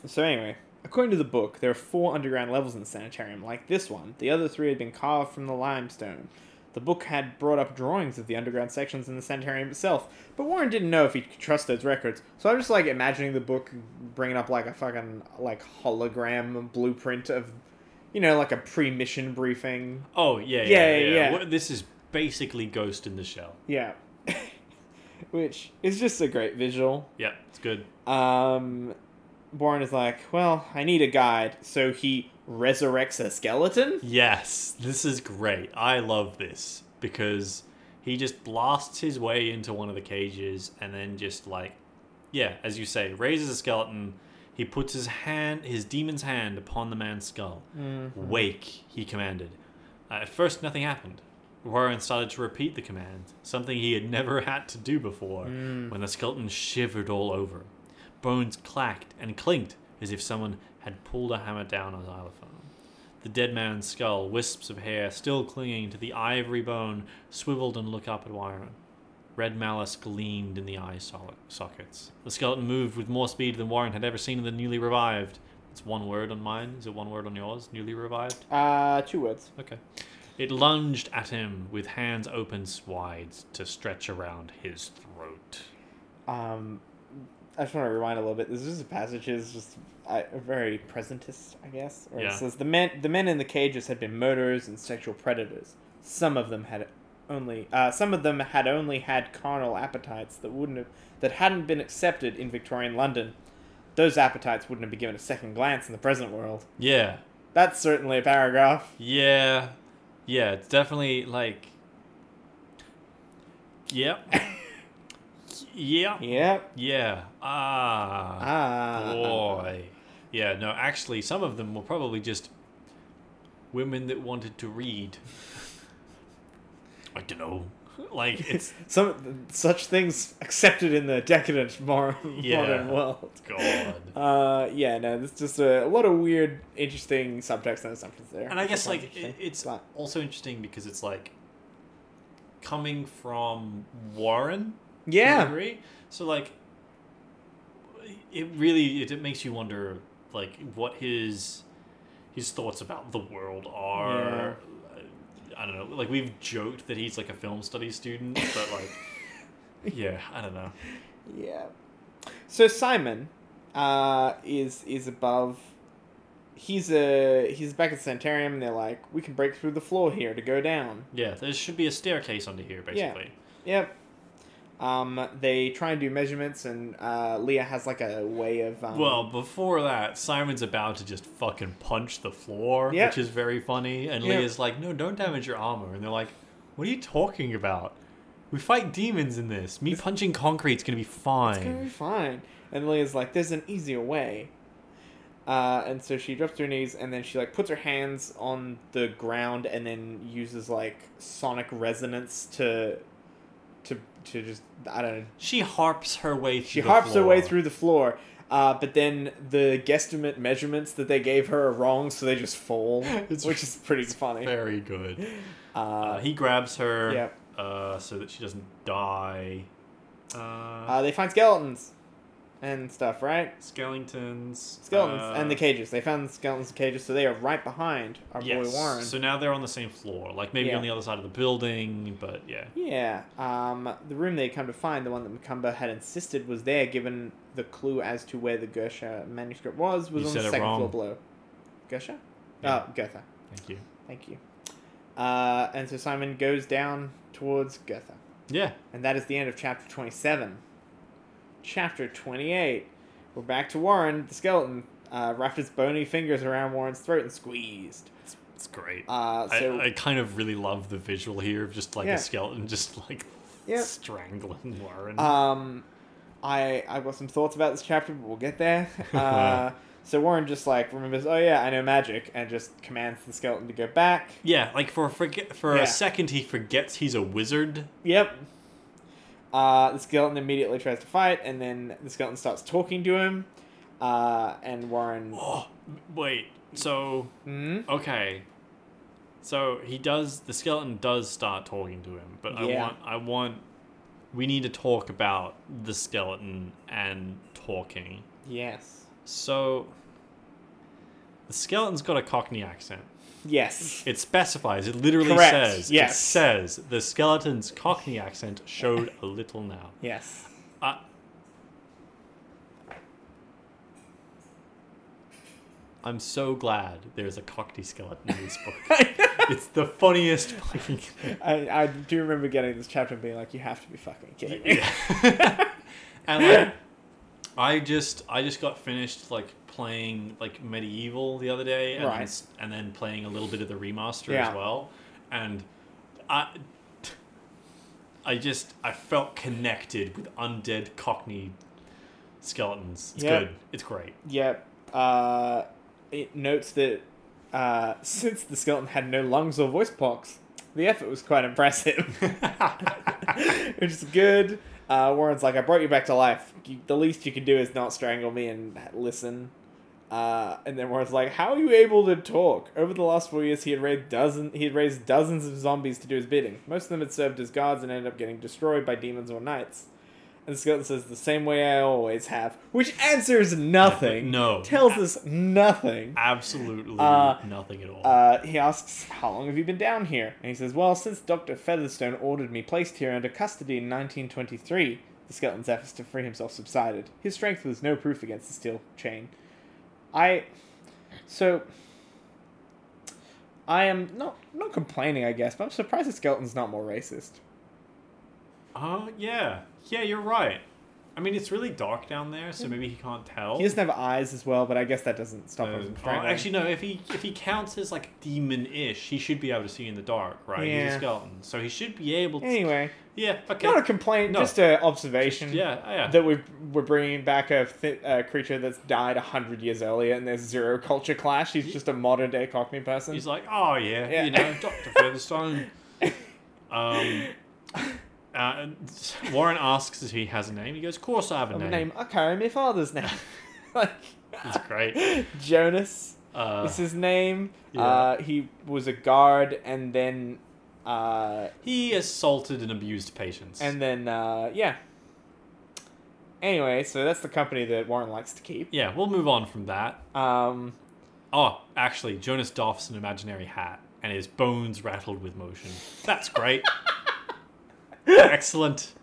So, anyway, according to the book, there are four underground levels in the sanitarium, like this one. The other three had been carved from the limestone. The book had brought up drawings of the underground sections in the sanitarium itself, but Warren didn't know if he could trust those records. So I'm just like imagining the book bringing up like a fucking like hologram blueprint of, you know, like a pre-mission briefing.
Oh
Yeah,
yeah, yeah,
yeah,
yeah.
yeah.
What- This is basically Ghost in the Shell.
Yeah, which is just a great visual.
Yeah, it's good.
Um, Warren is like, well, I need a guide, so he resurrects a skeleton.
Yes, this is great. I love this because he just blasts his way into one of the cages and then just like, yeah, as you say, raises a skeleton. He puts his hand, his demon's hand, upon the man's skull. Wake, he commanded. Uh, at first, nothing happened. Warren started to repeat the command, something he had never had to do before, when the skeleton shivered all over. Bones clacked and clinked as if someone had pulled a hammer down on Xylophon. The dead man's skull, wisps of hair still clinging to the ivory bone, swiveled and looked up at Wyron. Red malice gleamed in the eye sol- sockets. The skeleton moved with more speed than Warren had ever seen in the newly revived. It's one word on mine. Is it one word on yours? Newly revived?
Uh, two words.
Okay. It lunged at him with hands open wide to stretch around his throat.
Um, I just want to rewind a little bit. This is a passage is just I, very presentist, I guess. Where
Yeah.
It says the men the men in the cages had been murderers and sexual predators. Some of them had only uh, some of them had only had carnal appetites that wouldn't have that hadn't been accepted in Victorian London. Those appetites wouldn't have been given a second glance in the present world.
Yeah.
That's certainly a paragraph.
Yeah. Yeah. It's definitely like. Yep. yep.
Yep.
Yeah. Ah.
Ah.
Boy. Yeah, no, actually, some of them were probably just women that wanted to read. I don't know. Like, it's.
Some such things accepted in the decadent mor-
Yeah.
modern world.
God.
Uh, yeah, no, there's just a, a lot of weird, interesting subtext and assumptions there.
And I guess, like,
Interesting.
it, it's
But-
also interesting because it's like coming from Warren. to a
yeah,
degree. So, like, it really it, it makes you wonder, like, what his his thoughts about the world are. I don't know. Like we've joked that he's like a film studies student, but like, yeah, I don't know.
yeah. So Simon, uh, is is above. He's a he's back at Sanitarium. And they're like, we can break through the floor here to go down.
Yeah, there should be a staircase under here,
Yeah.
basically.
Yep. Um, they try and do measurements, and uh, Leah has like a way of um,
Well, before that, Simon's about to just fucking punch the floor,
Yeah.
which is very funny. And
Yeah.
Leah's like, "No, don't damage your armor." And they're like, "What are you talking about? We fight demons in this. Me punching concrete's gonna be
It's gonna be
fine."
fine. And Leah's like, there's an easier way. Uh, and so she drops to her knees and then she like puts her hands on the ground and then uses like sonic resonance to to to just I don't know.
She harps her way. Through
She
the
harps her way
floor.
through the floor. Uh, but then the guesstimate measurements that they gave her are wrong, so they just fall,
It's-
which is pretty funny.
Very good. Uh,
Uh,
he grabs her
yeah.
uh, so that she doesn't die. Uh,
uh, they find skeletons and stuff, right?
skeletons.
Skeletons and the
uh,
cages. They found skeletons and cages, so they are right behind our boy
yes.
Warren.
So now they're on the same floor, like maybe
Yeah.
on the other side of the building, but yeah.
Yeah. Um, the room they come to find, the one that Macumba had insisted was there, given the clue as to where the Gersha manuscript was, was
You
on the
said it
second floor
wrong.
below. Gersha?
Yeah.
Oh, Goethe.
Thank you.
Thank you. Uh, and so Simon goes down towards Goethe.
Yeah.
And that is the end of chapter 27. Chapter 28. We're back to Warren, the skeleton. Uh, wrapped its bony fingers around Warren's throat and squeezed.
It's great.
Uh, so
I, I kind of really love the visual here of just like
Yeah.
a skeleton just like
Yeah.
strangling Warren.
Um, I I've got some thoughts about this chapter, but we'll get there. Uh, so Warren just like remembers, oh yeah, I know magic, and just commands the skeleton to go back.
yeah, like for a forget, for
Yeah.
a second he forgets he's a wizard.
Yep. Uh, the skeleton immediately tries to fight, and then the skeleton starts talking to him. Uh, and Warren,
Oh, wait. So
hmm?
okay. So he does the skeleton does start talking to him, but I
Yeah.
want I want we need to talk about the skeleton and talking.
yes,
So the skeleton's got a cockney accent.
yes,
It specifies. It literally
Correct,
says. It
yes.
says the skeleton's Cockney accent showed a little now.
yes.
I, I'm so glad there's a Cockney skeleton in this book. it's the funniest fucking. thing.
I, I do remember getting this chapter and being like, you have to be fucking kidding me.
Yeah. and like, I just I just got finished like playing like medieval the other day, and,
Right.
s- and then playing a little bit of the remaster
Yeah.
as well, and I. I just I felt connected with undead Cockney skeletons. It's
Yeah.
good. It's great.
Yep. Uh, it notes that uh, since the skeleton had no lungs or voice box, the effort was quite impressive, which is good. Uh, Warren's like, I brought you back to life. You, the least you can do is not strangle me and listen. Uh, and then Warren's like, "How are you able to talk?" Over the last four years, he had raised dozen he had raised dozens of zombies to do his bidding. Most of them had served as guards and ended up getting destroyed by demons or knights. And Skeleton says, "The same way I always have," which answers nothing.
No.
tells us nothing.
Absolutely
Uh,
nothing at all.
Uh, he asks, How long have you been down here? And he says, Well, since Dr. Featherstone ordered me placed here under custody in 1923, the skeleton's efforts to free himself subsided. His strength was no proof against the steel chain. I. So. I am not not complaining, I guess, but I'm surprised the skeleton's not more racist.
Uh, yeah. Yeah, you're right. I mean, it's really dark down there, so maybe he can't tell.
He doesn't have eyes as well, but I guess that doesn't stop him
Uh,
from
oh,
trying.
actually, no. If he if he counts as like demon-ish, he should be able to see in the dark, right? He's
Yeah.
a skeleton, so he should be able. to...
anyway,
Yeah. Okay.
not a complaint,
No.
just an observation.
yeah. Yeah.
that we're, we're bringing back a, th- a creature that's died 100 years earlier and there's zero culture clash. He's just a modern day Cockney person.
He's like, oh yeah,
Yeah.
you know, Doctor Featherstone. Um. Uh, Warren asks if he has a name. He goes, "Of course I have a
I'm
name."
name. I carry my father's name. like,
It's great.
Jonas
Uh,
is his name.
yeah.
Uh, he was a guard and then, uh,
he assaulted and abused patients.
and then, uh, yeah. Anyway, so that's the company that Warren likes to keep.
yeah, we'll move on from that.
Um,
Oh, actually, Jonas doffs an imaginary hat, and his bones rattled with motion. That's great. Excellent.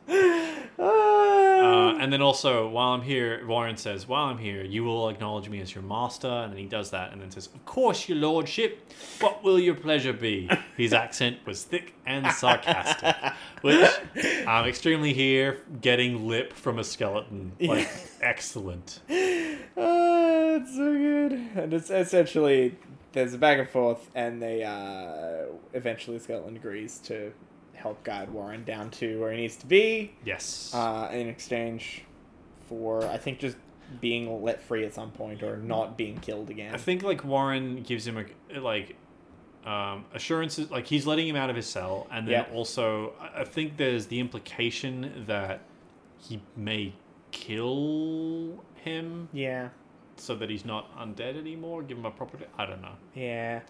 Uh, and then also, while I'm here, Warren says, While I'm here, you will acknowledge me as your master. And then he does that and then says, Of course, your lordship. What will your pleasure be? His accent was thick and sarcastic, which I'm extremely here getting lip from a skeleton. Like, excellent.
Oh, it's so good. And it's essentially there's a back and forth, and they uh, eventually Scotland agrees to help guide Warren down to where he needs to be
Yes.
uh, in exchange for I think just being let free at some point or not being killed again.
I think like Warren gives him a like um, assurances, like he's letting him out of his cell, and then
Yeah.
also I I think there's the implication that he may kill him
yeah,
so that he's not undead anymore. Give him a proper. I don't know.
yeah,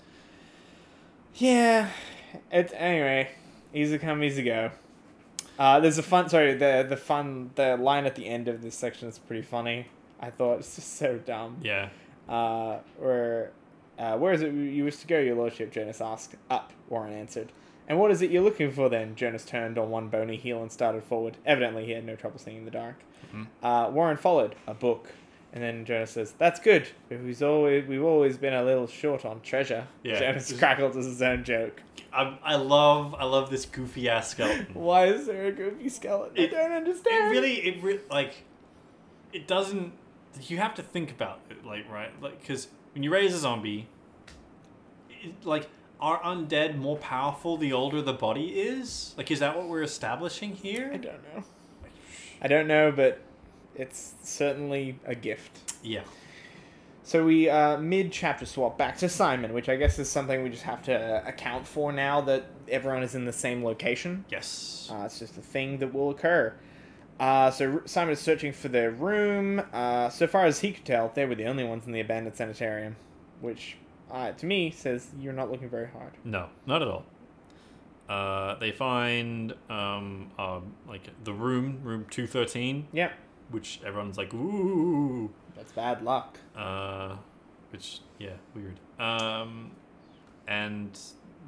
yeah. It's anyway, easy come, easy go. Uh, there's a fun sorry the the fun the line at the end of this section is pretty funny. I thought it's just so dumb.
Yeah.
Uh, where, uh, where is it you wish to go, your lordship? Jonas asked. Up, Warren answered. And what is it you're looking for then? Jonas turned on one bony heel and started forward. Evidently, he had no trouble seeing in the dark.
Mm-hmm.
Uh, Warren followed. A book. And then Jonas says, "That's good. but We've always we've always been a little short on treasure."
Yeah.
Jonas crackled as his own joke.
I, I love I love this goofy ass skeleton.
Why is there a goofy skeleton?
Mm-hmm. It-
I don't
it
understand.
really it re- like it doesn't you have to think about it like right like because when you raise a zombie it, like are undead more powerful the older the body is like is that what we're establishing
I
here
don't know. I don't know, but it's certainly a gift.
yeah
So we uh, mid chapter swap back to Simon, which I guess is something we just have to uh, account for now that everyone is in the same location.
yes
Uh, it's just a thing that will occur. Uh, so R- Simon is searching for their room. Uh, so far as he could tell, they were the only ones in the abandoned sanitarium, which uh, to me says you're not looking very hard.
no not at all uh, they find um, um like the room room 213
Yep,
which everyone's like ooh
that's bad luck.
Uh, which yeah, weird. Um, and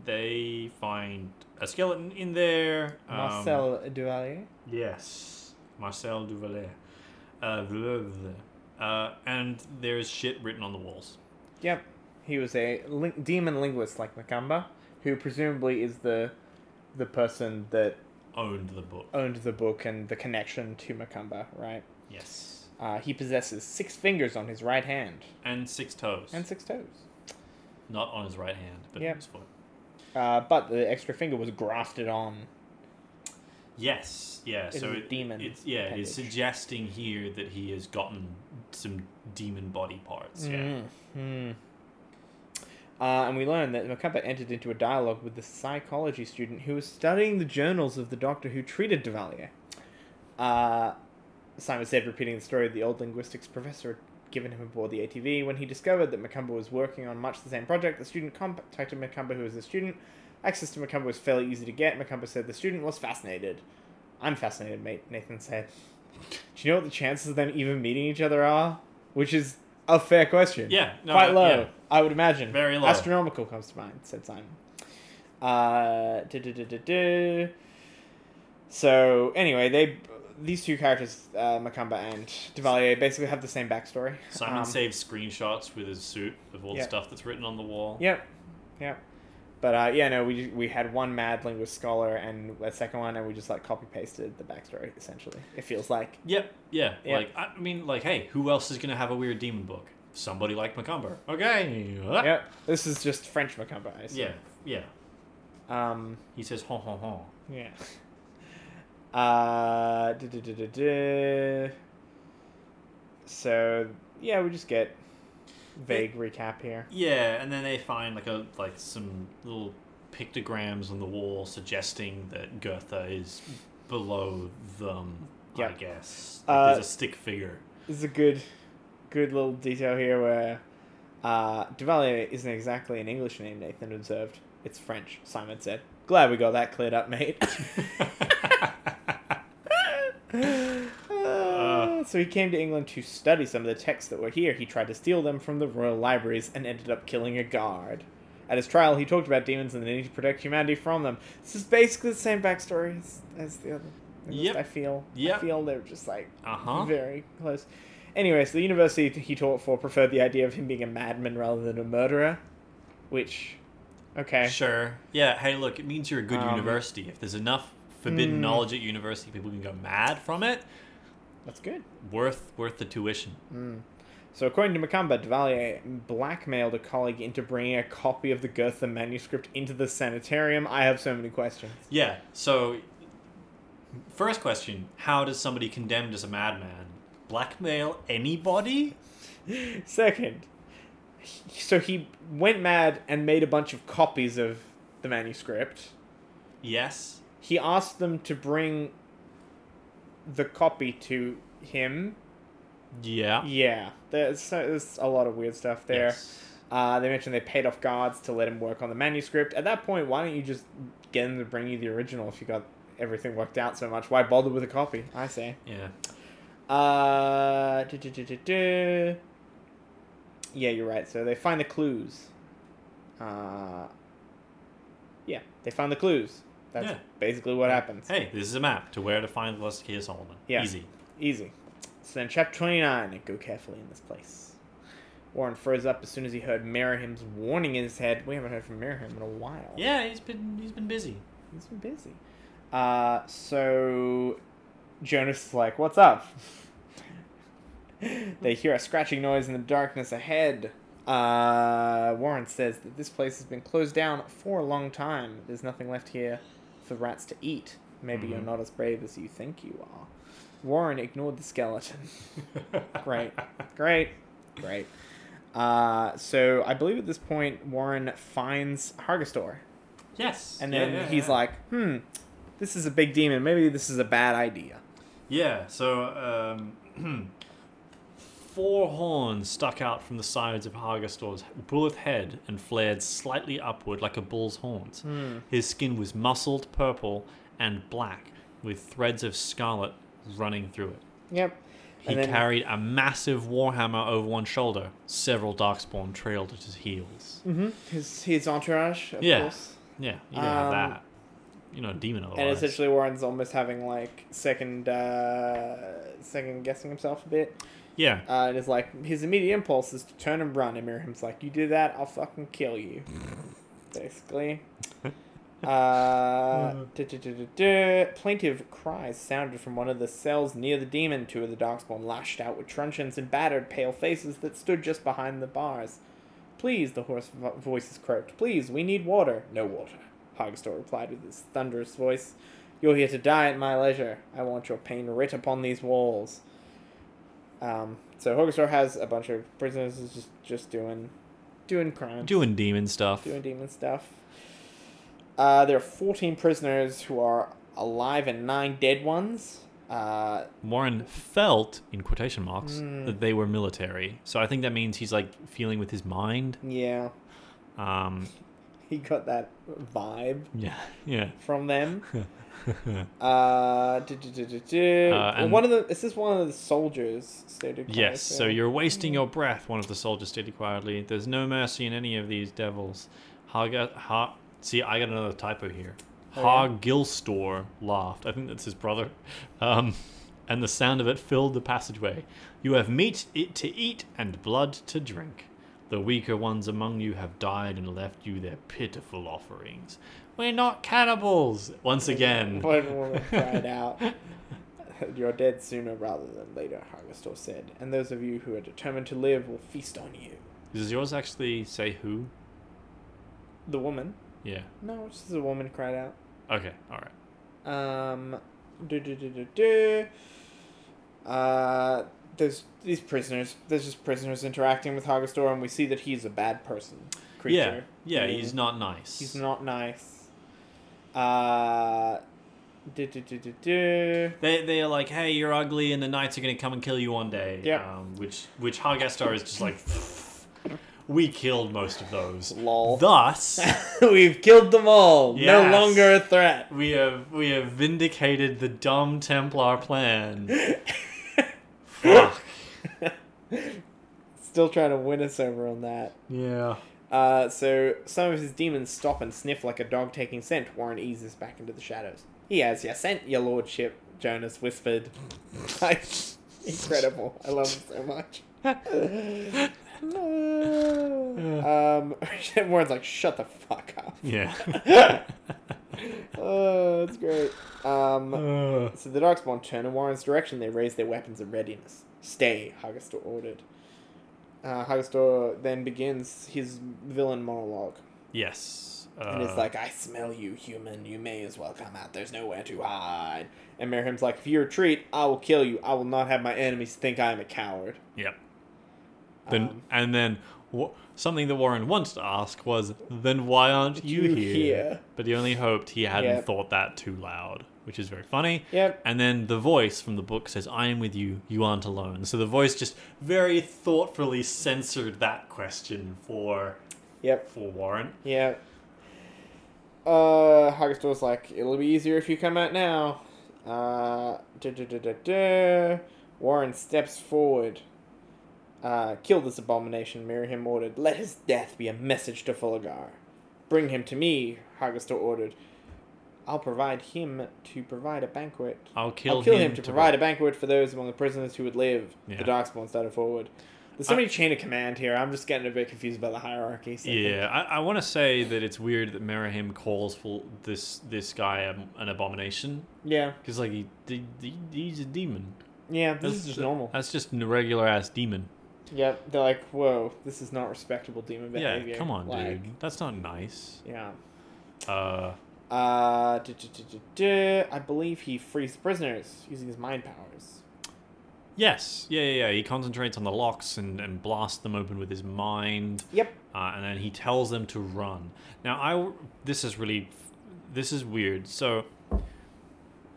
they find a skeleton in there. Um,
Marcel Duvalier.
Yes, Marcel Duvalier. Uh, blah, blah, blah. uh, and there is shit written on the walls.
Yep. He was a lin- demon linguist like Nakamba, who presumably is the the person that
Owned the book.
owned the book and the connection to Macumba, right?
Yes,
Uh, he possesses six fingers on his right hand
and six toes.
and six toes.
Not on his right hand, but
Yep.
on his foot.
Uh, but the extra finger was grafted on.
Yes, yeah.
It
so
is a
it,
demon
It's yeah.
appendage.
It's suggesting here that he has gotten some demon body parts. Yeah.
Mhm. Uh, and we learn that Macumba entered into a dialogue with the psychology student who was studying the journals of the doctor who treated Duvalier. Uh, Simon said, repeating the story the old linguistics professor had given him aboard the ATV. When he discovered that Macumber was working on much the same project, the student contacted Macumber, who was a student. Access to Macumber was fairly easy to get. Macumber said the student was fascinated. I'm fascinated, mate, Nathan said. Do you know what the chances of them even meeting each other are? Which is a fair question.
Yeah, no,
Quite
uh,
low,
yeah.
I would imagine.
Very low.
Astronomical comes to mind, said Simon. Uh, duh, duh, duh, duh, duh. So, anyway, they these two characters, uh, Macumba and Duvalier, basically have the same backstory.
Simon
Um,
saves screenshots with his suit of all
yeah.
the stuff that's written on the wall.
Yep, yep. But uh, yeah, no, we we had one mad linguist scholar and a second one, and we just like copy pasted the backstory essentially. It feels like
Yep. Yeah.
Yeah.
Like I mean, like, hey, who else is gonna have a weird demon book? Somebody like Macumber. Okay.
yep. This is just French Macumba. I assume.
Yeah. Yeah.
Um.
He says ho ho ho.
Yeah. Uh. duh, duh, duh, duh, duh. So yeah, we just get vague recap here.
Yeah, and then they find like a like some little pictograms on the wall suggesting that Goethe is below them. I
Yep.
guess like,
Uh,
there's a stick figure.
This is a good, good little detail here where uh, Duvalier isn't exactly an English name, Nathan observed. It's French, Simon said. Glad we got that cleared up, mate. Uh, so he came to England to study some of the texts that were here. He tried to steal them from the royal libraries and ended up killing a guard. At his trial, he talked about demons and the need to protect humanity from them. This is basically the same backstory as, as the other. At least
Yep.
I feel. I
Yep.
feel they're just like
Uh huh.
very close. Anyway, so the university he taught for preferred the idea of him being a madman rather than a murderer, which, okay,
Sure. Yeah. Hey, look, it means you're a good
Um,
university. If there's enough forbidden
Hmm.
knowledge at university, people can go mad from it.
that's good.
Worth worth the tuition.
Mm. So according to Macumba, Duvalier blackmailed a colleague into bringing a copy of the Goethe manuscript into the sanitarium. I have so many questions.
Yeah. So, first question: How does somebody condemned as a madman blackmail anybody?
Second, he- so he went mad and made a bunch of copies of the manuscript.
Yes.
He asked them to bring the copy to him
Yeah.
Yeah, there's, so- there's a lot of weird stuff there.
Yes.
Uh, they mentioned they paid off guards to let him work on the manuscript. At that point, why don't you just get him to bring you the original if you got everything worked out so much? Why bother with a copy? I say.
Yeah.
Uh, du- du- du- du- du. yeah, you're right. So they find the clues. Uh, yeah, they find the clues. That's
Yeah.
basically what happens.
Hey, this is a map to where to find the lost key of Solomon.
Yeah.
Easy.
Easy. So then, chapter 29, go carefully in this place. Warren froze up as soon as he heard Merriham's warning in his head. We haven't heard from Merriam in a while.
Yeah, he's been he's been busy.
He's been busy. Uh, so Jonas is like, What's up? they hear a scratching noise in the darkness ahead. Uh, Warren says that this place has been closed down for a long time. There's nothing left here for rats to eat. Maybe you're
Mhm.
not as brave as you think you are. Warren ignored the skeleton. Great. Great. Great. Uh, so I believe at this point Warren finds Hargastor.
Yes.
And
Yeah,
then
yeah,
he's
yeah.
like, hmm, this is a big demon. Maybe this is a bad idea.
Yeah, so um, four horns stuck out from the sides of Hargastor's bullet head and flared slightly upward like a bull's horns. His skin was muscled purple and black with threads of scarlet running through it.
Yep.
He
And then-
carried a massive warhammer over one shoulder. Several darkspawn trailed at his heels.
hmm His, his entourage, of
Yeah.
course.
Yeah, you don't have
Um,
that. You're not a demon otherwise.
And essentially Warren's almost having like second uh, second guessing himself a bit.
yeah,
Uh, and it's like his immediate impulse is to turn and run. And Miriam's like, "You do that, I'll fucking kill you." Basically. Uh, duh, duh, duh, duh, duh. plaintive cries sounded from one of the cells near the demon. Two of the darkspawn lashed out with truncheons and battered pale faces that stood just behind the bars. Please, the hoarse vo- voices croaked. Please, we need water. No water. Hogstor replied with his thunderous voice. You're here to die at my leisure. I want your pain writ upon these walls. Um, so Hogstor has a bunch of prisoners is just just doing, doing crimes
doing demon stuff.
doing demon stuff. Uh, there are 14 prisoners who are alive and nine dead ones. Uh,
Warren felt, in quotation marks, that they were military. So I think that means he's like feeling with his mind.
yeah,
Um,
he got that vibe
yeah, yeah.
from them. uh, du- du- du- du- du.
Uh,
Well,
and-
one of the is this one of the soldiers stated? quite
Yes, so
clearly.
you're wasting your breath, one of the soldiers stated quietly. There's no mercy in any of these devils. Haga, ha, see, I got another typo here.
Oh, yeah?
Hargilstor laughed. I think that's his brother. Um, and the sound of it filled the passageway. You have meat it to eat and blood to drink. The weaker ones among you have died and left you their pitiful offerings. We're not cannibals! Once again.
One woman cried out, You're dead sooner rather than later, Hargastor said, and those of you who are determined to live will feast on you.
Does yours actually say who?
The woman?
Yeah.
No, it's just the woman cried out.
Okay, alright.
Um, do do do do do. Uh, there's these prisoners. There's just prisoners interacting with Hagastor, and we see that he's a bad person. Creature.
Yeah, yeah,
I mean,
he's not nice.
He's not nice. Uh, do do do do do.
They they are like, hey, you're ugly, and the knights are gonna come and kill you one day.
Yeah.
Um, which which Hargastar is just like, we killed most of those.
Lol.
Thus,
We've killed them all.
Yes.
No longer a threat.
we have we have vindicated the dumb Templar plan. Fuck.
Still trying to win us over on that.
Yeah.
Uh, so some of his demons stop and sniff like a dog taking scent. Warren eases back into the shadows. He has your scent, your lordship, Jonas whispered. Like, Incredible. I love it so much. um, Warren's like, shut the fuck up.
Yeah.
oh, that's great. Um,
Uh,
so the Darkspawn turn in Warren's direction. They raise their weapons in readiness. Stay, Hagastor ordered. Uh, Hagastor then begins his villain monologue.
yes. Uh,
And it's like, I smell you, human. You may as well come out. There's nowhere to hide. And Merhim's like, if you retreat, I will kill you. I will not have my enemies think I am a coward.
Yep. Then
Um,
and then wh- something that Warren wanted to ask was, then why aren't you,
You
here?
here.
But he only hoped he hadn't
Yep.
thought that too loud, which is very funny.
Yep.
And then the voice from the book says, "I am with you. You aren't alone." So the voice just very thoughtfully censored that question for
Yep.
for Warren.
Yep. Uh, Hagastor's like, it'll be easier if you come out now. Uh, duh, duh, duh, duh, duh. Warren steps forward. Uh, kill this abomination, Miriam ordered. Let his death be a message to Fulgar. Bring him to me, Hagastor ordered. I'll provide him to provide a banquet.
I'll kill,
I'll kill him, to provide a banquet for those among the prisoners who would live.
Yeah.
The Darkspawn started forward. There's so
I-
many chain of command here. I'm just getting a bit confused about the hierarchy. So I think-
Yeah, I, I want to say that it's weird that Merahim calls for this this guy an, an abomination
Yeah.
because like he, he, he- he's a demon.
Yeah, this is just normal.
That's just a regular ass demon.
Yep, they're like, whoa, this is not respectable demon behavior.
Yeah, come on,
like,
dude. That's not nice.
Yeah.
Uh,
Uh, duh, duh, duh, duh, duh. I believe he frees prisoners using his mind powers.
yes, yeah, yeah, yeah. He concentrates on the locks and, and blasts them open with his mind,
Yep.
uh, and then he tells them to run. Now, I this is really this is weird. So,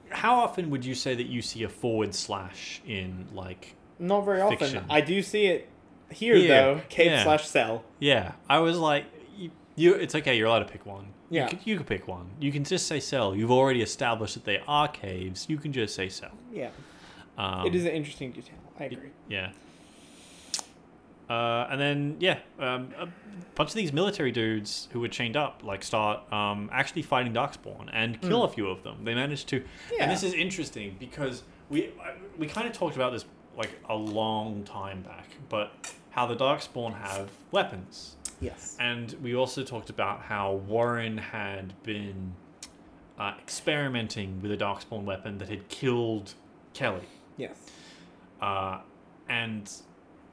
how often would you say that you see a forward slash in like?
Not very
Fiction.
often. I do see it here,
Here,
though. Cave
yeah.
slash cell.
Yeah, I was like, you, you it's okay. You're allowed to pick one.
Yeah.
you could, you could pick one. You can just say cell. You've already established that they are caves. You can just say cell.
Yeah.
Um,
it is an interesting detail. I agree.
Yeah. Uh, and then yeah, um, a bunch of these military dudes who were chained up like start um, actually fighting Darkspawn and kill a few of them. They managed to, and this
Hmm. Yeah.
is interesting because we I- we kind of talked about this like a long time back, but how the Darkspawn have weapons.
Yes.
And we also talked about how Warren had been uh, experimenting with a Darkspawn weapon that had killed Kelly.
Yes.
Uh, and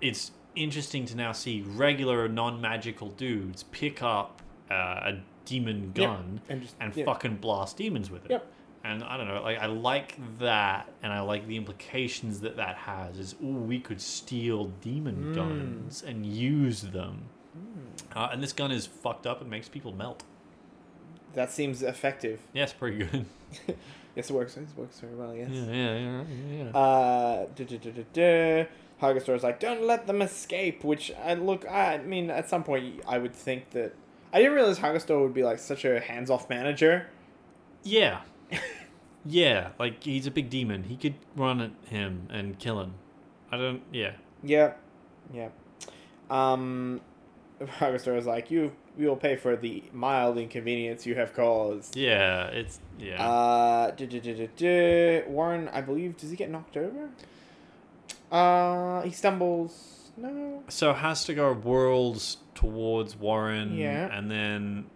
it's interesting to now see regular non magical dudes pick up uh, a demon
Yep.
gun
And just
and
yeah.
fucking blast demons with it.
Yep.
And I don't know, like I like that, and I like the implications that that has. Is oh, we could steal demon
Mm.
guns
Hmm.
and use them, uh, and this gun is fucked up and makes people melt.
That seems effective.
Yeah, it's pretty good.
Yes, it works. It works very well. Yes.
Yeah, yeah, yeah, right, yeah. yeah.
Uh, duh, duh, duh, duh, duh. Hagastor's like, don't let them escape. Which I look, I mean, at some point, I would think that I didn't realize Hagastor would be like such a hands-off manager.
yeah. Yeah, like he's a big demon. He could run at him and kill him. I don't. Yeah.
Yeah, yeah. Um, Hagastor is like, you you will pay for the mild inconvenience you have caused.
Yeah, it's. Yeah.
Uh, duh, duh, duh, duh, duh. Warren, I believe, does he get knocked over? Uh, he stumbles. No.
so Hastigar whirls towards Warren.
Yeah.
And then.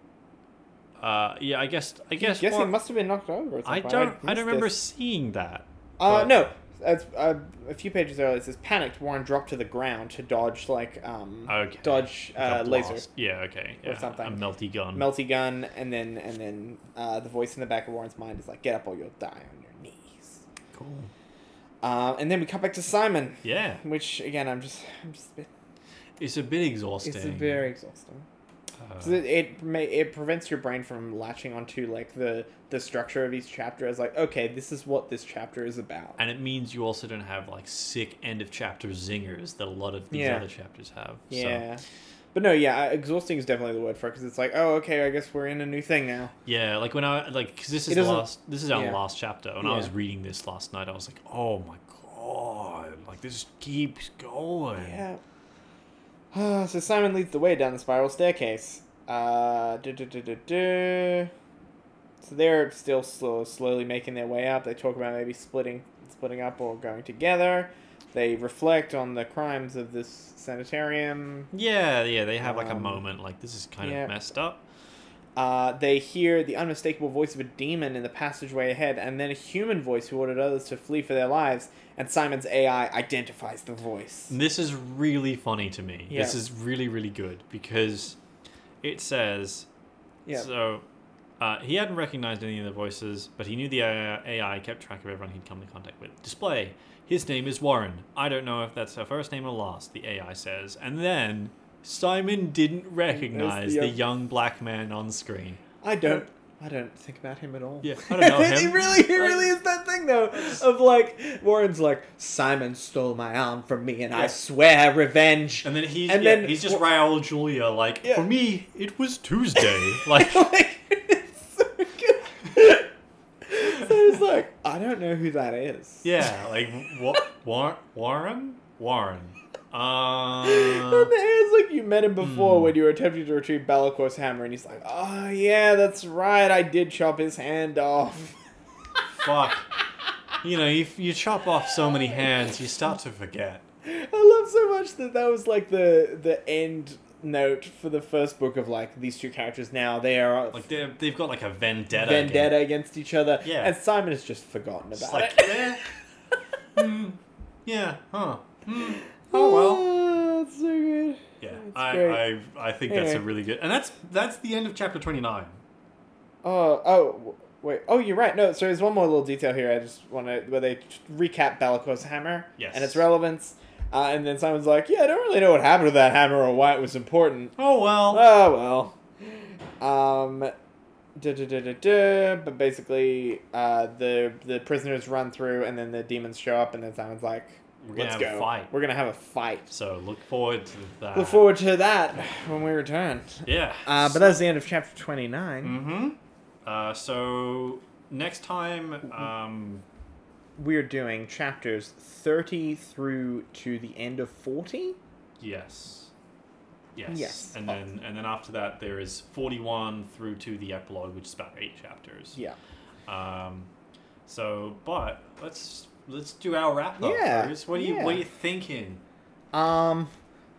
Uh, yeah, I guess. I guess.
Yes, he
Warren-
must have been knocked over. at some
I
point.
don't. I,
missed
don't remember
this.
seeing that.
Uh,
but-
no. That's, uh, a few pages earlier, it says panicked. Warren dropped to the ground to dodge like um,
Okay.
dodge uh,
Like a
laser,
blast. Yeah. Okay.
or
yeah,
something.
A melty gun.
melty gun, and then and then uh, the voice in the back of Warren's mind is like, "Get up or you'll die on your knees."
Cool.
Uh, and then we cut back to Simon,
Yeah.
which again I'm just I'm just a bit,
It's a bit exhausting.
it's very exhausting.
Uh,
'Cause it it, may, it prevents your brain from latching onto like the the structure of each chapter as like, okay, this is what this chapter is about.
and it means you also don't have like sick end of chapter zingers that a lot of these
Yeah.
other chapters have. So,
Yeah. But no, yeah, exhausting is definitely the word for it because it's like, oh, okay, I guess we're in a new thing now.
yeah. Like when I like because this
It
is the
doesn't-
last this is our
yeah.
last chapter. When I was
Yeah.
reading this last night, I was like, oh my god, like this keeps going.
Yeah. Ah, so Simon leads the way down the spiral staircase. Uh, duh, duh, duh, duh, duh. So they're still slow, slowly making their way up. They talk about maybe splitting, splitting up or going together. They reflect on the crimes of this sanitarium.
Yeah, yeah, they have like a
Um,
moment like this is kind
yeah.
of messed up.
Uh, they hear the unmistakable voice of a demon in the passageway ahead, and then a human voice who ordered others to flee for their lives. And Simon's AI identifies the voice.
This is really funny to me. This
Yeah.
is really really good because it says
Yeah.
So uh, he hadn't recognized any of the voices, but he knew the AI, AI kept track of everyone he'd come in contact with. Display. His name is Warren. I don't know if that's her first name or last, the AI says. And then Simon didn't recognize
the-
the young black man on screen.
I don't. I don't think about him at all.
Yeah, I don't know
It
him.
really, it
I-
really is that thing though of like Warren's like Simon stole my arm from me, and I
Yeah.
swear revenge.
And then he's
And
yeah,
then-
he's just Raoul Julia, like
Yeah.
for me it was Tuesday. like
like it's so good. so it's like I don't know who that is.
yeah, like what War- Warren Warren. Uh, Hmm.
and it's like you met him before when you were attempting to retrieve Balakor's hammer, and he's like, "Oh yeah, that's right. I did chop his hand off."
fuck. You know, you, you chop off so many hands, you start to forget.
I love so much that that was like the the end note for the first book of like these two characters. Now they are
Like they they've got like a vendetta. against-
vendetta against each other,
Yeah.
and Simon has just forgotten
It's
about
like
it.
eh, hmm, yeah, huh? hmm, oh well.
Ah, it's so good.
Yeah,
It's
I,
great.
I I think that's a
Anyway.
really good, and that's that's the end of chapter twenty nine.
Oh, oh, w- wait. Oh, you're right. No, so there's one more little detail here. I just want to where they recap Balakor's hammer
Yes.
and its relevance, uh, and then Simon's like, "Yeah, I don't really know what happened to that hammer or why it was important."
Oh well.
Oh well. Um, duh, duh, duh, duh, duh, but basically, uh, the the prisoners run through, and then the demons show up, and then Simon's like,
We're gonna
"Let's
have a
go.
fight." Uh.
We're gonna have a fight."
so look forward to that.
Look forward to that when we return.
Yeah.
Uh, but that's the end of chapter twenty
Mm-hmm. Uh, so next time, um,
We're doing chapters thirty through to the end of forty.
yes. Yes.
Yes. Oh.
And then and then after that there is 41 through to the epilogue which is about 8 chapters.
Yeah.
Um, so, but let's let's do our wrap up.
Yeah,
Bruce. What are you What
yeah.
are you thinking?
Um,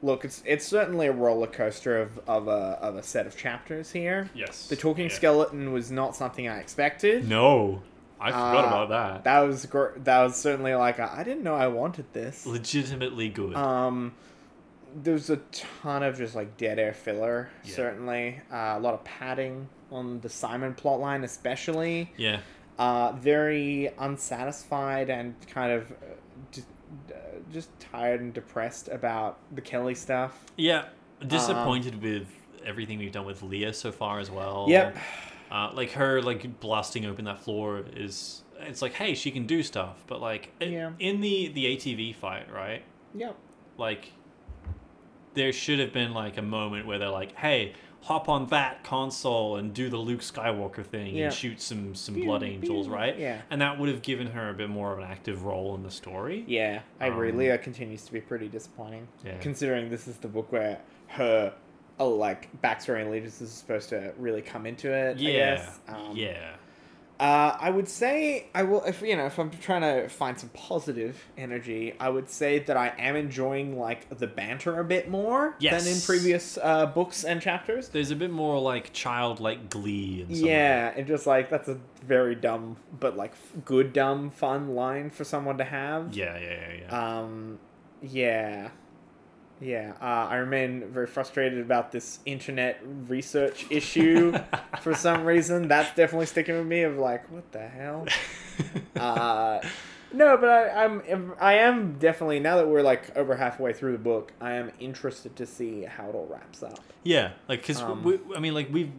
look, it's it's certainly a roller coaster of, of a of a set of chapters here.
Yes.
The talking
yeah.
skeleton was not something I expected.
No, I forgot
Uh,
about that.
That was gr- that was certainly like I I didn't know I wanted this.
Legitimately good.
Um, there's a ton of just like dead air filler.
Yeah.
Certainly, uh, a lot of padding on the Simon plotline, especially.
yeah.
Uh, very unsatisfied and kind of uh, just, uh, just tired and depressed about the Kelly stuff. Um,
Yeah. Disappointed with everything we've done with Leah so far as well.
Yep.
Uh, like her like blasting open that floor is it's like hey she can do stuff, but like i-
Yeah.
in the the ATV fight right
Yep.
like there should have been like a moment where they're like hey hop on that console and do the Luke Skywalker thing
Yeah.
and shoot some some blood
Pew,
angels
pew.
right
Yeah.
and that would have given her a bit more of an active role in the story
Yeah, I agree.
Um,
Leah continues to be pretty disappointing.
Yeah.
Considering this is the book where her, uh, like, backstory and allegiance is supposed to really come into it. I
yeah
guess. Um,
yeah
Uh, I would say I will if you know if I'm trying to find some positive energy, I would say that I am enjoying like the banter a bit more than in
Yes.
previous uh, books and chapters.
there's a bit more like childlike glee and
Yeah, and just like that's a very dumb but like f- good dumb fun line for someone to have.
yeah yeah yeah yeah
Um, yeah. Yeah, uh, I remain very frustrated about this internet research issue for some reason. That's definitely sticking with me. Of like, what the hell? Uh, no, but I, I'm I am definitely now that we're like over halfway through the book, I am interested to see how it all wraps up.
Yeah, like because
Um,
we, I mean, like we've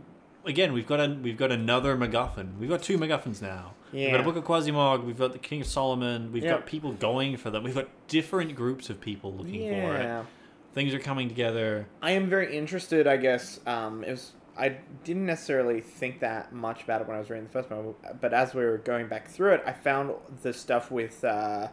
again we've got a we've got another MacGuffin. We've got two MacGuffins now. We've got
Yeah.
a Book of Quasimog. We've got the King of Solomon. We've
Yeah.
got people going for them. We've got different groups of people looking for it.
Yeah.
Things are coming together.
I am very interested, I guess. Um, it was I didn't necessarily think that much about it when I was reading the first one, but as we were going back through it, I found the stuff with uh,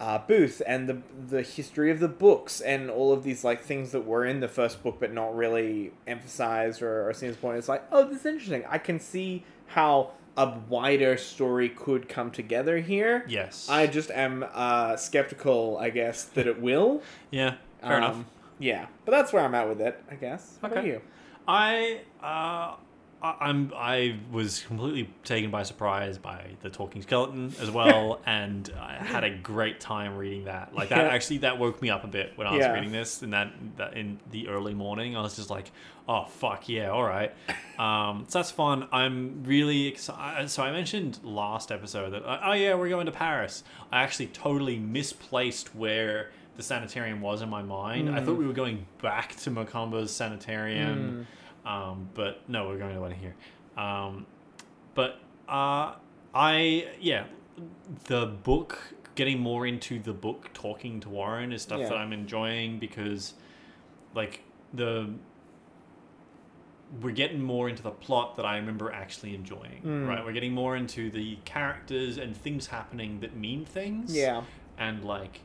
uh, Booth and the the history of the books and all of these like things that were in the first book but not really emphasized or, or seen as point. It's like, oh, this is interesting. I can see how a wider story could come together here.
Yes.
I just am uh, skeptical, I guess, that it will.
yeah. Fair enough.
Um, Yeah, but that's where I'm at with it, I guess. How about
Okay.
you?
I uh, I- I'm I was completely taken by surprise by the talking skeleton as well, and I had a great time reading that. Like that
Yeah.
actually that woke me up a bit when I was
Yeah.
reading this, and that that in the early morning I was just like, oh fuck yeah, all right. Um, so that's fun. I'm really excited. So I mentioned last episode that uh, oh yeah we're going to Paris. I actually totally misplaced where. The sanitarium was in my mind. I thought we were going back to Macumba's sanitarium, um, but no, we're going to one here. Um, but uh, I yeah, the book getting more into the book talking to Warren is stuff
Yeah.
that I'm enjoying because like the we're getting more into the plot that I remember actually enjoying.
Mm.
Right, we're getting more into the characters and things happening that mean things
Yeah,
and like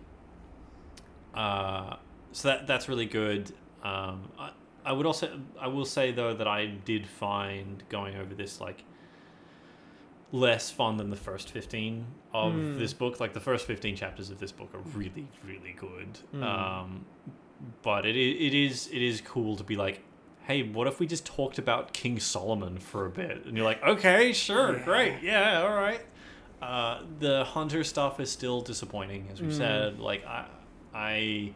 uh so that that's really good um I, I would also i will say though that i did find going over this like less fun than the first 15 of
Hmm.
this book like the first 15 chapters of this book are really really good
Hmm.
um but it i- it is it is cool to be like hey what if we just talked about king solomon for a bit and you're like okay sure
Yeah.
great yeah all right uh, the hunter stuff is still disappointing, as we
Mm.
said. Like I, I,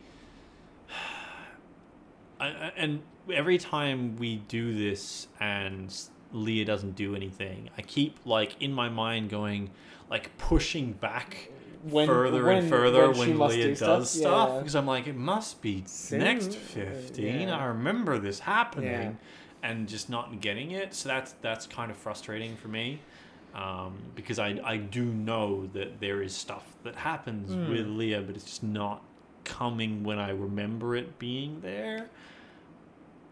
I, I- and every time we do this and Leah doesn't do anything, I keep like in my mind going, like pushing back
When-
further
when-
and further
when she
when,
must
Leah
do stuff,
does stuff
yeah.
because I'm like, it must be
Soon,
next
uh,
fifteen.
yeah.
I remember this happening.
Yeah.
And just not getting it, so that's that's kind of frustrating for me um, because I, I do know that there is stuff that happens
Hmm.
with Leah, but it's just not coming when I remember it being there.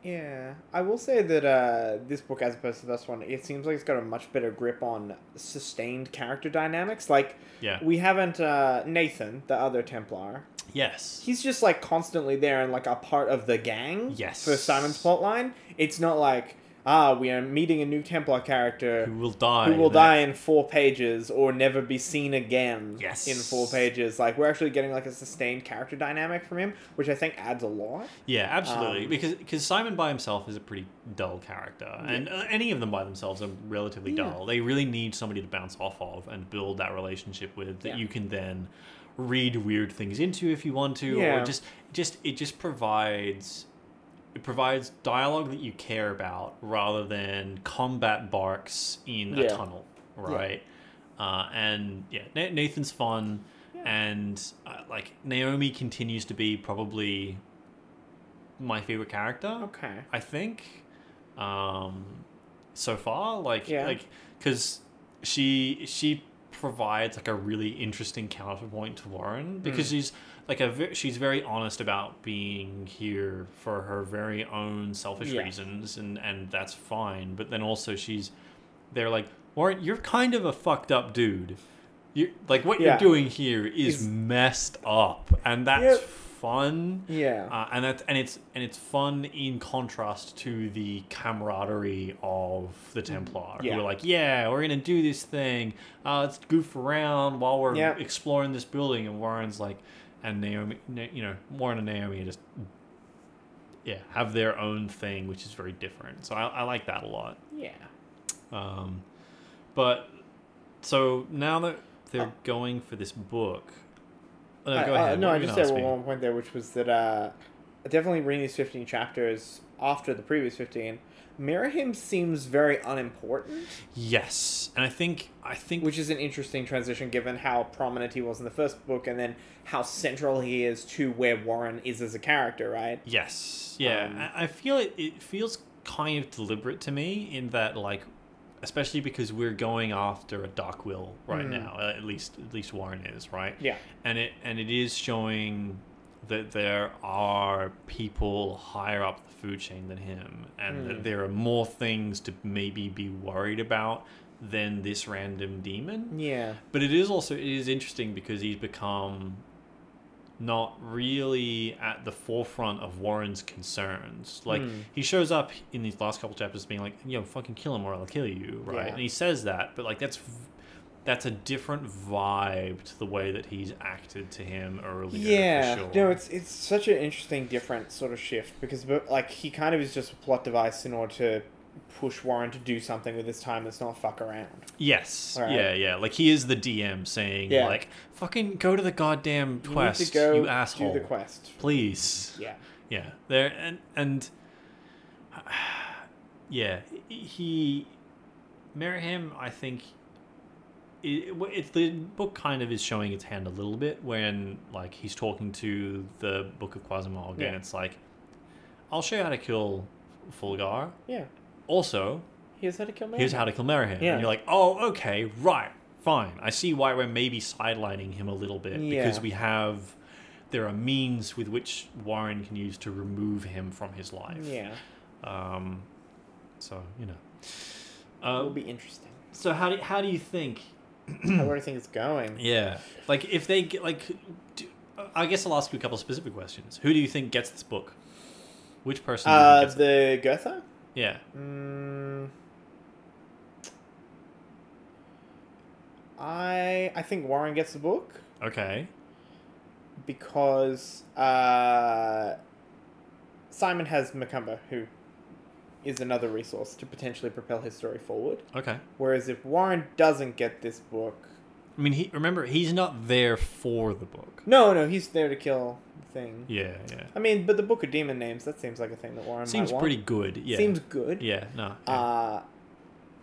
yeah. I will say that uh, this book, as opposed to the first one, it seems like it's got a much better grip on sustained character dynamics. Like
Yeah.
we haven't uh, Nathan, the other Templar.
Yes.
He's just like constantly there and like a part of the gang.
Yes.
For Simon's plotline, it's not like ah, we are meeting a new Templar character.
Who will die?
who will
next-
die in four pages or never be seen again
Yes.
in four pages like we're actually getting like a sustained character dynamic from him which i think adds a lot
Yeah, absolutely.
Um,
because because Simon by himself is a pretty dull character, and uh, any of them by themselves are relatively
Yeah.
dull. They really need somebody to bounce off of and build that relationship with that
Yeah.
you can then read weird things into if you want to,
Yeah.
or just just it just provides it provides dialogue that you care about rather than combat barks in
Yeah.
a tunnel, right? Uh, and yeah, Na- Nathan's fun, and uh, like Naomi continues to be probably my favorite character.
okay
I think. Um, so far. Like
Yeah.
like because she she provides like a really interesting counterpoint to
Mm.
Warren because she's like a ve- she's very honest about being here for her very own selfish
Yeah.
reasons and and that's fine. But then also she's they're like Warren, you're kind of a fucked up dude. You like what
Yeah.
you're doing here is
Is-
messed up, and that's
Yep.
fun.
Yeah.
Uh, and that and it's and it's fun in contrast to the camaraderie of the Templar,
Mm-hmm. Yeah.
who are like, yeah, we're gonna do this thing. Uh, let's goof around while we're
Yep.
exploring this building. And Warren's like, and Naomi, Na- you know, Warren and Naomi are just yeah have their own thing, which is very different. So I, I like that a lot.
yeah.
Um, but so now that they're
Uh,
going for this book, oh,
I-
no, go
I-
ahead.
uh, no,
what
I
were you
just
gonna
said
ask me?
one point there, which was that uh, definitely reading these 15 chapters after the previous 15, Mirahim seems very unimportant,
Yes, and I think I think
which is an interesting transition given how prominent he was in the first book and then how central he is to where Warren is as a character, right?
yes, yeah.
Um,
I, I feel it, it feels kind of deliberate to me in that like, especially because we're going after a Dark Will right
Hmm.
now. At least at least Warren is right.
Yeah.
and it and it is showing that there are people higher up the food chain than him and
Mm.
that there are more things to maybe be worried about than this random demon
Yeah.
but it is also it is interesting because he's become not really at the forefront of Warren's concerns. Like
Mm.
he shows up in these last couple chapters being like, "Yo, fucking kill him or I'll kill you," right?
Yeah.
And he says that, but like that's v- that's a different vibe to the way that he's acted to him earlier.
Yeah,
for sure.
no, it's it's such an interesting, different sort of shift because, but, like, he kind of is just a plot device in order to push Warren to do something with his time that's not fuck around.
yes,
All right.
yeah, yeah. Like he is the DM saying,
Yeah.
like, "Fucking go to the goddamn
You need to
quest, you,
go
asshole,
Do the quest.
please."
Yeah,
Yeah, there and and yeah, he Merriam, I think it, it's the book kind of is showing its hand a little bit when like he's talking to the Book of Quasimog,
Yeah.
and it's like, I'll show you how to kill Fulgar.
yeah.
Also,
Here's how to kill me.
here's how to kill Merriam.
Yeah.
And you're like, oh, okay, right, fine. I see why we're maybe sidelining him a little bit because
Yeah.
we have. There are means with which Warren can use to remove him from his life.
Yeah,
Um, so you know.
it'll
Uh,
be interesting.
so how do how do you think?
I where do you think it's going?
Yeah, like if they get like, do, I guess I'll ask you a couple of specific questions. Who do you think gets this book? Which person? do you think
Uh,
gets it?
the Goethe.
yeah,
Mm, I I think Warren gets the book
okay,
because uh, Simon has Macumba, who is another resource to potentially propel his story forward.
okay.
Whereas if Warren doesn't get this book,
I mean, he remember he's not there for the book.
no, no, he's there to kill the thing.
Yeah, yeah.
I mean, but the Book of Demon Names, that seems like a thing that Warren
Seems
might want.
pretty good. Yeah,
Seems good.
yeah. No. yeah.
Uh,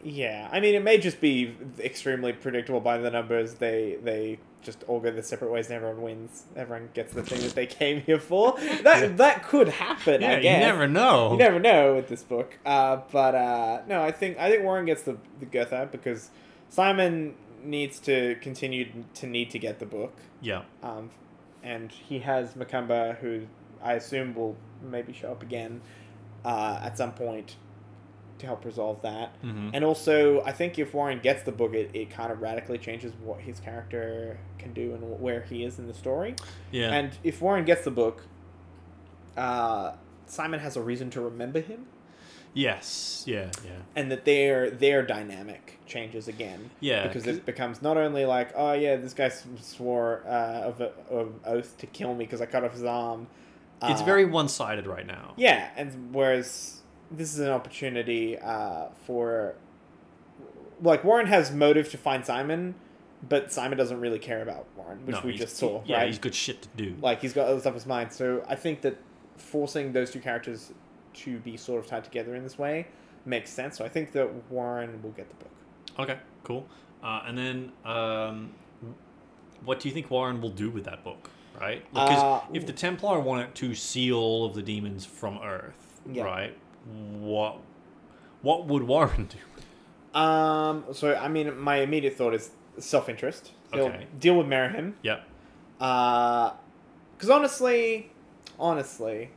yeah. I mean, it may just be extremely predictable by the numbers. They they just all go their separate ways, and everyone wins. Everyone gets the thing that they came here for. That
Yeah.
that could happen.
yeah,
I
you
guess.
never know.
You never know with this book. Uh, but uh, no, I think I think Warren gets the the Goethe because Simon needs to continue to need to get the book.
yeah,
Um, and he has Macumba, who I assume will maybe show up again uh, at some point to help resolve that.
hmm
And also, I think if Warren gets the book, it, it kind of radically changes what his character can do and wh- where he is in the story.
yeah.
And if Warren gets the book, uh, Simon has a reason to remember him,
yes, yeah, yeah.
and that their their dynamic changes again
Yeah,
because it becomes not only like, oh yeah, this guy s- swore uh, of, a, of oath to kill me because I cut off his arm. Uh,
it's very one-sided right now.
yeah, and whereas this is an opportunity uh, for like Warren has motive to find Simon, but Simon doesn't really care about Warren, which
No,
we
he's-
just saw,
he- Yeah,
right?
he's good shit to do.
Like he's got other stuff in his mind, so I think that forcing those two characters to be sort of tied together in this way makes sense. So I think that Warren will get the book.
Okay, cool. Uh, and then, um, what do you think Warren will do with that book? Right, because
Uh,
if
ooh.
the Templar wanted to seal all of the demons from Earth,
Yeah.
right, what What would Warren do?
Um, so I mean, my immediate thought is self-interest. He'll
Okay.
deal with Merriam.
Yep.
because honestly, honestly,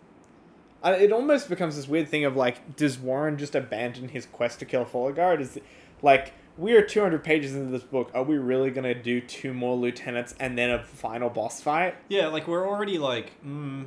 I, it almost becomes this weird thing of like, does Warren just abandon his quest to kill Beauregard? Is like we are two hundred pages into this book. Are we really gonna do two more lieutenants and then a final boss fight?
Yeah, like we're already like, mm,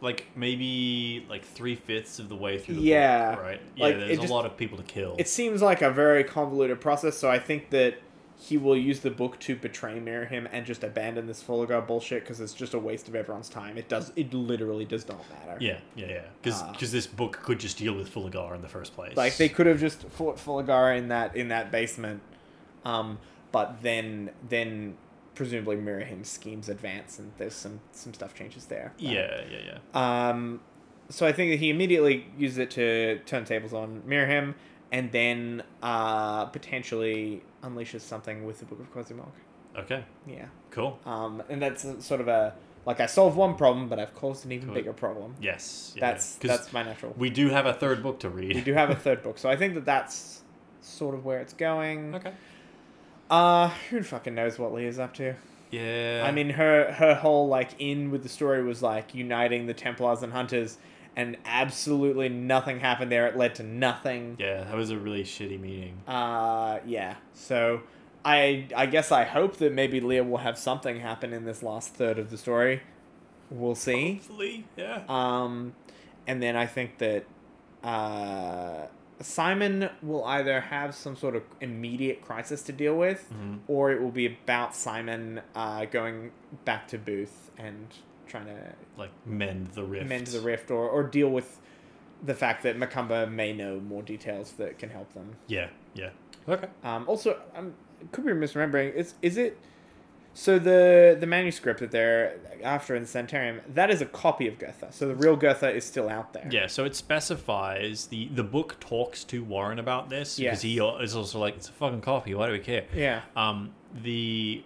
like maybe like three fifths of the way through the
Yeah.
book, right? Yeah,
Like,
there's
it
a
just-
lot of people to kill.
It seems like a very convoluted process. So I think that. He will use the book to betray Merriam and just abandon this Beauregard bullshit because it's just a waste of everyone's time. It does. It literally does not matter.
yeah, yeah, yeah. Because
Ah.
this book could just deal with Fuligar in the first place.
Like they could have just fought Fulgara in that in that basement, um, but then then presumably Mirahim's schemes advance and there's some some stuff changes there.
Yeah, yeah, yeah.
Um, so I think that he immediately uses it to turn tables on Mirahim, and then uh, potentially unleashes something with the Book of Quasimog.
Okay,
Yeah.
cool.
Um, and that's a- sort of a like I solved one problem, but I've caused an even
Cool.
bigger problem.
Yes, yeah,
That's
'Cause
that's my natural.
we do have a third book to read.
We do have a third book, so I think that that's sort of where it's going.
Okay.
Uh, who fucking knows what Leah's up to?
Yeah.
I mean, her her whole like in with the story was like uniting the Templars and Hunters, and absolutely nothing happened there. It led to nothing.
yeah, that was a really shitty meeting.
Uh, yeah. So, I I guess I hope that maybe Leah will have something happen in this last third of the story. We'll see.
Hopefully, yeah.
Um, and then I think that uh, Simon will either have some sort of immediate crisis to deal with,
Mhm.
or it will be about Simon uh, going back to Booth and trying to
Like mend the rift.
mend the rift or, or deal with the fact that Macumba may know more details that can help them.
Yeah, yeah. Okay.
Um, also, um, I could be misremembering. Is is it? So the the manuscript that they're after in the Sanitarium that is a copy of Goethe. So the real Goethe is still out there.
Yeah, so it specifies the the book talks to Warren about this because he al- is also like it's a fucking copy. Why do we care?
Yeah.
Um, the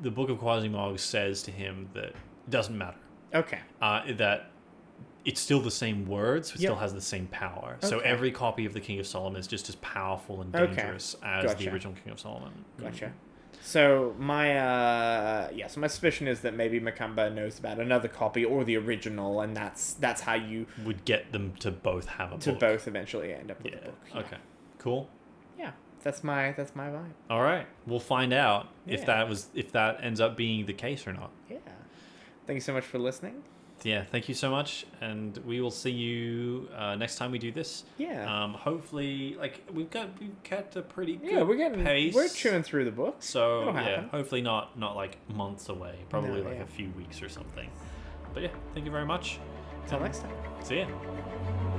the book of Quasimog says to him that it doesn't matter.
Okay.
Uh, that it's still the same words, it
Yep.
still has the same power. So
Okay.
every copy of the King of Solomon is just as powerful and
Okay.
dangerous as
Gotcha.
the original King of Solomon.
Gotcha. So my uh yeah, so my suspicion is that maybe Macumba knows about another copy or the original, and that's that's how you
Would get them to both have a
to
book.
both eventually end up with
Yeah.
the book.
Okay. Cool.
Yeah, that's my that's my vibe.
All right. We'll find out
Yeah.
if that was if that ends up being the case or not.
Yeah. Thank you so much for listening.
yeah thank you so much and we will see you uh, next time we do this
Yeah.
um hopefully like we've got we've kept a pretty good
yeah, we're getting
pace
we're chewing through the books.
so
It'll
yeah
happen.
hopefully not not like months away probably
No,
like
yeah.
a few weeks or something but yeah thank you very much
Till next time.
see ya